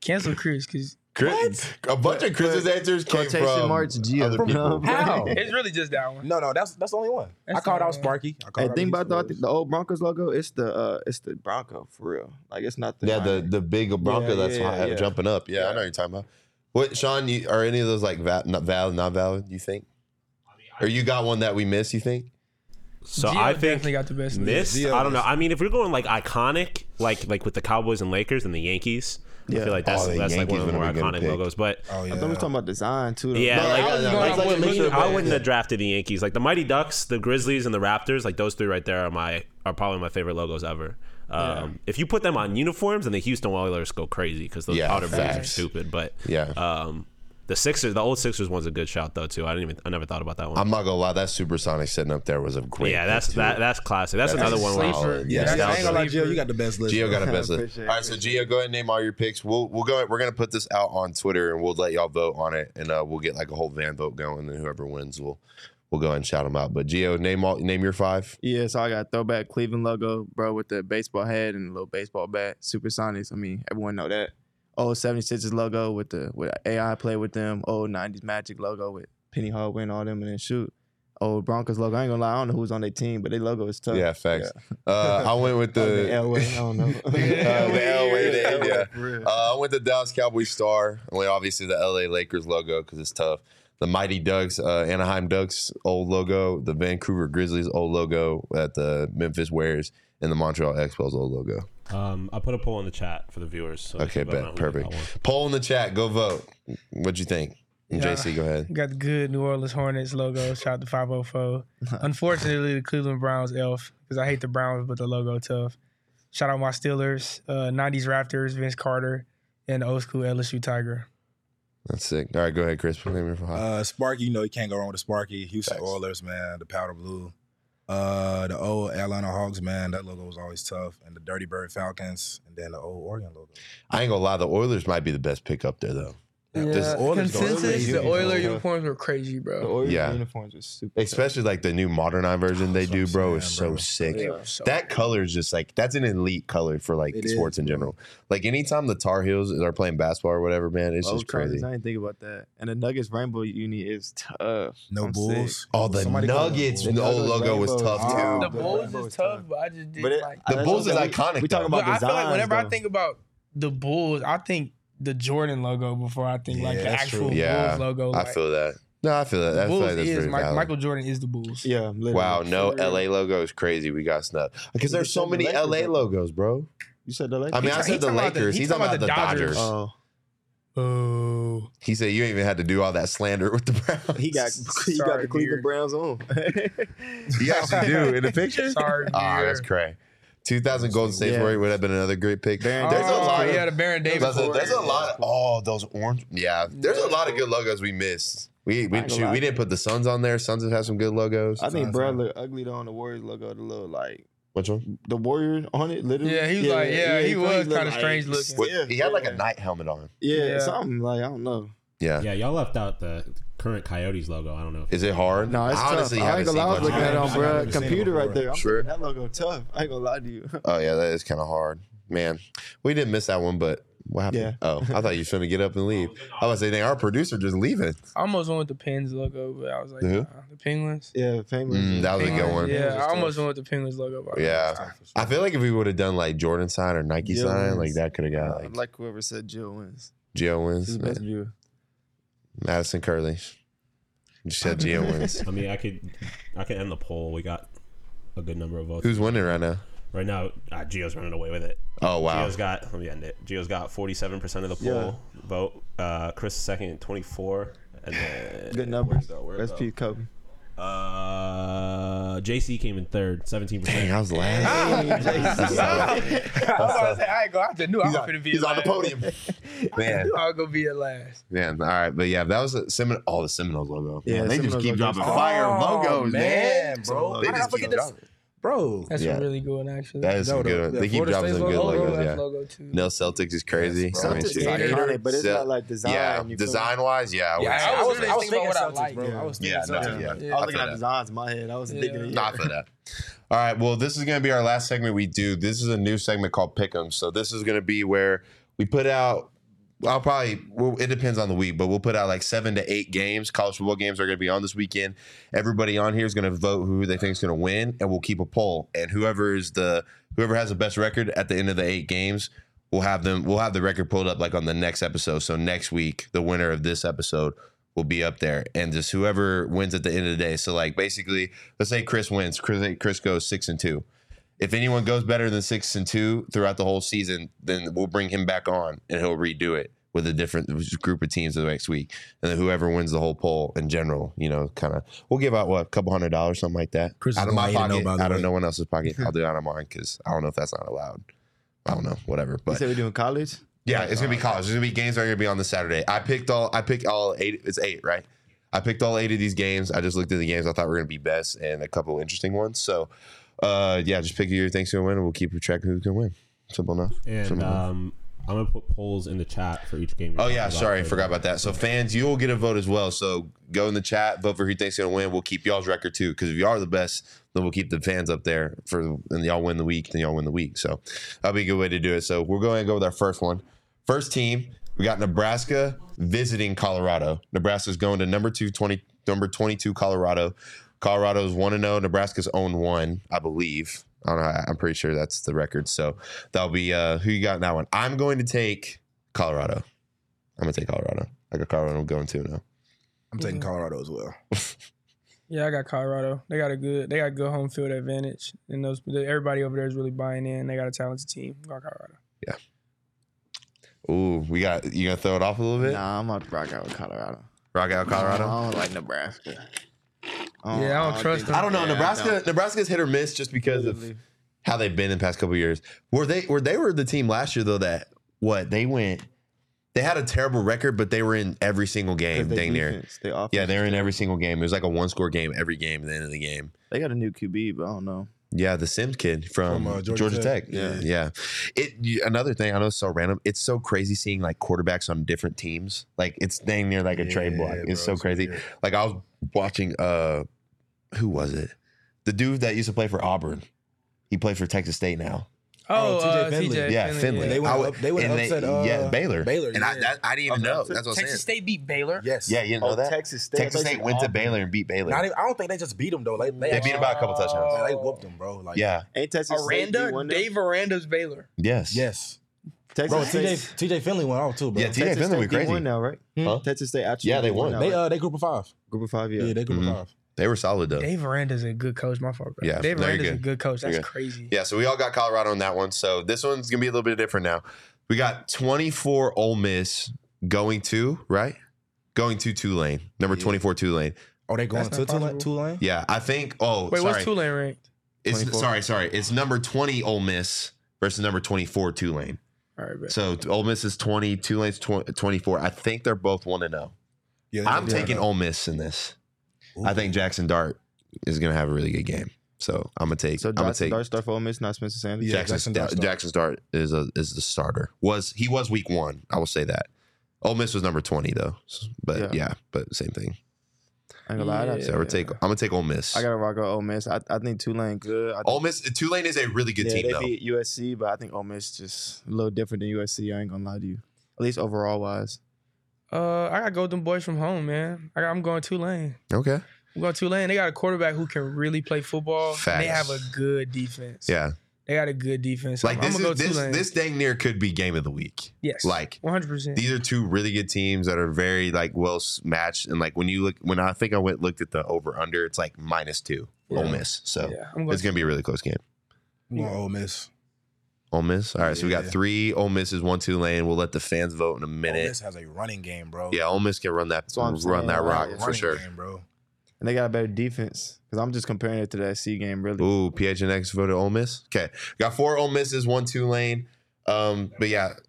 [SPEAKER 3] Cancel Chris because
[SPEAKER 1] Chris, a bunch of Chris's answers came
[SPEAKER 2] Quotation
[SPEAKER 1] from
[SPEAKER 2] marks, Gio.
[SPEAKER 1] other
[SPEAKER 2] From
[SPEAKER 1] people.
[SPEAKER 2] how?
[SPEAKER 3] it's really just that one.
[SPEAKER 4] No, no, that's that's the only one.
[SPEAKER 3] That's
[SPEAKER 4] I called
[SPEAKER 3] the
[SPEAKER 4] out
[SPEAKER 3] only one.
[SPEAKER 4] Sparky. I
[SPEAKER 2] Hey,
[SPEAKER 4] called
[SPEAKER 2] think
[SPEAKER 4] out Houston
[SPEAKER 2] about the,
[SPEAKER 4] Royals.
[SPEAKER 2] the old Broncos logo. It's the uh, it's the Bronco for real. Like it's not the
[SPEAKER 1] Yeah, the the big Bronco
[SPEAKER 2] Yeah,
[SPEAKER 1] that's
[SPEAKER 2] yeah,
[SPEAKER 1] high,
[SPEAKER 2] yeah.
[SPEAKER 1] jumping up. Yeah, I know what you're talking about. What, Sean? You, are any of those like va- not valid, not valid? You think? Or you got one that we missed? You think?
[SPEAKER 5] So
[SPEAKER 3] Gio
[SPEAKER 5] I think
[SPEAKER 3] definitely got the best.
[SPEAKER 5] missed.
[SPEAKER 4] Gio
[SPEAKER 5] I don't know.
[SPEAKER 4] is-
[SPEAKER 5] I mean, if we're going like iconic, like like with the Cowboys and Lakers and the Yankees, I feel like that's
[SPEAKER 1] Oh, the
[SPEAKER 5] that's like one
[SPEAKER 1] Yankees
[SPEAKER 5] of the more
[SPEAKER 1] would've been a good
[SPEAKER 5] iconic
[SPEAKER 1] pick.
[SPEAKER 5] logos. But
[SPEAKER 4] Oh yeah.
[SPEAKER 2] I thought we was talking about design too. though.
[SPEAKER 5] yeah,
[SPEAKER 1] No,
[SPEAKER 5] like,
[SPEAKER 1] I was going
[SPEAKER 5] like,
[SPEAKER 1] with
[SPEAKER 5] wouldn't-
[SPEAKER 1] Lakers,
[SPEAKER 5] I
[SPEAKER 1] but-
[SPEAKER 5] wouldn't
[SPEAKER 1] yeah.
[SPEAKER 5] have drafted the Yankees. Like the Mighty Ducks, the Grizzlies, and the Raptors. Like those three right there are my are probably my favorite logos ever. Um, If you put them on uniforms, and the Houston Oilers go crazy because those
[SPEAKER 1] Yeah,
[SPEAKER 5] powder blue are
[SPEAKER 1] facts.
[SPEAKER 5] stupid. But
[SPEAKER 1] Yeah.
[SPEAKER 5] um, the Sixers, the old Sixers one's a good shot though too. I didn't even I never thought about that one.
[SPEAKER 1] I'm not gonna lie. That supersonic sitting up there was a great.
[SPEAKER 5] yeah,
[SPEAKER 1] pick,
[SPEAKER 5] that's
[SPEAKER 1] too.
[SPEAKER 5] that that's classic. That's,
[SPEAKER 1] That's
[SPEAKER 5] another one. Where I was-
[SPEAKER 1] solid.
[SPEAKER 4] yeah,
[SPEAKER 1] Yes,
[SPEAKER 4] I
[SPEAKER 1] that
[SPEAKER 4] ain't
[SPEAKER 1] was
[SPEAKER 4] gonna lie,
[SPEAKER 3] a-
[SPEAKER 4] Gio, you got the best list.
[SPEAKER 1] Gio
[SPEAKER 4] bro.
[SPEAKER 1] got a best list.
[SPEAKER 2] Appreciate
[SPEAKER 1] All
[SPEAKER 2] it,
[SPEAKER 1] right, so Gio, go ahead and name all your picks. We'll we'll go. We're gonna put this out on Twitter, and we'll let y'all vote on it, and uh, we'll get like a whole van vote going, and whoever wins, we'll we'll go ahead and shout them out. But Gio, name all name your five.
[SPEAKER 2] Yeah, so I got throwback Cleveland logo, bro, with the baseball head and a little baseball bat. Supersonics. I mean, everyone know that. Old 76's logo with the with AI play with them. Old 90s Magic logo with Penny Hardaway and all them, and then shoot. Old Broncos logo. I ain't gonna lie, I don't know who's on their team, but their logo is tough.
[SPEAKER 1] Yeah, facts. Uh, I went with
[SPEAKER 2] Other than
[SPEAKER 1] the
[SPEAKER 2] Elway, I don't know.
[SPEAKER 1] Uh, the Elway name, yeah.
[SPEAKER 2] For real.
[SPEAKER 1] Uh, I went the Dallas Cowboy star. I went obviously the LA Lakers logo because it's tough. The Mighty Ducks, uh, Anaheim Ducks old logo, the Vancouver Grizzlies old logo that the Memphis wears, and the Montreal Expos old logo.
[SPEAKER 5] Um, I put a poll in the chat for the viewers. So they
[SPEAKER 1] Okay,
[SPEAKER 5] can vote on
[SPEAKER 1] bet.
[SPEAKER 5] who they got
[SPEAKER 1] Perfect.
[SPEAKER 5] one.
[SPEAKER 1] Poll in the chat. Go vote. What'd you think? And
[SPEAKER 3] Yeah.
[SPEAKER 1] JC, go ahead.
[SPEAKER 3] Got the good New Orleans Hornets logo. Shout out to 504. Unfortunately, the Cleveland Browns elf because I hate the Browns, but the logo tough. Shout out my Steelers, uh, 90s Raptors, Vince Carter, and the old school LSU Tiger.
[SPEAKER 1] That's sick. All right, go ahead, Chris. Name your five.
[SPEAKER 4] Uh, Sparky, you know you can't go wrong with the Sparky. Houston
[SPEAKER 1] Facts.
[SPEAKER 4] Oilers, man, the powder blue. Uh, the old Atlanta Hawks, man, that logo was always tough. And the Dirty Bird Falcons, and then the old Oregon logo.
[SPEAKER 1] I ain't gonna lie. The Oilers might be the best pick up there though, This
[SPEAKER 4] Oilers don't
[SPEAKER 3] consensus,
[SPEAKER 4] really
[SPEAKER 3] the
[SPEAKER 4] use
[SPEAKER 3] Oiler
[SPEAKER 2] it.
[SPEAKER 3] uniforms were crazy,
[SPEAKER 2] The
[SPEAKER 3] bro.
[SPEAKER 2] Orioles
[SPEAKER 1] Yeah.
[SPEAKER 2] uniforms are super.
[SPEAKER 1] especially like the new modernized version they
[SPEAKER 4] That's what
[SPEAKER 1] do,
[SPEAKER 4] I'm
[SPEAKER 1] bro. Is
[SPEAKER 4] saying,
[SPEAKER 1] so
[SPEAKER 4] bro.
[SPEAKER 1] sick.
[SPEAKER 3] They were so
[SPEAKER 1] That color is just like that's an elite color for like
[SPEAKER 4] It
[SPEAKER 1] sports
[SPEAKER 4] is,
[SPEAKER 1] in
[SPEAKER 4] bro.
[SPEAKER 1] general. Like anytime the Tar Heels are playing basketball or whatever, man, it's
[SPEAKER 2] Old
[SPEAKER 1] just crazy.
[SPEAKER 2] Chargers, I didn't think about that. And the Nuggets rainbow uni is tough.
[SPEAKER 4] No
[SPEAKER 2] I'm sick.
[SPEAKER 4] Bulls.
[SPEAKER 1] Oh, the
[SPEAKER 4] Somebody call them
[SPEAKER 1] Nuggets
[SPEAKER 4] Bulls.
[SPEAKER 1] the old logo was tough too.
[SPEAKER 4] Oh,
[SPEAKER 3] The
[SPEAKER 4] bro.
[SPEAKER 3] Bulls is tough, but I just didn't
[SPEAKER 2] But it-
[SPEAKER 3] like.
[SPEAKER 1] The
[SPEAKER 2] That's
[SPEAKER 1] Bulls is
[SPEAKER 2] what we-
[SPEAKER 1] iconic.
[SPEAKER 2] we talking
[SPEAKER 1] though.
[SPEAKER 2] about
[SPEAKER 3] but I feel like
[SPEAKER 2] designs,
[SPEAKER 3] whenever I
[SPEAKER 2] though.
[SPEAKER 3] think about the Bulls, I think the Jordan logo before I think like
[SPEAKER 4] Yeah,
[SPEAKER 3] the
[SPEAKER 4] that's true.
[SPEAKER 3] actual
[SPEAKER 1] Yeah,
[SPEAKER 3] Bulls logo.
[SPEAKER 1] I
[SPEAKER 3] like,
[SPEAKER 1] feel that. No, I feel that.
[SPEAKER 3] the
[SPEAKER 1] That's
[SPEAKER 3] Bulls
[SPEAKER 1] like, that's
[SPEAKER 3] is
[SPEAKER 1] pretty
[SPEAKER 3] Mike,
[SPEAKER 1] valid.
[SPEAKER 3] Michael Jordan is the Bulls.
[SPEAKER 2] Yeah, literally.
[SPEAKER 1] Wow, no
[SPEAKER 2] For real.
[SPEAKER 1] LA logo is crazy. We got snubbed because
[SPEAKER 2] You
[SPEAKER 1] there's
[SPEAKER 2] just
[SPEAKER 1] so
[SPEAKER 2] said the
[SPEAKER 1] many
[SPEAKER 2] Lakers,
[SPEAKER 1] LA
[SPEAKER 2] though.
[SPEAKER 1] logos, bro.
[SPEAKER 2] You said the Lakers.
[SPEAKER 1] I mean, I
[SPEAKER 3] He's-
[SPEAKER 1] said
[SPEAKER 3] he's
[SPEAKER 1] the
[SPEAKER 3] talking about the-
[SPEAKER 1] Lakers.
[SPEAKER 3] he's
[SPEAKER 1] He's
[SPEAKER 3] talking
[SPEAKER 1] talking about the Dodgers.
[SPEAKER 2] Oh,
[SPEAKER 3] Oh,
[SPEAKER 1] He said you ain't even had to do all that slander with the Browns.
[SPEAKER 2] he got he got
[SPEAKER 3] Sorry,
[SPEAKER 2] the Cleveland
[SPEAKER 3] Beard.
[SPEAKER 2] Browns on.
[SPEAKER 1] You actually do in the picture.
[SPEAKER 3] sorry.
[SPEAKER 1] Ah, that's
[SPEAKER 3] Beard.
[SPEAKER 1] cray. 2000 Golden State
[SPEAKER 2] Yeah.
[SPEAKER 1] Warriors would have been another great pick.
[SPEAKER 2] Baron-
[SPEAKER 1] There's a
[SPEAKER 3] oh,
[SPEAKER 1] lot.
[SPEAKER 3] Yeah, the Baron Davis.
[SPEAKER 1] There's a,
[SPEAKER 3] one.
[SPEAKER 1] there's a lot. Of, oh, those orange. Yeah, there's a lot of good logos we missed. We we,
[SPEAKER 2] Not gonna
[SPEAKER 1] shoot,
[SPEAKER 2] lie.
[SPEAKER 1] we didn't put the Suns on there. Suns have had some good logos.
[SPEAKER 2] I think
[SPEAKER 4] Sounds
[SPEAKER 2] Brad
[SPEAKER 4] like-
[SPEAKER 2] looked ugly though on the Warriors logo. The little like
[SPEAKER 1] Which one?
[SPEAKER 2] the Warriors on it, literally.
[SPEAKER 3] Yeah, he was like- yeah, he was
[SPEAKER 2] looked
[SPEAKER 3] kinda strange looking.
[SPEAKER 1] What- he had like a
[SPEAKER 2] yeah.
[SPEAKER 1] night helmet on.
[SPEAKER 2] Yeah,
[SPEAKER 3] Yeah.
[SPEAKER 2] something like I don't know.
[SPEAKER 1] Yeah.
[SPEAKER 5] Yeah, y'all left out the current Coyotes logo. I don't know. If
[SPEAKER 1] Is it hard?
[SPEAKER 2] No, it's
[SPEAKER 1] I honestly
[SPEAKER 2] tough. I
[SPEAKER 1] haven't
[SPEAKER 2] ain't
[SPEAKER 1] seen
[SPEAKER 2] gonna lie, I was
[SPEAKER 1] much
[SPEAKER 2] looking
[SPEAKER 1] of it.
[SPEAKER 2] at um, it on
[SPEAKER 4] I've never
[SPEAKER 2] Brad
[SPEAKER 4] seen it
[SPEAKER 2] computer right
[SPEAKER 4] before.
[SPEAKER 2] there. I'm
[SPEAKER 1] Sure.
[SPEAKER 2] thinking That logo tough. I ain't gonna lie to you.
[SPEAKER 1] Oh yeah, that is kind of hard, man. We didn't miss that one, but what happened?
[SPEAKER 2] Yeah.
[SPEAKER 1] Oh, I thought you was gonna get up and leave. I was saying, dang, our producer just leaving.
[SPEAKER 3] I almost went with the Pens logo, but I was like,
[SPEAKER 1] The who?
[SPEAKER 3] nah, the Penguins.
[SPEAKER 2] Yeah, famous.
[SPEAKER 1] Mm, that was a good
[SPEAKER 3] Penguins,
[SPEAKER 1] one.
[SPEAKER 3] Yeah,
[SPEAKER 2] Penguins is
[SPEAKER 3] I almost
[SPEAKER 2] tough.
[SPEAKER 3] went with the Penguins logo. but I-
[SPEAKER 1] Yeah. I feel like if we would have done like Jordan sign or Nike
[SPEAKER 2] Yeah,
[SPEAKER 1] sign,
[SPEAKER 2] wins.
[SPEAKER 1] like that could have
[SPEAKER 2] Uh,
[SPEAKER 1] got
[SPEAKER 2] I
[SPEAKER 1] like,
[SPEAKER 2] like whoever said Jill wins.
[SPEAKER 1] Gio
[SPEAKER 2] He's
[SPEAKER 1] wins,
[SPEAKER 2] the best viewer.
[SPEAKER 1] Madison Curley. You said Gio wins.
[SPEAKER 5] I mean, I could, I could end the poll. We got a good number of votes
[SPEAKER 1] Who's winning right now?
[SPEAKER 5] right now. Uh, Gio's running away with it.
[SPEAKER 1] Oh wow,
[SPEAKER 5] Gio's got. Let me end it. Gio's got forty-seven percent of the poll
[SPEAKER 2] Yeah.
[SPEAKER 5] vote. uh, Chris second, 24. And then
[SPEAKER 2] Good numbers.
[SPEAKER 5] Where it go?
[SPEAKER 2] Rest peace, Kobe.
[SPEAKER 5] Uh, JC came in third, 17%.
[SPEAKER 1] Dang, I was last.
[SPEAKER 3] I was about to say, I ain't gonna have to knew I was gonna be
[SPEAKER 1] He's on the
[SPEAKER 3] last.
[SPEAKER 1] podium. Man,
[SPEAKER 3] Knew I was gonna be at last.
[SPEAKER 1] man. All right, but yeah, that was a Semin. Oh, the Seminoles logo.
[SPEAKER 2] Yeah,
[SPEAKER 1] Yeah, they just
[SPEAKER 2] Seminoles
[SPEAKER 1] keep
[SPEAKER 2] logo.
[SPEAKER 1] dropping
[SPEAKER 2] Oh,
[SPEAKER 1] fire logos, man.
[SPEAKER 4] man, bro.
[SPEAKER 1] They
[SPEAKER 4] How did I
[SPEAKER 1] just
[SPEAKER 4] forget
[SPEAKER 1] keep
[SPEAKER 4] this?
[SPEAKER 1] dropping.
[SPEAKER 4] Bro,
[SPEAKER 3] That's
[SPEAKER 1] Yeah.
[SPEAKER 3] really good, actually.
[SPEAKER 1] That is
[SPEAKER 4] No,
[SPEAKER 1] some
[SPEAKER 4] the-
[SPEAKER 1] good. ones.
[SPEAKER 4] the
[SPEAKER 1] they keep
[SPEAKER 4] Florida
[SPEAKER 1] dropping
[SPEAKER 4] State's
[SPEAKER 1] some good
[SPEAKER 4] logo,
[SPEAKER 1] logos.
[SPEAKER 3] Last
[SPEAKER 1] Yeah.
[SPEAKER 3] logo too.
[SPEAKER 1] Nil Celtics is crazy.
[SPEAKER 4] Yes,
[SPEAKER 1] I
[SPEAKER 4] bro.
[SPEAKER 1] mean,
[SPEAKER 2] Celtics
[SPEAKER 1] shit.
[SPEAKER 2] is iconic, but it's
[SPEAKER 1] Cel-
[SPEAKER 2] not like design.
[SPEAKER 1] Yeah,
[SPEAKER 2] you feel me?
[SPEAKER 1] design wise, yeah. I would
[SPEAKER 3] Yeah,
[SPEAKER 1] say
[SPEAKER 3] I,
[SPEAKER 1] so.
[SPEAKER 3] was, I was thinking about what I
[SPEAKER 4] Celtics,
[SPEAKER 3] like.
[SPEAKER 4] bro.
[SPEAKER 3] I was thinking
[SPEAKER 1] Yeah, no,
[SPEAKER 3] Celtics.
[SPEAKER 1] yeah.
[SPEAKER 2] I was looking
[SPEAKER 1] I
[SPEAKER 2] at
[SPEAKER 1] feel
[SPEAKER 2] designs in my head. I was thinking,
[SPEAKER 3] Yeah.
[SPEAKER 2] of
[SPEAKER 1] Not for that. All right. Well, this is going to be our last segment we do. This is a new segment called Pick'em. So this is going to be where we put out. I'll probably. Well, it depends on the week, but we'll put out like seven to eight games. College football games are going to be on this weekend. Everybody on here is going to vote who they think is going to win, and we'll keep a poll. And whoever is the whoever has the best record at the end of the eight games, we'll have them. We'll have the record pulled up like on the next episode. So next week, the winner of this episode will be up there, and just whoever wins at the end of the day. So like basically, let's say Chris wins. Chris Chris goes six and two. If anyone goes better than six and two throughout the whole season, then we'll bring him back on and he'll redo it with a different group of teams the next week. And then whoever wins the whole poll in general, you know, kind of, we'll give out what a couple hundred dollars, something like that,
[SPEAKER 4] Chris is
[SPEAKER 1] out of my
[SPEAKER 4] going 8 and
[SPEAKER 1] pocket,
[SPEAKER 4] 0, by the
[SPEAKER 1] out of
[SPEAKER 4] way.
[SPEAKER 1] no one else's pocket. I'll do it out of mine because I don't know if that's not allowed. I don't know, whatever.
[SPEAKER 2] you
[SPEAKER 1] But
[SPEAKER 2] said we doing college?
[SPEAKER 1] yeah, it's gonna be college. There's gonna be games that are gonna be on this Saturday. I picked all. I picked all eight. It's eight, right? I picked all eight of these games. I just looked at the games I thought were gonna be best and a couple interesting ones. So, uh, yeah, just pick who you think's gonna win, and we'll keep track of who's gonna win. Simple enough.
[SPEAKER 5] And um, I'm going to put polls in the chat for each game.
[SPEAKER 1] Oh yeah, sorry, I forgot about that. So fans, you'll get a vote as well. So go in the chat, vote for who you think's gonna win. We'll keep y'all's record too, because if y'all are the best, then we'll keep the fans up there for, and y'all win the week, then y'all win the week. So that'll be a good way to do it. So we're going to go with our first one. First team, we got Nebraska visiting Colorado. Nebraska's going to number two twenty, number twenty-two Colorado. Colorado's one and zero. Nebraska's own one, I believe. I don't know. I- I'm pretty sure that's the record. So that'll be uh, who you got in that one. I'm going to take Colorado. I'm gonna take Colorado. I got Colorado going to now.
[SPEAKER 4] I'm taking Colorado as well.
[SPEAKER 3] Yeah, I got Colorado. They got a good. They got good home field advantage, and those everybody over there is really buying in. They got a talented team. Got Colorado.
[SPEAKER 1] Ooh, we got you gonna throw it off a little bit.
[SPEAKER 2] Nah, I'm about to rock out with Colorado.
[SPEAKER 1] Rock out Colorado.
[SPEAKER 2] I don't like Nebraska.
[SPEAKER 3] Yeah, I don't trust
[SPEAKER 2] think-
[SPEAKER 3] them.
[SPEAKER 1] I don't know.
[SPEAKER 2] Yeah, I
[SPEAKER 1] Nebraska
[SPEAKER 2] don't.
[SPEAKER 1] Nebraska's hit or miss just because of how they've been in the past couple of years. Were they were they were the team last year though that what they went they had a terrible record, but they were in every single game.
[SPEAKER 2] Because they
[SPEAKER 1] Dang near.
[SPEAKER 2] defense, They offense.
[SPEAKER 1] Yeah, they were in every single game. It was like a one score game every game at the end of the game.
[SPEAKER 2] They got a new QB, but I don't know.
[SPEAKER 1] Yeah, the Sims kid from,
[SPEAKER 4] From, uh,
[SPEAKER 1] Georgia,
[SPEAKER 4] Georgia
[SPEAKER 1] Tech.
[SPEAKER 4] Tech.
[SPEAKER 1] Yeah,
[SPEAKER 4] Yeah.
[SPEAKER 1] yeah. It you- another thing I know it's so random. It's so crazy seeing like quarterbacks on different teams. Like it's dang near like a trade block.
[SPEAKER 4] Yeah,
[SPEAKER 1] It's
[SPEAKER 4] bro,
[SPEAKER 1] so crazy.
[SPEAKER 4] weird.
[SPEAKER 1] Like I was watching uh who was it? The dude that used to play for Auburn. He plays for Texas State now.
[SPEAKER 3] Oh,
[SPEAKER 4] Oh, TJ
[SPEAKER 3] uh,
[SPEAKER 4] Finley.
[SPEAKER 3] TJ
[SPEAKER 1] Yeah,
[SPEAKER 3] Finley.
[SPEAKER 1] Finley.
[SPEAKER 4] They went
[SPEAKER 1] I would-
[SPEAKER 4] up- they went
[SPEAKER 1] and
[SPEAKER 4] upset, uh,
[SPEAKER 1] yeah, Baylor.
[SPEAKER 4] Baylor,
[SPEAKER 1] And I,
[SPEAKER 4] yeah.
[SPEAKER 1] that, I didn't even know. That's what I'm saying.
[SPEAKER 6] Texas State beat Baylor.
[SPEAKER 4] Yes.
[SPEAKER 1] Yeah, you didn't know that. Texas,
[SPEAKER 2] Texas State. I thought
[SPEAKER 1] State
[SPEAKER 2] you
[SPEAKER 1] went to
[SPEAKER 2] Auburn.
[SPEAKER 1] Baylor and beat Baylor.
[SPEAKER 4] Not even, I don't think they just beat them though. Like, they,
[SPEAKER 1] they
[SPEAKER 4] actually-
[SPEAKER 1] beat him by a couple touchdowns.
[SPEAKER 4] man, they whooped them, bro. Like,
[SPEAKER 1] Yeah.
[SPEAKER 2] Ain't Texas State
[SPEAKER 3] Aranda,
[SPEAKER 2] beat one now?
[SPEAKER 3] Dave Aranda's Baylor.
[SPEAKER 1] Yes.
[SPEAKER 4] Yes.
[SPEAKER 2] Texas
[SPEAKER 4] Bro,
[SPEAKER 2] State-
[SPEAKER 4] TJ TJ Finley went off too, bro.
[SPEAKER 1] Yeah, TJ
[SPEAKER 2] Texas
[SPEAKER 1] Finley went
[SPEAKER 2] State beat
[SPEAKER 1] crazy.
[SPEAKER 2] one now, right?
[SPEAKER 1] Huh?
[SPEAKER 2] Texas State actually
[SPEAKER 1] Yeah, they
[SPEAKER 2] beat
[SPEAKER 1] won.
[SPEAKER 2] one now,
[SPEAKER 4] They
[SPEAKER 2] right?
[SPEAKER 4] uh they group of five.
[SPEAKER 2] group of five.
[SPEAKER 4] Yeah,
[SPEAKER 2] Yeah,
[SPEAKER 4] they group
[SPEAKER 1] Mhm.
[SPEAKER 4] of five.
[SPEAKER 1] They were solid though.
[SPEAKER 3] Dave Aranda's a good coach. My fault, bro.
[SPEAKER 1] Yeah,
[SPEAKER 3] Dave
[SPEAKER 1] no, you're
[SPEAKER 3] Aranda's a
[SPEAKER 1] good.
[SPEAKER 3] good coach.
[SPEAKER 1] You're
[SPEAKER 3] That's
[SPEAKER 1] good.
[SPEAKER 3] crazy.
[SPEAKER 1] Yeah, so we all got Colorado on that one. So this one's gonna be a little bit different now. We got 24 Ole Miss going to right, going to Tulane, number 24 Tulane.
[SPEAKER 4] Are they going
[SPEAKER 3] That's
[SPEAKER 4] to
[SPEAKER 3] not
[SPEAKER 4] Tulane?
[SPEAKER 3] possible.
[SPEAKER 4] Tulane?
[SPEAKER 1] Yeah, I think. Oh,
[SPEAKER 3] Wait,
[SPEAKER 1] sorry,
[SPEAKER 3] what's Tulane ranked?
[SPEAKER 1] It's
[SPEAKER 2] 24?
[SPEAKER 1] sorry, sorry. It's number 20 Ole Miss versus number 24 Tulane.
[SPEAKER 3] All right, bet.
[SPEAKER 1] So Ole Miss is 20, Tulane's tw- 24. I think they're both one and zero.
[SPEAKER 4] Yeah, they
[SPEAKER 1] I'm
[SPEAKER 4] gonna
[SPEAKER 1] taking
[SPEAKER 4] do
[SPEAKER 1] Ole Miss in this.
[SPEAKER 4] that.
[SPEAKER 1] I think Jackson Dart is gonna have a really good game. So I'm gonna take.
[SPEAKER 2] So
[SPEAKER 1] I'm gonna
[SPEAKER 2] Dart,
[SPEAKER 1] take.
[SPEAKER 2] Dart Star for Ole Miss, not Spencer Sanders.
[SPEAKER 4] Yeah.
[SPEAKER 1] Jackson,
[SPEAKER 4] Jackson
[SPEAKER 1] Da-
[SPEAKER 4] Dart started.
[SPEAKER 1] Jackson Dart is a is the starter. Was he was week one? I will say that. Ole Miss was number twenty though, S- but yeah,
[SPEAKER 2] Yeah.
[SPEAKER 1] but same thing.
[SPEAKER 2] I ain't gonna lie, I'd have
[SPEAKER 3] Yeah.
[SPEAKER 1] So we're take, I'm gonna take Ole Miss.
[SPEAKER 2] I gotta rock out Ole Miss. I, I think Tulane good. I think,
[SPEAKER 1] Ole Miss Tulane is a really good
[SPEAKER 2] yeah,
[SPEAKER 1] team
[SPEAKER 2] they
[SPEAKER 1] though.
[SPEAKER 2] beat USC, but I think Ole Miss just a little different than USC. I ain't gonna lie to you. At least overall wise.
[SPEAKER 3] Uh, I got to go with them boys from home, man. I got, I'm going Tulane.
[SPEAKER 1] okay,
[SPEAKER 3] I'm going Tulane. They got a quarterback who can really play football. And
[SPEAKER 1] Facts.
[SPEAKER 3] they have a good defense.
[SPEAKER 1] yeah,
[SPEAKER 3] They got a good defense.
[SPEAKER 1] like
[SPEAKER 3] I'm,
[SPEAKER 1] this
[SPEAKER 3] I'm gonna
[SPEAKER 1] is
[SPEAKER 3] go
[SPEAKER 1] this
[SPEAKER 3] Tulane.
[SPEAKER 1] this dang near could be game of the week.
[SPEAKER 3] yes,
[SPEAKER 1] like,
[SPEAKER 3] 100. percent
[SPEAKER 1] These are two really good teams that are very like well s- matched, and like when you look, when I think I went looked at the over under, it's like minus two.
[SPEAKER 3] Yeah.
[SPEAKER 1] Ole Miss, so
[SPEAKER 3] Yeah, I'm going.
[SPEAKER 1] it's gonna be a really close game.
[SPEAKER 4] I'm going Ole Miss.
[SPEAKER 1] Ole Miss. All right, so we got
[SPEAKER 4] Yeah.
[SPEAKER 1] three Ole Misses, one Tulane. We'll let the fans vote in a minute.
[SPEAKER 4] Ole Miss has a running game, bro.
[SPEAKER 1] Yeah, Ole Miss can run that
[SPEAKER 2] That's what I'm
[SPEAKER 1] run
[SPEAKER 2] saying.
[SPEAKER 1] that
[SPEAKER 2] Like,
[SPEAKER 1] rock
[SPEAKER 4] Running
[SPEAKER 1] for sure.
[SPEAKER 4] game, bro.
[SPEAKER 2] and they got a better defense. Because I'm just comparing it to that C game, really.
[SPEAKER 1] Ooh, PHNX voted Ole Miss. Okay, got four Ole Misses, one Tulane. Um, but yeah. Oh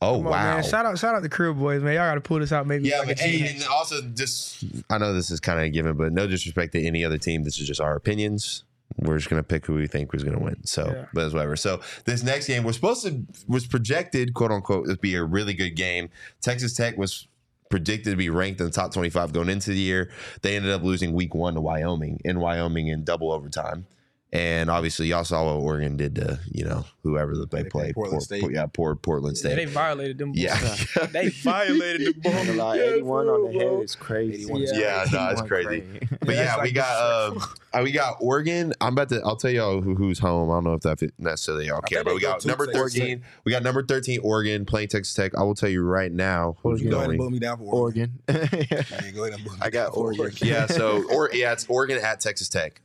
[SPEAKER 3] Come on,
[SPEAKER 1] wow.
[SPEAKER 3] man. Shout out, shout out the crew boys, man. Y'all got to pull this out, maybe.
[SPEAKER 1] Yeah,
[SPEAKER 3] like a
[SPEAKER 1] but hey,
[SPEAKER 3] team.
[SPEAKER 1] and also just I know this is kind of a given, but no disrespect to any other team. This is just our opinions. We're just gonna pick who we think was gonna win. So,
[SPEAKER 3] Yeah.
[SPEAKER 1] but it's whatever. So this next game was supposed to was projected, quote unquote, to be a really good game. Texas Tech was predicted to be ranked in the top 25 going into the year. They ended up losing week one to Wyoming in Wyoming in double overtime. And obviously, y'all saw what Oregon did to you know whoever that they,
[SPEAKER 4] They played
[SPEAKER 1] played.
[SPEAKER 4] Portland
[SPEAKER 1] Poor-
[SPEAKER 4] State.
[SPEAKER 1] poor- yeah, poor Portland
[SPEAKER 3] Yeah,
[SPEAKER 1] State.
[SPEAKER 3] they violated them. boys.
[SPEAKER 1] yeah,
[SPEAKER 3] they violated the ball.
[SPEAKER 2] Ain't gonna lie,
[SPEAKER 3] Yeah,
[SPEAKER 2] 81 on the
[SPEAKER 3] bro.
[SPEAKER 2] head is crazy.
[SPEAKER 4] Yeah.
[SPEAKER 1] Yeah, nah, it's
[SPEAKER 2] 81
[SPEAKER 1] crazy. But
[SPEAKER 3] Yeah,
[SPEAKER 1] yeah,
[SPEAKER 3] that's
[SPEAKER 1] we
[SPEAKER 3] like
[SPEAKER 1] got um, uh, we got Oregon. I'm about to. I'll tell y'all who, who's home. I don't know if that fit necessarily y'all
[SPEAKER 4] I
[SPEAKER 1] care,
[SPEAKER 4] think
[SPEAKER 1] but
[SPEAKER 4] they
[SPEAKER 1] we
[SPEAKER 4] go
[SPEAKER 1] got
[SPEAKER 4] to
[SPEAKER 1] number
[SPEAKER 4] Texas
[SPEAKER 1] 13. We got number 13 Oregon playing Texas Tech. I will tell you right now who's
[SPEAKER 4] You Go ahead and
[SPEAKER 1] going.
[SPEAKER 4] boot me down for Oregon.
[SPEAKER 2] Oregon.
[SPEAKER 4] Yeah, go ahead and boot me
[SPEAKER 2] I
[SPEAKER 4] down
[SPEAKER 2] got
[SPEAKER 4] for
[SPEAKER 2] Oregon.
[SPEAKER 1] Yeah, so or yeah, it's Oregon at Texas Tech.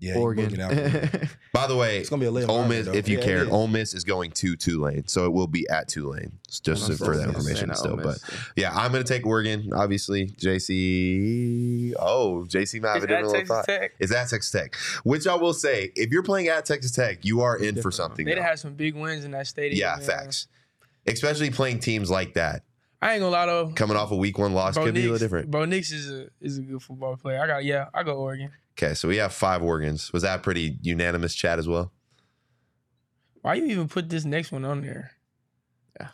[SPEAKER 4] Yeah, Oregon.
[SPEAKER 2] Oregon.
[SPEAKER 1] By the way,
[SPEAKER 4] It's gonna be a lit
[SPEAKER 1] Ole Miss,
[SPEAKER 4] environment, though.
[SPEAKER 1] if you
[SPEAKER 2] Yeah, it
[SPEAKER 1] cared,
[SPEAKER 2] is.
[SPEAKER 1] Ole Miss is going to Tulane, so it will be at Tulane. It's Just for that
[SPEAKER 4] saying,
[SPEAKER 1] information,
[SPEAKER 2] Saying
[SPEAKER 1] still,
[SPEAKER 2] Ole
[SPEAKER 1] but
[SPEAKER 2] Miss.
[SPEAKER 1] yeah, I'm gonna take Oregon. Obviously, JC. Oh, JC Mav. I
[SPEAKER 3] It's
[SPEAKER 1] didn't
[SPEAKER 3] at
[SPEAKER 1] really
[SPEAKER 3] Texas
[SPEAKER 1] thought.
[SPEAKER 3] Tech.
[SPEAKER 1] It's at Texas Tech, which I will say, if you're playing at Texas Tech, you are in for
[SPEAKER 2] Different, huh?
[SPEAKER 1] something.
[SPEAKER 3] They'd
[SPEAKER 1] though.
[SPEAKER 3] had some big wins in that stadium.
[SPEAKER 1] yeah,
[SPEAKER 3] man.
[SPEAKER 1] facts. Especially playing teams like that,
[SPEAKER 3] I ain't gonna lie though.
[SPEAKER 1] coming off a week one loss,
[SPEAKER 3] Bo
[SPEAKER 1] could be a
[SPEAKER 3] Nix,
[SPEAKER 1] little different.
[SPEAKER 3] Bo Nix is a is a good football player. I got yeah, I go Oregon.
[SPEAKER 1] Okay, so we have five organs. Was that pretty unanimous, chat as well?
[SPEAKER 3] Why you even put this next one on there?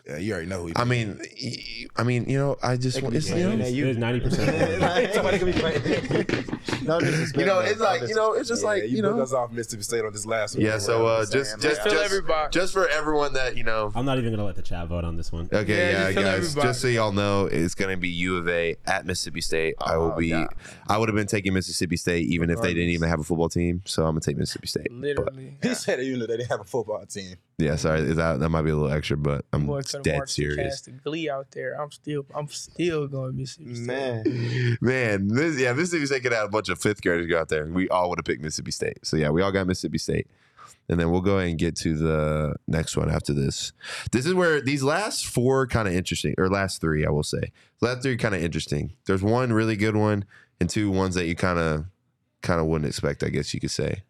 [SPEAKER 4] Yeah, you already know who. you
[SPEAKER 1] I mean, y- I mean, you know, I just
[SPEAKER 2] It could
[SPEAKER 1] want
[SPEAKER 2] be
[SPEAKER 1] it's,
[SPEAKER 2] playing
[SPEAKER 1] you know,
[SPEAKER 2] in
[SPEAKER 5] It was 90%.
[SPEAKER 2] Somebody could be playing. No disrespect,
[SPEAKER 1] you know,
[SPEAKER 2] man.
[SPEAKER 1] it's like
[SPEAKER 2] No
[SPEAKER 1] you know, it's
[SPEAKER 4] Yeah,
[SPEAKER 1] just like you
[SPEAKER 4] booked
[SPEAKER 1] know,
[SPEAKER 4] us off Mississippi State on this last one.
[SPEAKER 1] yeah. So uh,
[SPEAKER 4] Saying,
[SPEAKER 1] just
[SPEAKER 4] like,
[SPEAKER 1] just
[SPEAKER 3] Fill
[SPEAKER 1] just
[SPEAKER 3] every box.
[SPEAKER 1] just for everyone that you know,
[SPEAKER 5] I'm not even gonna let the chat vote on this one.
[SPEAKER 1] Okay, yeah,
[SPEAKER 3] Yeah, just tell
[SPEAKER 1] guys.
[SPEAKER 3] everybody.
[SPEAKER 1] Just so y'all know, it's gonna be U of A at Mississippi State. I will
[SPEAKER 2] Oh,
[SPEAKER 1] be.
[SPEAKER 2] yeah.
[SPEAKER 1] I would have been taking Mississippi State even if they didn't
[SPEAKER 2] Regardless.
[SPEAKER 1] even have a football team. So I'm gonna take Mississippi State.
[SPEAKER 3] Literally.
[SPEAKER 4] he said that you know they didn't have a football team.
[SPEAKER 1] Yeah, sorry, is that that might be a little extra, but I'm
[SPEAKER 3] Boy, could have
[SPEAKER 1] dead
[SPEAKER 3] marked the
[SPEAKER 1] serious.
[SPEAKER 3] cast of Glee out there. I'm still, I'm still going Mississippi State.
[SPEAKER 2] Man,
[SPEAKER 1] Man, this, yeah, Mississippi State could have had a bunch of fifth graders go out there. We all would have picked Mississippi State. So yeah, we all got Mississippi State. And then we'll go ahead and get to the next one after this. This is where these last four kind of interesting, or last three, I will say. Last three kind of interesting. There's one really good one and two ones that you kind of kind of wouldn't expect, I guess you could say.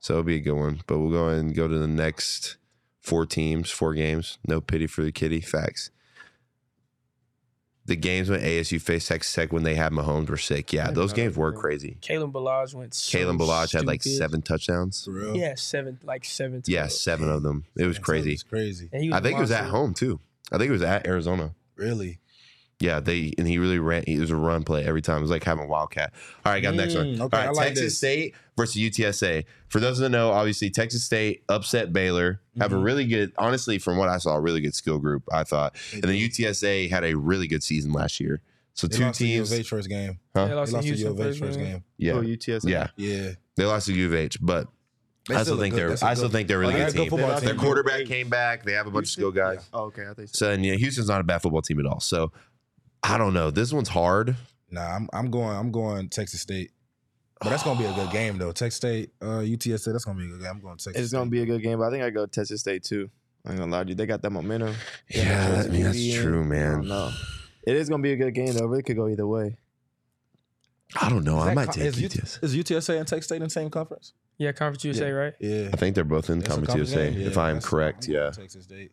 [SPEAKER 1] So it'll be a good one. But we'll go ahead and go to the next four teams, four games. No pity for the kitty. Facts. The games when ASU faced Texas Tech when they had Mahomes were sick. Yeah,
[SPEAKER 3] Yeah,
[SPEAKER 1] those
[SPEAKER 3] bro.
[SPEAKER 1] games were crazy.
[SPEAKER 3] Kalen Balaj went. So
[SPEAKER 1] Kalen Balaj had like
[SPEAKER 3] stupid.
[SPEAKER 1] seven touchdowns.
[SPEAKER 4] For real.
[SPEAKER 3] Yeah, seven, like seven.
[SPEAKER 1] Yeah,
[SPEAKER 3] total.
[SPEAKER 1] seven of them. It was
[SPEAKER 4] It's
[SPEAKER 1] crazy.
[SPEAKER 4] crazy.
[SPEAKER 3] And he
[SPEAKER 1] I think it was at
[SPEAKER 3] monster.
[SPEAKER 1] home too. I think it was at Arizona.
[SPEAKER 4] Really.
[SPEAKER 1] Yeah, they and he really ran. It was a run play every time. It was like having a wildcat. All right, got the next one.
[SPEAKER 4] Mm, okay,
[SPEAKER 1] All right,
[SPEAKER 4] I like
[SPEAKER 1] Texas
[SPEAKER 4] this.
[SPEAKER 1] State versus UTSA. For those that know, obviously Texas State upset Baylor. Have a
[SPEAKER 4] Mhm.
[SPEAKER 1] really good, honestly, from what I saw, a really good skill group. I thought, and then UTSA had a really good season last year. So
[SPEAKER 4] Mm-hmm. They
[SPEAKER 1] two
[SPEAKER 4] lost to U of
[SPEAKER 1] teams,
[SPEAKER 4] H first game.
[SPEAKER 3] They
[SPEAKER 4] They
[SPEAKER 3] lost,
[SPEAKER 4] lost
[SPEAKER 3] to
[SPEAKER 4] to U
[SPEAKER 3] Houston
[SPEAKER 4] of H
[SPEAKER 3] first
[SPEAKER 4] first
[SPEAKER 3] game.
[SPEAKER 4] game.
[SPEAKER 1] yeah,
[SPEAKER 2] oh, UTSA.
[SPEAKER 1] yeah.
[SPEAKER 4] Yeah.
[SPEAKER 1] They lost to U of H, but
[SPEAKER 4] They
[SPEAKER 1] I still
[SPEAKER 4] still look
[SPEAKER 1] think
[SPEAKER 4] good.
[SPEAKER 1] they're,
[SPEAKER 4] That's a
[SPEAKER 1] I still
[SPEAKER 4] good-
[SPEAKER 1] think they're a really
[SPEAKER 4] Like,
[SPEAKER 1] good
[SPEAKER 4] that's a good
[SPEAKER 1] team.
[SPEAKER 4] football
[SPEAKER 1] Their
[SPEAKER 4] team.
[SPEAKER 1] quarterback came back. They have a bunch of skill guys.
[SPEAKER 2] Oh, okay. I think so.
[SPEAKER 1] So and yeah, Houston's not a bad football team at all. So I don't know. This one's hard.
[SPEAKER 4] Nah, I'm I'm going I'm going Texas State. But that's gonna be a good game though. Texas State, uh, UTSA. That's gonna be a good game. I'm going Texas.
[SPEAKER 2] It's
[SPEAKER 4] State.
[SPEAKER 2] gonna be a good game, but I think I go Texas State too. I ain't gonna lie to you. They got that momentum. They
[SPEAKER 1] Yeah,
[SPEAKER 2] got
[SPEAKER 1] that-
[SPEAKER 2] James
[SPEAKER 1] I mean, that's
[SPEAKER 2] Bean.
[SPEAKER 1] true,
[SPEAKER 2] I
[SPEAKER 1] man.
[SPEAKER 2] don't know. It is gonna be a good game though. It really could go either way.
[SPEAKER 1] I don't know.
[SPEAKER 4] Is
[SPEAKER 1] I
[SPEAKER 4] that
[SPEAKER 1] might
[SPEAKER 4] con-
[SPEAKER 1] take
[SPEAKER 4] is U-
[SPEAKER 1] UTSA.
[SPEAKER 4] Is UTSA and Texas State in the same conference?
[SPEAKER 3] Yeah, Conference USA, right?
[SPEAKER 4] Yeah.
[SPEAKER 1] I think they're both in
[SPEAKER 4] It's a
[SPEAKER 1] Common
[SPEAKER 4] conference
[SPEAKER 1] USA,
[SPEAKER 4] game.
[SPEAKER 1] if
[SPEAKER 4] Yeah,
[SPEAKER 1] I am
[SPEAKER 4] that's-
[SPEAKER 1] correct.
[SPEAKER 4] I'm going
[SPEAKER 1] Yeah.
[SPEAKER 4] Texas State.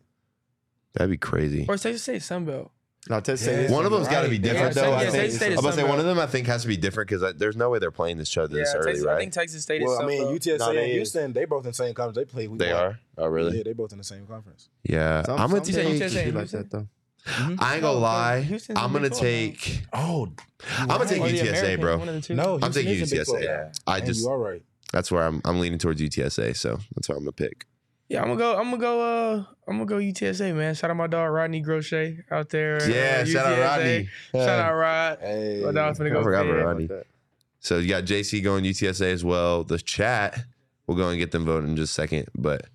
[SPEAKER 1] That'd be crazy.
[SPEAKER 3] Or Texas State Sunbelt.
[SPEAKER 2] No, Texas State.
[SPEAKER 4] Yeah.
[SPEAKER 2] is
[SPEAKER 1] One of
[SPEAKER 2] gonna
[SPEAKER 1] them's
[SPEAKER 2] be
[SPEAKER 1] got to
[SPEAKER 2] right.
[SPEAKER 1] be
[SPEAKER 4] Yeah,
[SPEAKER 1] different, though.
[SPEAKER 4] Texas-
[SPEAKER 1] I
[SPEAKER 4] yeah,
[SPEAKER 1] think.
[SPEAKER 4] Texas State
[SPEAKER 1] I'm
[SPEAKER 4] is
[SPEAKER 1] about to say
[SPEAKER 3] something
[SPEAKER 1] one of them. I think has to be different because there's no way they're playing this show this early,
[SPEAKER 3] Texas, I think
[SPEAKER 1] right?
[SPEAKER 3] Texas State is
[SPEAKER 4] Well, I
[SPEAKER 3] Sunbelt.
[SPEAKER 4] mean, UTSA
[SPEAKER 2] No, they
[SPEAKER 4] and
[SPEAKER 2] is.
[SPEAKER 4] Houston, they both in the same conference. They play. week
[SPEAKER 1] They
[SPEAKER 4] one.
[SPEAKER 1] are. Oh, really?
[SPEAKER 4] Yeah, they both in the same conference.
[SPEAKER 1] Yeah.
[SPEAKER 2] Some-
[SPEAKER 1] I'm gonna take.
[SPEAKER 2] some
[SPEAKER 3] You said
[SPEAKER 2] teams be
[SPEAKER 3] Houston?
[SPEAKER 2] like that though.
[SPEAKER 1] I ain't gonna
[SPEAKER 3] No,
[SPEAKER 1] lie.
[SPEAKER 3] Houston's
[SPEAKER 1] I'm
[SPEAKER 3] in
[SPEAKER 1] gonna
[SPEAKER 3] Big 12 now.
[SPEAKER 1] take.
[SPEAKER 4] Oh
[SPEAKER 1] I'm gonna take
[SPEAKER 3] Or the
[SPEAKER 1] UTSA,
[SPEAKER 3] American,
[SPEAKER 1] bro.
[SPEAKER 3] one of the two.
[SPEAKER 4] no,
[SPEAKER 1] I'm taking
[SPEAKER 4] Houston is in Big
[SPEAKER 1] UTSA.
[SPEAKER 4] Twelve.
[SPEAKER 1] I
[SPEAKER 4] And
[SPEAKER 1] just.
[SPEAKER 4] you are right.
[SPEAKER 1] That's where I'm. I'm leaning towards UTSA, so that's what I'm gonna pick.
[SPEAKER 3] Yeah, I'm gonna go. I'm gonna go. Uh, I'm gonna go UTSA, man. Shout out my dog Rodney Groche out there. uh,
[SPEAKER 1] Yeah. Shout out
[SPEAKER 3] UTSA.
[SPEAKER 1] Rodney.
[SPEAKER 3] Shout out Rod.
[SPEAKER 4] Hey,
[SPEAKER 3] Well, now it's gonna
[SPEAKER 1] I
[SPEAKER 3] go
[SPEAKER 1] forgot about
[SPEAKER 3] big.
[SPEAKER 1] Rodney. So you got JC going UTSA as well. The chat, we'll go and get them voted in just a second. But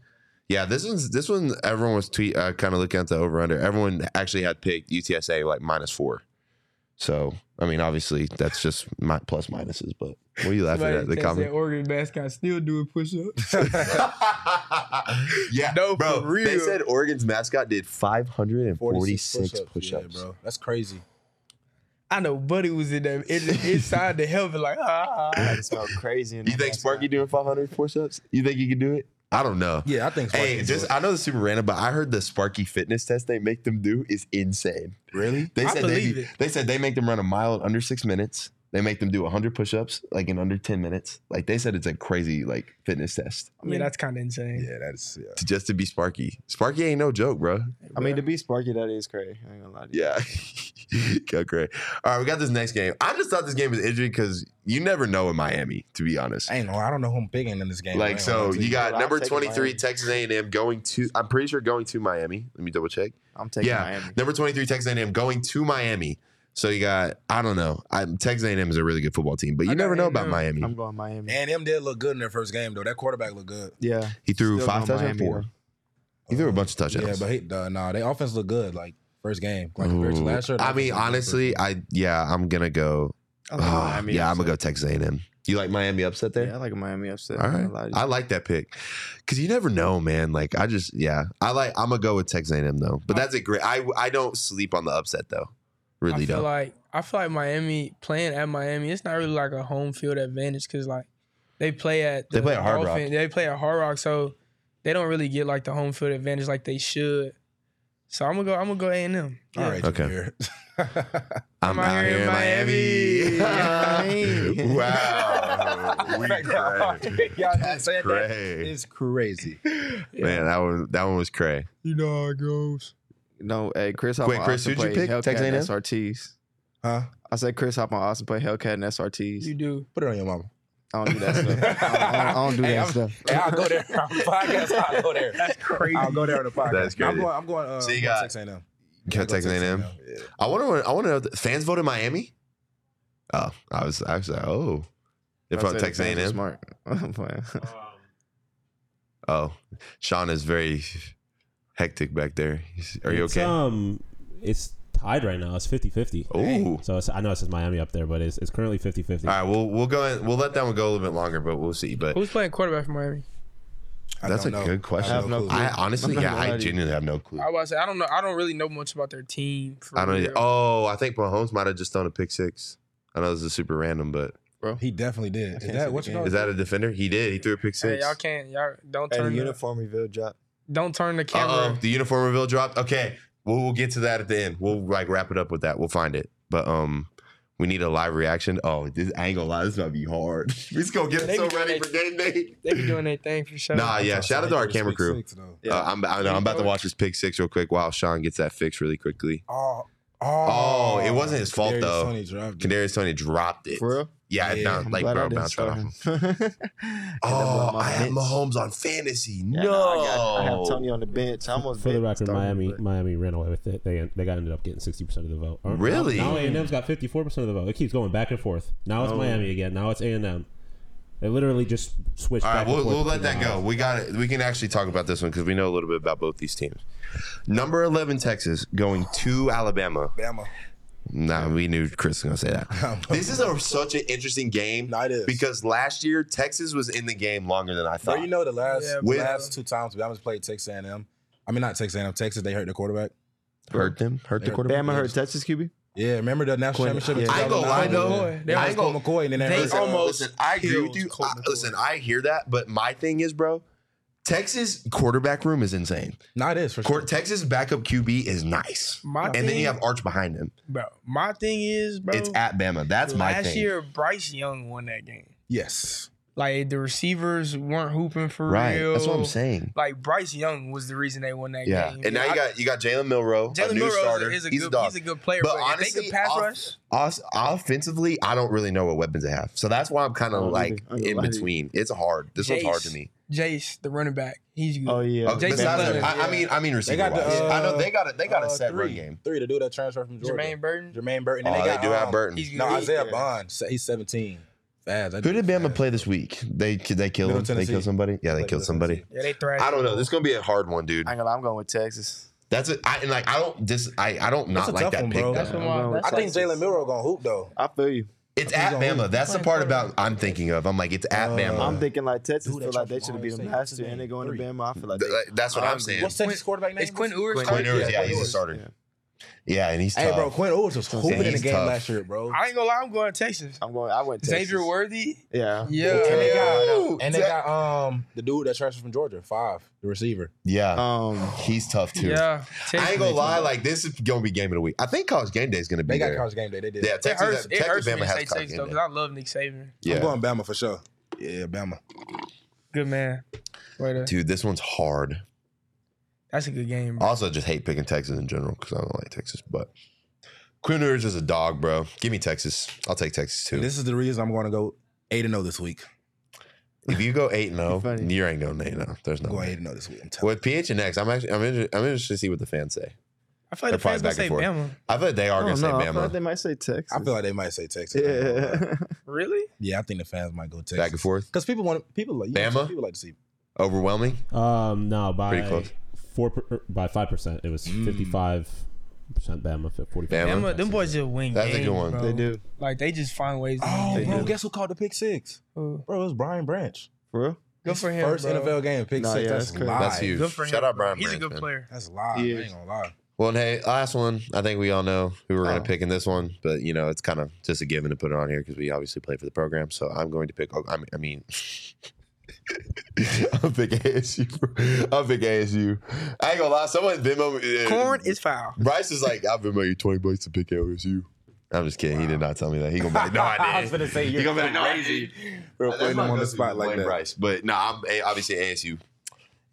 [SPEAKER 1] yeah, this one's this one. Everyone was tweet uh, kind of looking at the over under. Everyone actually had picked UTSA like minus four. So, I mean, obviously, that's just my plus minuses. But what are you laughing
[SPEAKER 3] Somebody
[SPEAKER 1] at? The
[SPEAKER 3] texted,
[SPEAKER 1] comment.
[SPEAKER 3] Oregon Bass can still do a push up.
[SPEAKER 1] yeah,
[SPEAKER 3] No,
[SPEAKER 1] bro.
[SPEAKER 3] for real.
[SPEAKER 1] They said Oregon's mascot did 546 push
[SPEAKER 4] Yeah,
[SPEAKER 1] ups.
[SPEAKER 4] bro. That's crazy.
[SPEAKER 3] I know Buddy was in there in- inside the helmet, like, ah, ah.
[SPEAKER 2] That's how crazy.
[SPEAKER 1] You think Sparky doing 500 push ups? You think he can do it? I don't know.
[SPEAKER 4] Yeah, I think.
[SPEAKER 1] Hey,
[SPEAKER 4] Sparky
[SPEAKER 1] just
[SPEAKER 4] enjoyed
[SPEAKER 1] I know this is super random, but I heard the Sparky fitness test they make them do is insane.
[SPEAKER 4] it. really.
[SPEAKER 1] They
[SPEAKER 3] I
[SPEAKER 1] said they,
[SPEAKER 3] believe
[SPEAKER 1] be-
[SPEAKER 3] it.
[SPEAKER 1] they said they make them run a mile in under six minutes. They make them do 100 push-ups like in under 10 minutes. Like they said, it's a crazy like fitness test
[SPEAKER 3] yeah, that's kind of insane.
[SPEAKER 4] Yeah, that's yeah.
[SPEAKER 1] to, just to be Sparky. Sparky ain't no joke, bro.
[SPEAKER 2] I mean, to be Sparky, that is crazy. I ain't gonna lie to you.
[SPEAKER 1] Yeah. Go great. All right, we got this next game. I just thought this game was interesting because you never know in Miami, to be honest.
[SPEAKER 4] I ain't know. I don't know who I'm picking in this game. I
[SPEAKER 1] Like
[SPEAKER 4] ain't
[SPEAKER 1] so,
[SPEAKER 4] gonna lie to
[SPEAKER 1] you got
[SPEAKER 2] Well, I'm
[SPEAKER 1] number
[SPEAKER 2] taking
[SPEAKER 1] twenty three
[SPEAKER 2] Miami.
[SPEAKER 1] Texas A and M going to. I'm pretty sure going to Miami. Let me double check.
[SPEAKER 2] I'm taking
[SPEAKER 1] Yeah.
[SPEAKER 2] Miami.
[SPEAKER 1] Number 23, Texas A&M going to Miami. So you got, I don't know. I, Texas A&M is a really good football team, but you
[SPEAKER 3] I got
[SPEAKER 1] never know about
[SPEAKER 3] A&M.
[SPEAKER 1] Miami.
[SPEAKER 2] I'm going Miami.
[SPEAKER 4] And them did look good in their first game though. That quarterback looked good. Um,
[SPEAKER 2] yeah,
[SPEAKER 1] he threw
[SPEAKER 2] still
[SPEAKER 1] five
[SPEAKER 2] going
[SPEAKER 1] touchdowns,
[SPEAKER 2] Miami,
[SPEAKER 1] four.
[SPEAKER 2] though.
[SPEAKER 1] He threw a bunch of
[SPEAKER 4] Yeah,
[SPEAKER 1] touchdowns.
[SPEAKER 4] but he, uh, nah, they offense looked good. Like first game, like compared to
[SPEAKER 1] Ooh.
[SPEAKER 4] last year. the
[SPEAKER 1] I
[SPEAKER 4] offense
[SPEAKER 1] mean,
[SPEAKER 4] looked good.
[SPEAKER 1] honestly, I yeah, I'm gonna go.
[SPEAKER 2] I like
[SPEAKER 1] ah,
[SPEAKER 2] Miami
[SPEAKER 1] yeah, I'm gonna go
[SPEAKER 2] upset.
[SPEAKER 1] Texas A&M. You like Miami upset there?
[SPEAKER 2] Yeah, I like a Miami upset.
[SPEAKER 1] All
[SPEAKER 2] I ain't
[SPEAKER 1] right,
[SPEAKER 2] gonna lie to you.
[SPEAKER 1] I like that pick because you never know, man. Like I just, yeah, I like. I'm gonna go with Texas A&M though, but that's a great. I I don't sleep on the upset though, really
[SPEAKER 3] I feel
[SPEAKER 1] don't.
[SPEAKER 3] like I feel like Miami playing at Miami, it's not really like a home field advantage because like they play at
[SPEAKER 1] They
[SPEAKER 3] the
[SPEAKER 1] play at Hard Rock.
[SPEAKER 3] They play at Hard Rock, so they don't really get like the home field advantage like they should. So I'm gonna go. I'm gonna go A and M.
[SPEAKER 4] all right,
[SPEAKER 1] Okay.
[SPEAKER 4] okay.
[SPEAKER 1] I'm,
[SPEAKER 3] I'm
[SPEAKER 1] out here in Miami.
[SPEAKER 2] Miami.
[SPEAKER 1] wow. We cray.
[SPEAKER 4] That's
[SPEAKER 1] Cray.
[SPEAKER 4] It's crazy.
[SPEAKER 1] Man, that one that one was cray.
[SPEAKER 3] You know how it goes.
[SPEAKER 2] No, hey Chris Hop
[SPEAKER 1] Wait,
[SPEAKER 2] on
[SPEAKER 1] Chris,
[SPEAKER 2] Austin
[SPEAKER 1] who'd you
[SPEAKER 2] play
[SPEAKER 1] pick?
[SPEAKER 2] Hellcat
[SPEAKER 1] Texas
[SPEAKER 2] and
[SPEAKER 1] A&M?
[SPEAKER 2] SRTs.
[SPEAKER 4] Huh?
[SPEAKER 2] I said Chris Hop on Austin play Hellcat and
[SPEAKER 3] You
[SPEAKER 2] SRTs.
[SPEAKER 3] do.
[SPEAKER 4] Put it on your mama.
[SPEAKER 2] I don't do that stuff. I don't, I don't do
[SPEAKER 4] Hey,
[SPEAKER 2] that
[SPEAKER 4] I'm-
[SPEAKER 2] stuff.
[SPEAKER 4] Hey, I'll go there. On the podcast, I'll go there. That's crazy. I'll go there on the podcast.
[SPEAKER 1] That's
[SPEAKER 4] No,
[SPEAKER 1] crazy.
[SPEAKER 4] I'm going. I'm going. Uh,
[SPEAKER 1] So you
[SPEAKER 4] I'm going
[SPEAKER 1] got-
[SPEAKER 4] Texas A&M. I'm
[SPEAKER 1] Can I
[SPEAKER 4] going
[SPEAKER 1] take
[SPEAKER 4] Texas
[SPEAKER 1] name?
[SPEAKER 4] A&M. Yeah.
[SPEAKER 1] I wonder I wonder if the fans voted Miami. Oh, I was I was like, oh. If I'm
[SPEAKER 2] said
[SPEAKER 1] Texas
[SPEAKER 2] fans are
[SPEAKER 1] A&M.
[SPEAKER 2] Smart. I'm playing.
[SPEAKER 1] Oh. Sean is very hectic back there. He's- Are you
[SPEAKER 5] It's,
[SPEAKER 1] okay?
[SPEAKER 5] Um, it's tied right now. It's 50-50.
[SPEAKER 1] Ooh.
[SPEAKER 5] So it's, I know it says Miami up there, but it's, it's currently
[SPEAKER 1] All
[SPEAKER 5] 50-50.
[SPEAKER 1] right, we'll we'll go in, we'll let that one go a little bit longer, but we'll see. But
[SPEAKER 3] Who's playing quarterback for Miami?
[SPEAKER 4] I
[SPEAKER 1] That's
[SPEAKER 4] don't
[SPEAKER 1] a
[SPEAKER 4] know.
[SPEAKER 1] good question.
[SPEAKER 4] I
[SPEAKER 2] I have no
[SPEAKER 4] clue.
[SPEAKER 1] I honestly,
[SPEAKER 2] I'm not
[SPEAKER 1] yeah,
[SPEAKER 2] gonna
[SPEAKER 1] I
[SPEAKER 2] lie to you.
[SPEAKER 1] genuinely have no clue.
[SPEAKER 3] I was about to say I don't know. I don't really know much about their team. For
[SPEAKER 1] I don't.
[SPEAKER 3] real.
[SPEAKER 1] Oh, I think Mahomes might have just thrown a pick six. I know this is super random, but
[SPEAKER 4] He definitely did. Is
[SPEAKER 2] can't
[SPEAKER 4] that
[SPEAKER 2] see
[SPEAKER 4] what
[SPEAKER 2] the
[SPEAKER 4] you
[SPEAKER 2] game.
[SPEAKER 4] call
[SPEAKER 1] is that a defender? He did. He threw a pick
[SPEAKER 3] Hey,
[SPEAKER 1] six.
[SPEAKER 3] y'all can't. Y'all don't
[SPEAKER 2] Hey, the
[SPEAKER 3] turn. The,
[SPEAKER 2] uniform reveal drop.
[SPEAKER 3] don't turn the
[SPEAKER 1] Uh
[SPEAKER 3] camera.
[SPEAKER 1] oh, the uniform reveal dropped. Okay, we'll, we'll get to that at the end. We'll like wrap it up with that. We'll find it, but um, we need a live reaction. Oh, this I ain't gonna lie, this might be hard. we just gonna get
[SPEAKER 3] They
[SPEAKER 1] so
[SPEAKER 3] be-
[SPEAKER 1] ready for game day.
[SPEAKER 3] They be doing their thing for sure.
[SPEAKER 1] Nah, yeah. Shout out to our
[SPEAKER 4] Six,
[SPEAKER 1] camera crew.
[SPEAKER 4] six, though.
[SPEAKER 1] Uh, I'm, I know, I'm about to watch this pick six real quick while Sean gets that fixed really quickly.
[SPEAKER 4] Oh,
[SPEAKER 1] Oh, it wasn't his fault,
[SPEAKER 4] Kadarius
[SPEAKER 1] though.
[SPEAKER 4] Toney dropped it.
[SPEAKER 1] Kadarius Tony dropped it.
[SPEAKER 2] For real?
[SPEAKER 1] Yeah, it
[SPEAKER 4] Yeah,
[SPEAKER 1] bounced,
[SPEAKER 2] I'm
[SPEAKER 1] like
[SPEAKER 2] glad I
[SPEAKER 1] bro,
[SPEAKER 2] didn't
[SPEAKER 1] bounced right off
[SPEAKER 2] start
[SPEAKER 1] him.
[SPEAKER 2] him. Had that boy
[SPEAKER 1] Oh,
[SPEAKER 2] on my
[SPEAKER 1] I had
[SPEAKER 2] bench.
[SPEAKER 1] Mahomes on fantasy.
[SPEAKER 2] Yeah,
[SPEAKER 1] no,
[SPEAKER 2] I, got, I have Tony on the bench. I almost
[SPEAKER 5] For the
[SPEAKER 2] bent
[SPEAKER 5] record,
[SPEAKER 2] started,
[SPEAKER 5] Miami
[SPEAKER 2] but-
[SPEAKER 5] Miami ran away with it. They they got ended up getting sixty percent of the vote. Or-
[SPEAKER 1] Really? Oh.
[SPEAKER 5] Now A and M's got fifty four percent of the vote. It keeps going back and forth. Now it's Miami again. Now it's A and M. They literally just switched.
[SPEAKER 1] All right,
[SPEAKER 5] back and
[SPEAKER 1] we'll,
[SPEAKER 5] forth
[SPEAKER 1] we'll let
[SPEAKER 5] between
[SPEAKER 1] that go.
[SPEAKER 5] the
[SPEAKER 1] We got it. We can actually talk about this one because we know a little bit about both these teams. Number eleven, Texas, going to Alabama.
[SPEAKER 4] Bama.
[SPEAKER 1] Nah, we knew Chris was gonna say that. this is a, such an interesting game
[SPEAKER 4] Nah, it is.
[SPEAKER 1] because last year Texas was in the game longer than I
[SPEAKER 4] Bro,
[SPEAKER 1] thought.
[SPEAKER 4] you know the last
[SPEAKER 3] Yeah,
[SPEAKER 4] the
[SPEAKER 1] With-
[SPEAKER 4] last two times Bama's played Texas A&M. I mean, not Texas A&M. Texas, they hurt the quarterback.
[SPEAKER 1] hurt them, hurt the
[SPEAKER 4] Bama
[SPEAKER 1] quarterback.
[SPEAKER 2] Bama hurt Texas QB.
[SPEAKER 4] Yeah, remember the national
[SPEAKER 2] Quinn-
[SPEAKER 4] championship? in
[SPEAKER 1] I
[SPEAKER 2] yeah.
[SPEAKER 1] ain't gonna lie
[SPEAKER 4] 2009?
[SPEAKER 3] though. They
[SPEAKER 4] Yeah,
[SPEAKER 1] I ain't
[SPEAKER 4] it was
[SPEAKER 1] gonna-
[SPEAKER 4] Cole McCoy, and then that
[SPEAKER 3] they
[SPEAKER 4] hurt
[SPEAKER 1] Listen,
[SPEAKER 4] him.
[SPEAKER 3] almost-
[SPEAKER 1] listen, I agree with
[SPEAKER 3] killed
[SPEAKER 1] you.
[SPEAKER 3] Colt
[SPEAKER 1] I-
[SPEAKER 3] McCoy.
[SPEAKER 1] listen, I hear that, but my thing is, bro, Texas quarterback room is insane.
[SPEAKER 4] Not this for
[SPEAKER 1] Court
[SPEAKER 4] sure.
[SPEAKER 1] Texas backup QB is nice.
[SPEAKER 3] My
[SPEAKER 1] and then
[SPEAKER 3] thing-
[SPEAKER 1] you have Arch behind him.
[SPEAKER 3] bro. My thing is, bro.
[SPEAKER 1] It's at Bama. That's my
[SPEAKER 3] last
[SPEAKER 1] thing.
[SPEAKER 3] year Bryce Young won that game.
[SPEAKER 4] Yes.
[SPEAKER 3] Like the receivers weren't hooping for
[SPEAKER 1] right.
[SPEAKER 3] real.
[SPEAKER 1] That's what I'm saying.
[SPEAKER 3] Like Bryce Young was the reason they won that
[SPEAKER 1] Yeah.
[SPEAKER 3] game.
[SPEAKER 1] And now
[SPEAKER 3] I-
[SPEAKER 1] you got you got Jalen Milrow,
[SPEAKER 3] Jalen
[SPEAKER 1] a new
[SPEAKER 3] Milrow is a-
[SPEAKER 1] starter.
[SPEAKER 3] is a
[SPEAKER 1] he's
[SPEAKER 3] good-
[SPEAKER 1] a dog.
[SPEAKER 3] he's a good player,
[SPEAKER 1] But
[SPEAKER 3] but if they
[SPEAKER 1] honestly,
[SPEAKER 3] could pass
[SPEAKER 1] off-
[SPEAKER 3] rush-
[SPEAKER 1] off- offensively, I don't really know what weapons they have. So that's why I'm kind
[SPEAKER 2] I
[SPEAKER 1] of
[SPEAKER 2] don't
[SPEAKER 1] like
[SPEAKER 2] either. I ain't
[SPEAKER 1] in
[SPEAKER 2] gonna lie to you.
[SPEAKER 1] between. It's hard. This one's hard to
[SPEAKER 3] Jace.
[SPEAKER 1] me.
[SPEAKER 3] Jace, the running back. He's good.
[SPEAKER 2] Oh yeah.
[SPEAKER 1] Okay,
[SPEAKER 3] Jason
[SPEAKER 1] besides
[SPEAKER 3] Butler,
[SPEAKER 1] that, I, I
[SPEAKER 3] yeah.
[SPEAKER 1] mean, I mean, receiver.
[SPEAKER 4] got the,
[SPEAKER 1] I know
[SPEAKER 4] uh,
[SPEAKER 1] they got a, they got a
[SPEAKER 4] Uh,
[SPEAKER 1] set run
[SPEAKER 4] three.
[SPEAKER 1] game.
[SPEAKER 4] Three to do that transfer from Georgia.
[SPEAKER 3] Jermaine Burton.
[SPEAKER 4] Jermaine Burton. And
[SPEAKER 1] oh,
[SPEAKER 4] they,
[SPEAKER 1] they,
[SPEAKER 4] got,
[SPEAKER 1] do have
[SPEAKER 4] um,
[SPEAKER 1] Burton.
[SPEAKER 3] He's good.
[SPEAKER 4] No, Isaiah
[SPEAKER 3] Yeah.
[SPEAKER 4] Bond. so He's 17. Fast. That
[SPEAKER 1] Who
[SPEAKER 4] dude
[SPEAKER 1] did Bama
[SPEAKER 4] fast.
[SPEAKER 1] play this week? They could they kill
[SPEAKER 4] Middle
[SPEAKER 1] him. They
[SPEAKER 4] Tennessee.
[SPEAKER 1] kill somebody. Yeah, they
[SPEAKER 4] Like
[SPEAKER 1] killed
[SPEAKER 4] Middle
[SPEAKER 1] somebody.
[SPEAKER 3] Yeah, they thrashed.
[SPEAKER 1] I don't know.
[SPEAKER 3] him.
[SPEAKER 1] This is gonna be a hard one, dude.
[SPEAKER 2] I ain't gonna lie, I'm going with Texas.
[SPEAKER 1] That's it. I and like I don't dis I I don't not
[SPEAKER 4] That's a
[SPEAKER 1] like
[SPEAKER 4] tough
[SPEAKER 1] that
[SPEAKER 4] one,
[SPEAKER 1] pick.
[SPEAKER 4] bro.
[SPEAKER 1] Though.
[SPEAKER 4] That's
[SPEAKER 3] That's what
[SPEAKER 2] I
[SPEAKER 3] my,
[SPEAKER 2] don't know.
[SPEAKER 3] that's
[SPEAKER 4] I think Jalen Miro gonna hoop though.
[SPEAKER 2] I feel you.
[SPEAKER 1] It's
[SPEAKER 4] That's
[SPEAKER 1] at
[SPEAKER 4] what he's gonna
[SPEAKER 1] Bama. That's the
[SPEAKER 3] Playing
[SPEAKER 1] part
[SPEAKER 3] quarterback.
[SPEAKER 1] about I'm thinking of. I'm like it's at
[SPEAKER 4] Uh,
[SPEAKER 1] Bama.
[SPEAKER 4] I'm
[SPEAKER 2] I'm thinking like Texas
[SPEAKER 4] Dude,
[SPEAKER 2] feel
[SPEAKER 4] that
[SPEAKER 2] like they
[SPEAKER 4] Trump
[SPEAKER 2] should have beat
[SPEAKER 4] always
[SPEAKER 2] them
[SPEAKER 4] say,
[SPEAKER 2] last year,
[SPEAKER 4] what's his
[SPEAKER 2] and
[SPEAKER 4] name?
[SPEAKER 2] they're going
[SPEAKER 4] Three.
[SPEAKER 2] to Bama. I feel like
[SPEAKER 1] Th-
[SPEAKER 2] they-
[SPEAKER 1] that's what I'm
[SPEAKER 2] Honestly,
[SPEAKER 1] saying.
[SPEAKER 4] What's Texas quarterback name?
[SPEAKER 3] It's Quinn Ewers.
[SPEAKER 1] Quinn
[SPEAKER 3] coach.
[SPEAKER 1] Ewers, yeah, he's a
[SPEAKER 4] Ewers.
[SPEAKER 1] starter.
[SPEAKER 2] Yeah.
[SPEAKER 1] Yeah, and he's
[SPEAKER 4] Hey,
[SPEAKER 1] tough.
[SPEAKER 4] bro, Quinn Ewers was hooping in the
[SPEAKER 1] he's
[SPEAKER 4] game
[SPEAKER 1] tough.
[SPEAKER 4] last year, bro.
[SPEAKER 3] I ain't gonna lie, I'm going Texas.
[SPEAKER 2] I'm going. I went Texas.
[SPEAKER 3] Xavier Worthy.
[SPEAKER 2] Yeah.
[SPEAKER 4] And they
[SPEAKER 3] Yeah.
[SPEAKER 1] Ooh,
[SPEAKER 4] got, and they
[SPEAKER 1] that-
[SPEAKER 4] got um the dude that transferred from Georgia, five, the receiver.
[SPEAKER 1] yeah,
[SPEAKER 2] Um.
[SPEAKER 1] he's tough too.
[SPEAKER 3] Yeah.
[SPEAKER 1] I
[SPEAKER 3] Texas.
[SPEAKER 1] ain't gonna lie, like this is gonna be game of the week. I think College Game Day is gonna be
[SPEAKER 4] They got
[SPEAKER 1] there.
[SPEAKER 4] college game day. They did.
[SPEAKER 1] yeah,
[SPEAKER 3] It
[SPEAKER 1] Texas,
[SPEAKER 3] hurts, it
[SPEAKER 1] Texas
[SPEAKER 3] hurts me
[SPEAKER 1] Bama
[SPEAKER 3] to
[SPEAKER 1] has
[SPEAKER 3] say
[SPEAKER 1] college
[SPEAKER 3] Texas,
[SPEAKER 1] game
[SPEAKER 3] though,
[SPEAKER 1] day.
[SPEAKER 3] because I love Nick Saban.
[SPEAKER 4] I'm
[SPEAKER 1] Yeah,
[SPEAKER 4] going Bama for sure. Yeah, Bama.
[SPEAKER 3] Good man. Right there.
[SPEAKER 1] dude, this one's hard.
[SPEAKER 3] That's a good game.
[SPEAKER 1] I
[SPEAKER 3] Bro.
[SPEAKER 1] Also, just hate picking Texas in general because I don't like Texas. But Quinn Ewers is a dog, bro. Give me Texas. I'll take Texas too.
[SPEAKER 4] This is the reason I'm going to go eight and zero this week.
[SPEAKER 1] if you go eight and zero,
[SPEAKER 2] Funny.
[SPEAKER 1] you ain't going eight and zero. There's no
[SPEAKER 4] I'm going eight
[SPEAKER 1] way.
[SPEAKER 4] and oh. zero this week. I'm telling
[SPEAKER 1] With PH and X, I'm actually I'm interested, I'm interested to see what the fans say.
[SPEAKER 3] I feel like the
[SPEAKER 1] They're
[SPEAKER 3] fans
[SPEAKER 1] probably
[SPEAKER 3] gonna say
[SPEAKER 1] back
[SPEAKER 3] Bama.
[SPEAKER 1] I feel like they are
[SPEAKER 2] I
[SPEAKER 1] gonna
[SPEAKER 2] don't
[SPEAKER 1] say
[SPEAKER 2] know. I feel like
[SPEAKER 1] Bama.
[SPEAKER 2] they might say Texas.
[SPEAKER 4] you. I feel like they might say Texas.
[SPEAKER 2] Yeah.
[SPEAKER 3] Really?
[SPEAKER 4] yeah. I think the fans might go Texas
[SPEAKER 1] Back and forth,
[SPEAKER 4] because people want people like you know,
[SPEAKER 1] Bama?
[SPEAKER 4] People like to see
[SPEAKER 1] overwhelming.
[SPEAKER 5] Um, no, by
[SPEAKER 1] Pretty close. Mm.
[SPEAKER 5] four per, er, by five percent. It was fifty-five percent Bama, forty-five.
[SPEAKER 1] Bama.
[SPEAKER 3] Bama, them boys just win.
[SPEAKER 1] That's a
[SPEAKER 3] games,
[SPEAKER 1] good one.
[SPEAKER 3] bro.
[SPEAKER 2] They do.
[SPEAKER 3] Like they just find ways. To
[SPEAKER 4] Oh,
[SPEAKER 3] win
[SPEAKER 4] bro,
[SPEAKER 3] games.
[SPEAKER 4] guess who called the pick six?
[SPEAKER 3] Ooh.
[SPEAKER 4] Bro, it was Brian Branch.
[SPEAKER 2] For real?
[SPEAKER 3] Good for him.
[SPEAKER 4] First
[SPEAKER 3] bro.
[SPEAKER 4] NFL game, pick
[SPEAKER 2] Nah,
[SPEAKER 4] six.
[SPEAKER 2] yeah,
[SPEAKER 4] that's
[SPEAKER 2] that's crazy.
[SPEAKER 4] live.
[SPEAKER 1] That's huge.
[SPEAKER 3] Good for him.
[SPEAKER 1] Shout out
[SPEAKER 3] bro.
[SPEAKER 1] Brian.
[SPEAKER 3] He's a
[SPEAKER 1] Branch,
[SPEAKER 3] good
[SPEAKER 1] man.
[SPEAKER 3] player.
[SPEAKER 4] That's live.
[SPEAKER 2] Yeah.
[SPEAKER 4] I ain't gonna lie.
[SPEAKER 1] Well, and hey, last one. I think we all know who we're going
[SPEAKER 2] Oh.
[SPEAKER 1] to pick in this one, but you know, it's kind of just a given to put it on here because we obviously play for the program. So I'm going to pick. oh, I mean, I mean I'm pick ASU. bro. I'm pick ASU. I ain't gonna lie. Someone Venmo. uh,
[SPEAKER 3] Corn is foul.
[SPEAKER 1] Bryce is like, I'll Venmo you twenty bucks to pick ASU. I'm just kidding. He did not tell me that. He gonna be like, no, I did.
[SPEAKER 4] was gonna say
[SPEAKER 1] He gonna be like, no, I did.
[SPEAKER 4] Bro,
[SPEAKER 1] That's
[SPEAKER 4] putting
[SPEAKER 1] my
[SPEAKER 4] them on the
[SPEAKER 1] go-to,
[SPEAKER 4] spot like
[SPEAKER 1] Blaine
[SPEAKER 4] that.
[SPEAKER 1] Bryce, but no, I'm eh, obviously ASU,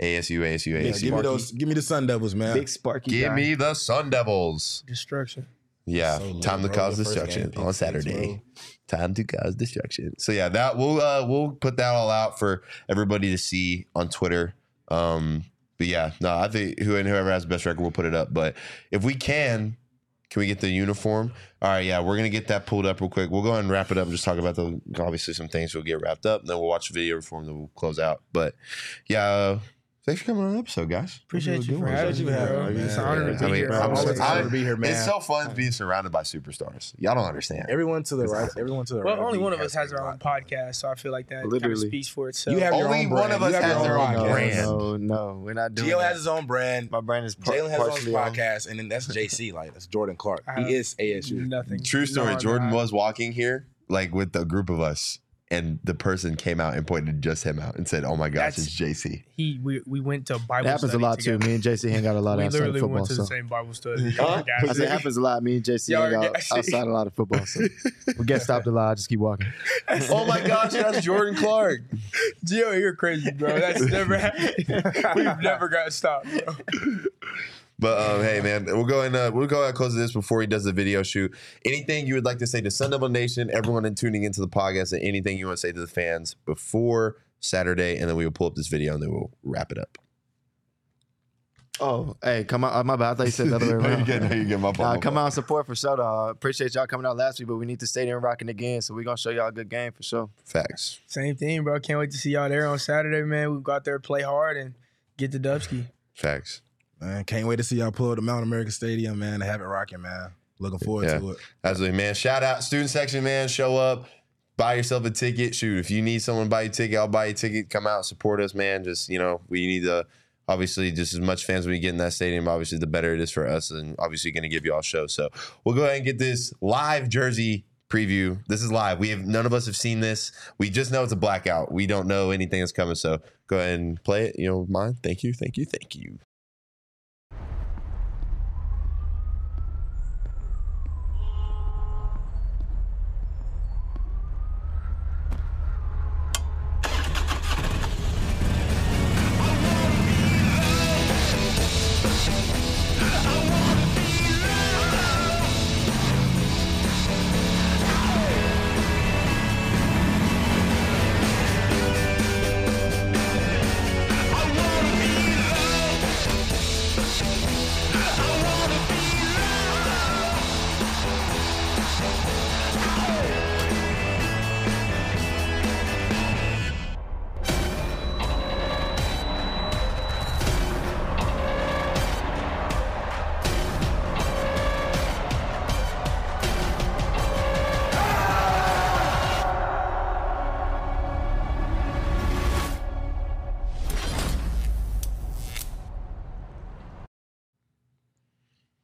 [SPEAKER 1] ASU, ASU,
[SPEAKER 4] Yeah,
[SPEAKER 1] ASU.
[SPEAKER 4] give me those. Give me the Sun Devils, man.
[SPEAKER 2] Big Sparky.
[SPEAKER 1] Give
[SPEAKER 2] guy.
[SPEAKER 1] me the Sun Devils.
[SPEAKER 3] Destruction.
[SPEAKER 1] Yeah,
[SPEAKER 4] So
[SPEAKER 1] time
[SPEAKER 4] lit,
[SPEAKER 1] to
[SPEAKER 4] bro.
[SPEAKER 1] cause
[SPEAKER 4] Your first game
[SPEAKER 1] destruction
[SPEAKER 4] pick
[SPEAKER 1] on
[SPEAKER 4] six,
[SPEAKER 1] Saturday. Time to cause destruction. So yeah, that we'll uh, we'll put that all out for everybody to see on Twitter. Um, but yeah, no, I think who and whoever has the best record, we'll put it up. But if we can, can we get the uniform? All right, yeah, we're gonna get that pulled up real quick. We'll go ahead and wrap it up and just talk about the obviously some things will get wrapped up. Then we'll watch the video reform. Then we'll close out. But yeah, uh, thanks for coming on the episode, guys.
[SPEAKER 3] Appreciate you for having
[SPEAKER 4] Appreciate
[SPEAKER 3] me,
[SPEAKER 4] you having
[SPEAKER 3] bro.
[SPEAKER 4] me,
[SPEAKER 3] It's an
[SPEAKER 4] man.
[SPEAKER 3] honor
[SPEAKER 4] Yeah,
[SPEAKER 3] to
[SPEAKER 1] I
[SPEAKER 3] be
[SPEAKER 1] mean,
[SPEAKER 3] here.
[SPEAKER 1] I'm
[SPEAKER 4] I'm
[SPEAKER 3] bro.
[SPEAKER 4] always
[SPEAKER 1] I-
[SPEAKER 4] honored to be here, man.
[SPEAKER 1] It's so fun being surrounded by superstars. Y'all don't understand.
[SPEAKER 4] Everyone to the right. Everyone to the right.
[SPEAKER 3] Well, only one of us has
[SPEAKER 4] their
[SPEAKER 3] our own podcast, so I feel like that kind of
[SPEAKER 2] Literally.
[SPEAKER 3] speaks for itself.
[SPEAKER 4] You have your
[SPEAKER 1] Only
[SPEAKER 4] own
[SPEAKER 1] one
[SPEAKER 4] brand.
[SPEAKER 1] of us
[SPEAKER 4] You have
[SPEAKER 1] has
[SPEAKER 4] your
[SPEAKER 1] their own
[SPEAKER 4] podcast.
[SPEAKER 1] brand.
[SPEAKER 2] No, no, we're not doing.
[SPEAKER 4] Gio
[SPEAKER 2] that.
[SPEAKER 4] has his own brand.
[SPEAKER 2] My brand is par-
[SPEAKER 4] Jalen has his own
[SPEAKER 2] partially on.
[SPEAKER 4] podcast, and then that's JC. Like that's Jordan Clark.
[SPEAKER 3] I have
[SPEAKER 4] He is ASU.
[SPEAKER 3] nothing.
[SPEAKER 1] True story.
[SPEAKER 3] No,
[SPEAKER 1] Jordan
[SPEAKER 3] no, I-
[SPEAKER 1] was walking here, like with a group of us, and the person came out and pointed just him out and said, "Oh my gosh,
[SPEAKER 3] That's-
[SPEAKER 1] it's JC."
[SPEAKER 3] He we, we went to Bible.
[SPEAKER 2] It happens a
[SPEAKER 3] study
[SPEAKER 2] lot
[SPEAKER 3] together.
[SPEAKER 2] too. Me and JC hang out a lot
[SPEAKER 3] We
[SPEAKER 2] outside of
[SPEAKER 3] literally
[SPEAKER 2] football.
[SPEAKER 3] went to the
[SPEAKER 2] So.
[SPEAKER 3] same Bible study.
[SPEAKER 1] Huh?
[SPEAKER 2] I said it happens a lot. Me and JC
[SPEAKER 3] Y'all
[SPEAKER 2] hang
[SPEAKER 3] are
[SPEAKER 2] out
[SPEAKER 3] gassy.
[SPEAKER 2] outside a lot of football. So we get stopped a lot. I just keep walking.
[SPEAKER 1] oh my gosh, that's Jordan Clark.
[SPEAKER 3] Gio, you're crazy, bro. That's never happened. We've never got stopped, bro.
[SPEAKER 1] But um, hey, man, we'll go and uh, we'll go ahead and close this before he does the video shoot. Anything you would like to say to Sun Devil Nation, everyone in tuning into the podcast, and anything you want to say to the fans before Saturday, and then we will pull up this video and then we'll wrap it up.
[SPEAKER 2] Oh, hey, come out. My bad. I thought you said the other way
[SPEAKER 1] No,
[SPEAKER 2] around.
[SPEAKER 1] you get, no, you get my
[SPEAKER 2] Nah,
[SPEAKER 1] point.
[SPEAKER 2] come out and support for sure. Though. I appreciate y'all coming out last week, but we need to stay there and rocking again. So we're gonna show y'all a good game for sure.
[SPEAKER 1] Facts.
[SPEAKER 3] Same thing, bro. Can't wait to see y'all there on Saturday, man. We go out there, play hard, and get the Dubsky.
[SPEAKER 1] Facts.
[SPEAKER 4] Man, can't wait to see y'all pull up to Mount America Stadium, man. and Have it rocking, man. Looking forward
[SPEAKER 1] Yeah.
[SPEAKER 4] to it.
[SPEAKER 1] Absolutely, man. Shout out student section, man. Show up, buy yourself a ticket. Shoot, if you need someone to buy you a ticket, I'll buy you a ticket. Come out, support us, man. Just you know, we need to obviously just as much fans we get in that stadium, obviously the better it is for us, and obviously going to give you all a show. So we'll go ahead and get this live jersey preview. This is live. We have none of us have seen this. We just know it's a blackout. We don't know anything that's coming. So go ahead and play it. You know, mine. Thank you, thank you, thank you.
[SPEAKER 6] I wanna be loved.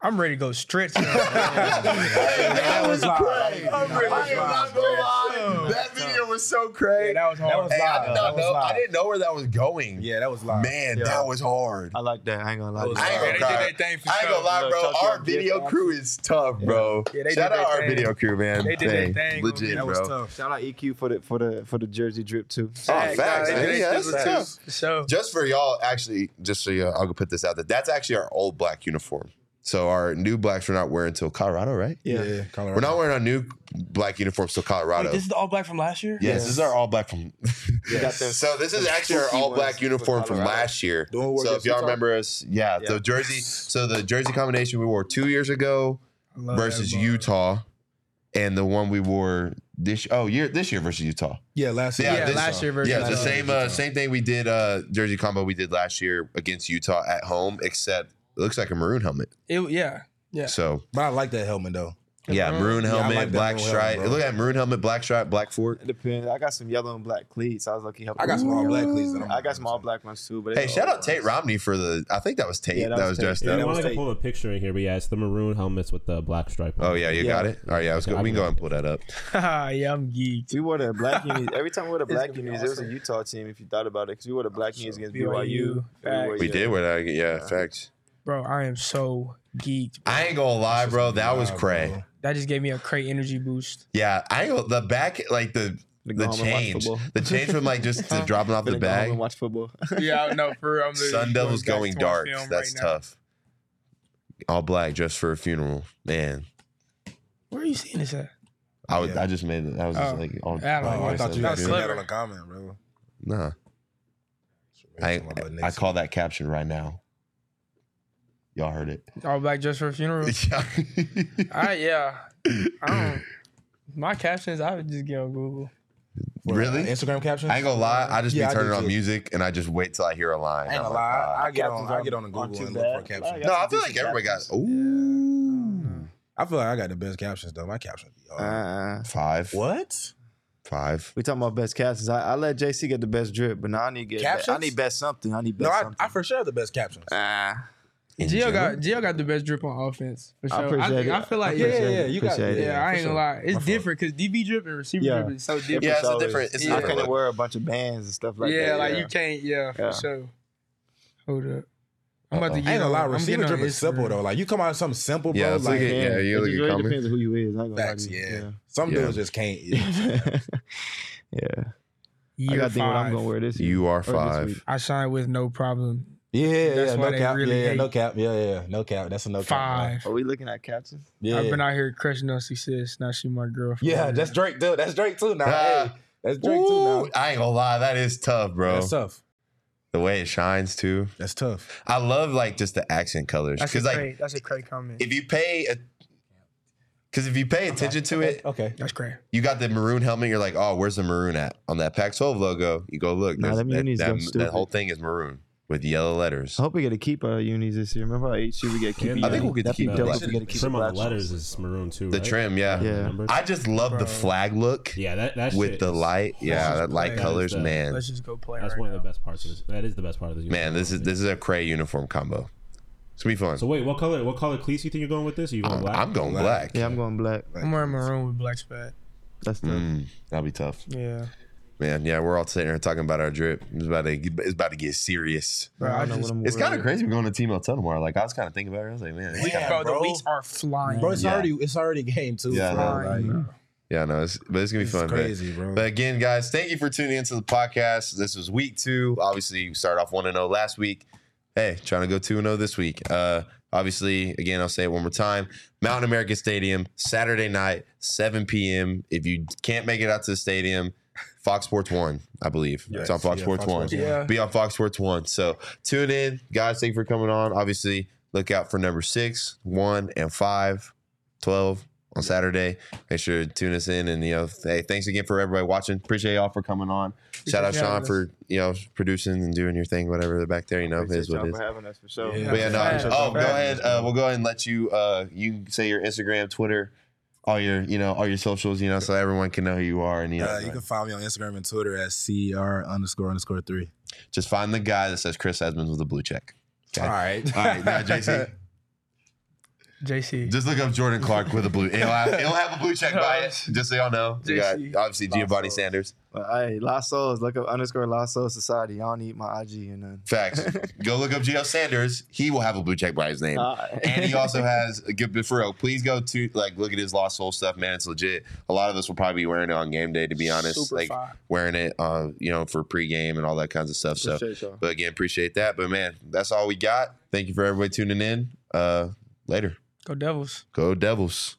[SPEAKER 3] I'm ready to go stretch. now.
[SPEAKER 1] that was
[SPEAKER 4] live.
[SPEAKER 1] crazy.
[SPEAKER 4] That
[SPEAKER 1] I'm really not gonna lie. That video was so crazy.
[SPEAKER 3] Yeah, that was hard.
[SPEAKER 4] was
[SPEAKER 1] Hey, I did
[SPEAKER 4] live.
[SPEAKER 1] not
[SPEAKER 4] That was
[SPEAKER 1] know. I
[SPEAKER 4] live.
[SPEAKER 1] didn't know where that was going.
[SPEAKER 4] Yeah, that was live.
[SPEAKER 1] Man,
[SPEAKER 2] Yeah.
[SPEAKER 1] that was hard.
[SPEAKER 2] I like that. I ain't gonna lie.
[SPEAKER 4] That was
[SPEAKER 2] to you.
[SPEAKER 1] I ain't gonna,
[SPEAKER 4] Yeah, they
[SPEAKER 1] cry.
[SPEAKER 3] did their thing for
[SPEAKER 1] I ain't
[SPEAKER 3] sure.
[SPEAKER 1] gonna lie,
[SPEAKER 2] Little
[SPEAKER 1] bro.
[SPEAKER 2] Chucky
[SPEAKER 1] Our
[SPEAKER 2] on dick
[SPEAKER 1] video
[SPEAKER 2] off.
[SPEAKER 1] crew is tough, bro.
[SPEAKER 3] Yeah, they did
[SPEAKER 1] Shout out
[SPEAKER 3] their
[SPEAKER 1] our
[SPEAKER 3] thing.
[SPEAKER 1] video crew, man.
[SPEAKER 3] They did their
[SPEAKER 1] Dang,
[SPEAKER 3] thing,
[SPEAKER 1] Legit,
[SPEAKER 4] That
[SPEAKER 1] bro.
[SPEAKER 4] was tough.
[SPEAKER 2] Shout out EQ for the for the for the jersey drip too.
[SPEAKER 1] Oh,
[SPEAKER 3] Facts,
[SPEAKER 1] facts.
[SPEAKER 3] dog.
[SPEAKER 1] man.
[SPEAKER 3] They
[SPEAKER 1] Yeah,
[SPEAKER 3] did
[SPEAKER 1] that's
[SPEAKER 3] their
[SPEAKER 1] tough.
[SPEAKER 3] so
[SPEAKER 1] Just for y'all, actually, just so y'all, I'll go put this out there. That's actually our old black uniform. So our new blacks we're not wearing until Colorado, right?
[SPEAKER 4] Yeah, Colorado.
[SPEAKER 1] We're not wearing our new black uniforms till Colorado.
[SPEAKER 3] Wait, this is the all black from last year.
[SPEAKER 1] yes, this is our all black from.
[SPEAKER 2] You got them.
[SPEAKER 1] So this is
[SPEAKER 2] the
[SPEAKER 1] actually our
[SPEAKER 2] spooky
[SPEAKER 1] all
[SPEAKER 2] ones
[SPEAKER 1] black
[SPEAKER 2] for
[SPEAKER 1] uniform from
[SPEAKER 2] Colorado.
[SPEAKER 1] last year.
[SPEAKER 4] Doing what
[SPEAKER 1] So if
[SPEAKER 4] against
[SPEAKER 1] y'all
[SPEAKER 4] Utah?
[SPEAKER 1] remember us, yeah, the
[SPEAKER 2] Yeah.
[SPEAKER 1] jersey. So the jersey combination we wore two years ago
[SPEAKER 3] I love that
[SPEAKER 1] versus
[SPEAKER 3] ball.
[SPEAKER 1] Utah, and the one we wore this oh year this year versus Utah.
[SPEAKER 4] Yeah, last year.
[SPEAKER 1] Yeah,
[SPEAKER 3] Yeah,
[SPEAKER 1] this-
[SPEAKER 3] last year versus
[SPEAKER 1] Yeah, it's the
[SPEAKER 3] Utah.
[SPEAKER 1] same uh, same thing we did uh, jersey combo we did last year against Utah at home, except it looks like a maroon helmet.
[SPEAKER 3] It, yeah, yeah.
[SPEAKER 1] So
[SPEAKER 4] But I like that helmet though.
[SPEAKER 1] yeah, maroon
[SPEAKER 4] Yeah, I
[SPEAKER 1] helmet,
[SPEAKER 4] like that
[SPEAKER 1] black
[SPEAKER 4] maroon
[SPEAKER 1] stripe.
[SPEAKER 4] helmet, bro.
[SPEAKER 1] Look at maroon helmet, black stripe, black fort.
[SPEAKER 2] It depends. I got some yellow and black cleats. I was lucky.
[SPEAKER 4] I got some all black cleats. that I'm-
[SPEAKER 2] I got some all black ones too. But
[SPEAKER 1] Hey,
[SPEAKER 2] it's
[SPEAKER 1] shout
[SPEAKER 2] all
[SPEAKER 1] out Tate
[SPEAKER 2] ones.
[SPEAKER 1] Romney for the. I think that was Tate
[SPEAKER 2] Yeah,
[SPEAKER 1] that,
[SPEAKER 2] that
[SPEAKER 1] was
[SPEAKER 2] was
[SPEAKER 1] dressed
[SPEAKER 2] Tate.
[SPEAKER 5] Yeah,
[SPEAKER 1] up.
[SPEAKER 5] I wanted to
[SPEAKER 2] State.
[SPEAKER 5] pull a picture in here, but yeah, it's the maroon helmets with the black stripe. on
[SPEAKER 1] Oh
[SPEAKER 5] it.
[SPEAKER 1] yeah, you
[SPEAKER 2] Yeah.
[SPEAKER 1] got it. All right, yeah, let's go. We can go ahead and pull that up.
[SPEAKER 3] yeah, I'm geeked.
[SPEAKER 2] We wore the black unis. Every time we wore the
[SPEAKER 3] It's
[SPEAKER 2] black
[SPEAKER 3] gonna be
[SPEAKER 2] unis, it was a
[SPEAKER 3] awesome.
[SPEAKER 2] Utah team. If you thought about it, because we wore the black unis against
[SPEAKER 3] BYU.
[SPEAKER 2] BYU.
[SPEAKER 3] Facts.
[SPEAKER 1] We did wear that. Yeah,
[SPEAKER 2] Yeah.
[SPEAKER 1] facts.
[SPEAKER 3] Bro, I am so geeked.
[SPEAKER 1] I ain't gonna lie, bro. That was
[SPEAKER 4] Nah,
[SPEAKER 1] cray.
[SPEAKER 4] bro.
[SPEAKER 3] That just gave me a great energy boost.
[SPEAKER 1] Yeah, I ain't gonna, the back like the
[SPEAKER 2] The,
[SPEAKER 1] the change, the change from like just to dropping off the bag.
[SPEAKER 2] Watch football.
[SPEAKER 3] Yeah, no, for real. I'm literally
[SPEAKER 1] Sun Devils
[SPEAKER 3] back
[SPEAKER 1] going
[SPEAKER 3] to our
[SPEAKER 1] dark.
[SPEAKER 3] film
[SPEAKER 1] That's
[SPEAKER 3] right now.
[SPEAKER 1] tough. All black just for a funeral, man.
[SPEAKER 3] Where are you seeing this at?
[SPEAKER 1] I was,
[SPEAKER 4] Yeah.
[SPEAKER 1] I just made it. I was just
[SPEAKER 3] Oh.
[SPEAKER 1] like, all,
[SPEAKER 3] I don't know.
[SPEAKER 4] Oh, I thought you
[SPEAKER 3] That
[SPEAKER 4] had
[SPEAKER 3] was
[SPEAKER 4] seen
[SPEAKER 3] clever.
[SPEAKER 4] that on a comment, bro.
[SPEAKER 1] nah. I, I call that caption right now. Y'all heard it.
[SPEAKER 3] All black just for a funeral. I yeah. I don't. My captions, I would just get on Google.
[SPEAKER 4] For, uh,
[SPEAKER 1] Really?
[SPEAKER 4] Instagram captions.
[SPEAKER 1] I ain't gonna lie. I just
[SPEAKER 4] Yeah, I
[SPEAKER 1] be
[SPEAKER 4] do
[SPEAKER 1] turning on
[SPEAKER 4] too.
[SPEAKER 1] music and I just wait till I hear a line.
[SPEAKER 4] I ain't
[SPEAKER 1] I'm
[SPEAKER 4] gonna
[SPEAKER 1] like,
[SPEAKER 4] lie.
[SPEAKER 1] ah.
[SPEAKER 4] I get on.
[SPEAKER 2] captions
[SPEAKER 4] I
[SPEAKER 2] aren't-
[SPEAKER 4] get on the
[SPEAKER 2] aren't
[SPEAKER 4] Google
[SPEAKER 2] too
[SPEAKER 4] and look for a
[SPEAKER 2] bad. I
[SPEAKER 4] caption.
[SPEAKER 2] got-
[SPEAKER 1] no, I
[SPEAKER 2] some
[SPEAKER 1] feel like
[SPEAKER 2] decent
[SPEAKER 1] everybody got.
[SPEAKER 2] captions.
[SPEAKER 1] Ooh.
[SPEAKER 4] I feel like I got the best captions though. My captions be hard.
[SPEAKER 2] Uh,
[SPEAKER 1] Five.
[SPEAKER 4] What?
[SPEAKER 1] Five.
[SPEAKER 2] we talking about best captions. I, I let JC get the best drip, but now I need to get.
[SPEAKER 4] Captions?
[SPEAKER 2] I need best something. I need
[SPEAKER 4] No,
[SPEAKER 2] best
[SPEAKER 4] I,
[SPEAKER 2] something.
[SPEAKER 4] I for sure have the best captions.
[SPEAKER 3] Uh,
[SPEAKER 2] Ah,
[SPEAKER 1] In
[SPEAKER 3] Gio got
[SPEAKER 1] general?
[SPEAKER 3] Gio got the best drip on offense. For sure. I,
[SPEAKER 2] appreciate
[SPEAKER 3] think-
[SPEAKER 2] it.
[SPEAKER 3] I feel like
[SPEAKER 2] I
[SPEAKER 3] yeah,
[SPEAKER 2] appreciate
[SPEAKER 3] yeah,
[SPEAKER 2] it.
[SPEAKER 3] yeah.
[SPEAKER 4] you
[SPEAKER 2] Appreciate
[SPEAKER 4] got-
[SPEAKER 2] it.
[SPEAKER 3] Yeah, I
[SPEAKER 4] for
[SPEAKER 3] ain't
[SPEAKER 4] sure.
[SPEAKER 3] gonna lie.
[SPEAKER 4] My
[SPEAKER 3] It's
[SPEAKER 4] fault.
[SPEAKER 3] different because DB drip and receiver
[SPEAKER 2] Yeah.
[SPEAKER 3] drip is so different.
[SPEAKER 1] Yeah, it's a
[SPEAKER 2] Always.
[SPEAKER 1] different. It's a
[SPEAKER 3] Yeah.
[SPEAKER 2] I
[SPEAKER 1] different.
[SPEAKER 2] couldn't
[SPEAKER 1] look.
[SPEAKER 2] wear a bunch of bands and stuff like
[SPEAKER 3] yeah,
[SPEAKER 2] that.
[SPEAKER 3] like you can't. Yeah, for
[SPEAKER 2] Yeah.
[SPEAKER 3] sure. Hold up. I'm about
[SPEAKER 1] Uh-oh.
[SPEAKER 3] to get
[SPEAKER 4] I ain't gonna lie.
[SPEAKER 3] on- I'm
[SPEAKER 4] Receiver
[SPEAKER 3] getting on
[SPEAKER 4] drip is simple
[SPEAKER 3] Instagram.
[SPEAKER 4] though. Like you come out with something simple,
[SPEAKER 1] Yeah,
[SPEAKER 4] bro.
[SPEAKER 1] it's like-
[SPEAKER 4] Like
[SPEAKER 1] Yeah, you
[SPEAKER 2] it
[SPEAKER 1] look at
[SPEAKER 2] just really
[SPEAKER 1] comments.
[SPEAKER 2] depends on who you is. I ain't gonna
[SPEAKER 4] facts.
[SPEAKER 2] lie to you.
[SPEAKER 4] Yeah. Some
[SPEAKER 1] Yeah.
[SPEAKER 4] dudes just can't. yeah.
[SPEAKER 2] yeah.
[SPEAKER 3] Year
[SPEAKER 2] I gotta think what I'm
[SPEAKER 3] five.
[SPEAKER 2] gonna wear this year.
[SPEAKER 1] You are
[SPEAKER 2] this
[SPEAKER 1] five.
[SPEAKER 2] week.
[SPEAKER 3] I signed with no problem.
[SPEAKER 4] Yeah, yeah,
[SPEAKER 3] That's
[SPEAKER 4] yeah,
[SPEAKER 3] why
[SPEAKER 4] no
[SPEAKER 3] they
[SPEAKER 4] cap.
[SPEAKER 3] really
[SPEAKER 4] yeah, yeah, no
[SPEAKER 3] hate.
[SPEAKER 4] cap. Yeah, yeah, yeah, no cap. That's a no cap. bro.
[SPEAKER 3] Five.
[SPEAKER 2] Are we looking at captions?
[SPEAKER 4] Oh, Yeah,
[SPEAKER 3] I've been out here crushing on success. Now she my girlfriend.
[SPEAKER 4] yeah. That's Drake, dude. That's Drake too now.
[SPEAKER 1] Ah.
[SPEAKER 4] hey, that's Drake
[SPEAKER 1] Ooh,
[SPEAKER 4] too now.
[SPEAKER 1] I ain't gonna lie. That is tough, bro.
[SPEAKER 4] That's tough.
[SPEAKER 1] The way it shines too.
[SPEAKER 4] That's tough.
[SPEAKER 1] I love like just the accent colors
[SPEAKER 3] that's a
[SPEAKER 1] because like
[SPEAKER 3] great. That's a great comment.
[SPEAKER 1] if you pay a because if you pay attention to it,
[SPEAKER 4] Okay.
[SPEAKER 3] that's great.
[SPEAKER 1] you got the maroon helmet. You're like, oh, where's the maroon at on that Pac-12 logo? You go look.
[SPEAKER 2] Nah,
[SPEAKER 1] there's-
[SPEAKER 2] them
[SPEAKER 1] that,
[SPEAKER 2] unis
[SPEAKER 1] that,
[SPEAKER 2] look
[SPEAKER 1] that
[SPEAKER 2] stupid.
[SPEAKER 1] whole thing is maroon with yellow letters.
[SPEAKER 2] I hope we get to keep our unis this year. Remember how each year we get to keep?
[SPEAKER 5] I think we'll
[SPEAKER 1] get to
[SPEAKER 2] That'd
[SPEAKER 1] keep
[SPEAKER 2] be
[SPEAKER 1] the
[SPEAKER 2] dope
[SPEAKER 1] black-
[SPEAKER 2] if we get to keep
[SPEAKER 5] trim
[SPEAKER 2] the
[SPEAKER 5] on
[SPEAKER 2] black
[SPEAKER 5] the letters is maroon too.
[SPEAKER 1] The
[SPEAKER 5] right?
[SPEAKER 1] trim, yeah.
[SPEAKER 2] Yeah.
[SPEAKER 5] Numbers.
[SPEAKER 1] I just love the
[SPEAKER 3] Bro.
[SPEAKER 1] flag look
[SPEAKER 5] yeah, that, that
[SPEAKER 1] with
[SPEAKER 5] shit
[SPEAKER 1] the
[SPEAKER 5] is-
[SPEAKER 1] light. Yeah,
[SPEAKER 3] just
[SPEAKER 1] that light
[SPEAKER 3] crazy.
[SPEAKER 1] colors,
[SPEAKER 5] That is the-
[SPEAKER 1] man.
[SPEAKER 3] Let's just go play.
[SPEAKER 5] That's
[SPEAKER 3] right
[SPEAKER 5] one
[SPEAKER 3] now.
[SPEAKER 5] of the best parts of this. That is the best part of this.
[SPEAKER 1] Man,
[SPEAKER 5] uniform.
[SPEAKER 1] this is this is a cray uniform combo. It's gonna be fun.
[SPEAKER 5] So wait, what color? What color cleats you think you're going with this? Are you going
[SPEAKER 1] I'm,
[SPEAKER 5] black?
[SPEAKER 1] I'm going black.
[SPEAKER 4] Black.
[SPEAKER 2] Yeah, I'm going black.
[SPEAKER 3] I'm wearing maroon with black spot.
[SPEAKER 2] That's the
[SPEAKER 1] Mm, that'll be tough,
[SPEAKER 3] Yeah,
[SPEAKER 1] man. Yeah, we're all sitting here talking about our drip. It's about to get, it's about to get serious.
[SPEAKER 3] bro.
[SPEAKER 2] I
[SPEAKER 3] I
[SPEAKER 2] don't know what
[SPEAKER 3] just,
[SPEAKER 2] I'm
[SPEAKER 1] It's kind of
[SPEAKER 2] wearing.
[SPEAKER 1] crazy. We're going to Team El tomorrow. Like I was kind of thinking about it. I was like, man, it's kinda-
[SPEAKER 4] Yeah,
[SPEAKER 3] bro, Oh, the
[SPEAKER 4] bro.
[SPEAKER 3] weeks are flying.
[SPEAKER 4] Bro, it's
[SPEAKER 1] Yeah.
[SPEAKER 4] already it's already game two.
[SPEAKER 1] Yeah, I
[SPEAKER 4] bro.
[SPEAKER 1] know.
[SPEAKER 4] Like,
[SPEAKER 3] Flying,
[SPEAKER 1] yeah, no, it's, but it's gonna be
[SPEAKER 4] it's
[SPEAKER 1] fun. man.
[SPEAKER 4] crazy, bro.
[SPEAKER 1] But again, guys, thank you for tuning into the podcast. This was week two. Obviously, we started off 1 0 last week. Hey, trying to go 2 0 this week. Uh, obviously, again, I'll say it one more time Mountain America Stadium, Saturday night, 7 p.m. If you can't make it out to the stadium, Fox Sports 1, I believe. it's on
[SPEAKER 4] Yes,
[SPEAKER 1] Fox
[SPEAKER 4] yeah,
[SPEAKER 1] Sports
[SPEAKER 4] Fox
[SPEAKER 1] 1.
[SPEAKER 4] Sports
[SPEAKER 3] bro. Yeah.
[SPEAKER 1] Be on Fox Sports 1. So tune in. Guys, thank you for coming on. Obviously, look out for number six, one, and five, 12 on Saturday. Make sure to tune us in. And, you know, hey, thanks again for everybody watching. Appreciate y'all for coming on. Shout out
[SPEAKER 3] Appreciate y'all
[SPEAKER 1] Sean for, you know, producing and doing your thing, whatever back there, you know, it is
[SPEAKER 2] Appreciate
[SPEAKER 1] what
[SPEAKER 2] y'all
[SPEAKER 1] it
[SPEAKER 2] for
[SPEAKER 1] is.
[SPEAKER 2] having us for sure.
[SPEAKER 4] Yeah.
[SPEAKER 1] But yeah, no.
[SPEAKER 3] Appreciate
[SPEAKER 1] Oh,
[SPEAKER 3] y'all
[SPEAKER 1] go
[SPEAKER 3] for
[SPEAKER 1] ahead. Uh, we'll go ahead and let you, uh, you say your Instagram, Twitter, all your, you know, all your socials, you know, so everyone can know who you are. And, you know,
[SPEAKER 4] Uh, you can find me on Instagram and Twitter at CR underscore underscore three.
[SPEAKER 1] just find the guy that says Chris Edmonds with a blue check. Okay.
[SPEAKER 4] right.
[SPEAKER 1] All right, now, JC.
[SPEAKER 3] JC.
[SPEAKER 1] Just look up Jordan Clark with a blue. It'll have, it'll have a blue check by it. Just so y'all know, you got
[SPEAKER 3] JC.
[SPEAKER 1] obviously Giovanni Sanders.
[SPEAKER 2] But hey, Lost Souls, look up underscore Lost Souls Society. Y'all need my IG and uh, then.
[SPEAKER 1] Facts. go look up Gio Sanders. He will have a blue check by his
[SPEAKER 3] Uh,
[SPEAKER 1] name.
[SPEAKER 2] All right.
[SPEAKER 1] and he also has a good but for real. Please go to like look at his Lost Soul stuff, man. It's legit. A lot of us will probably be wearing it on game day, to be honest.
[SPEAKER 3] Super
[SPEAKER 1] like
[SPEAKER 3] fire.
[SPEAKER 1] wearing it, uh, you know, for pregame and all that kinds of stuff. So,
[SPEAKER 2] Appreciate y'all.
[SPEAKER 1] but again, appreciate that. But man, that's all we got. Thank you for everybody tuning in. Uh, later,
[SPEAKER 3] Go Devils.
[SPEAKER 1] go Devils.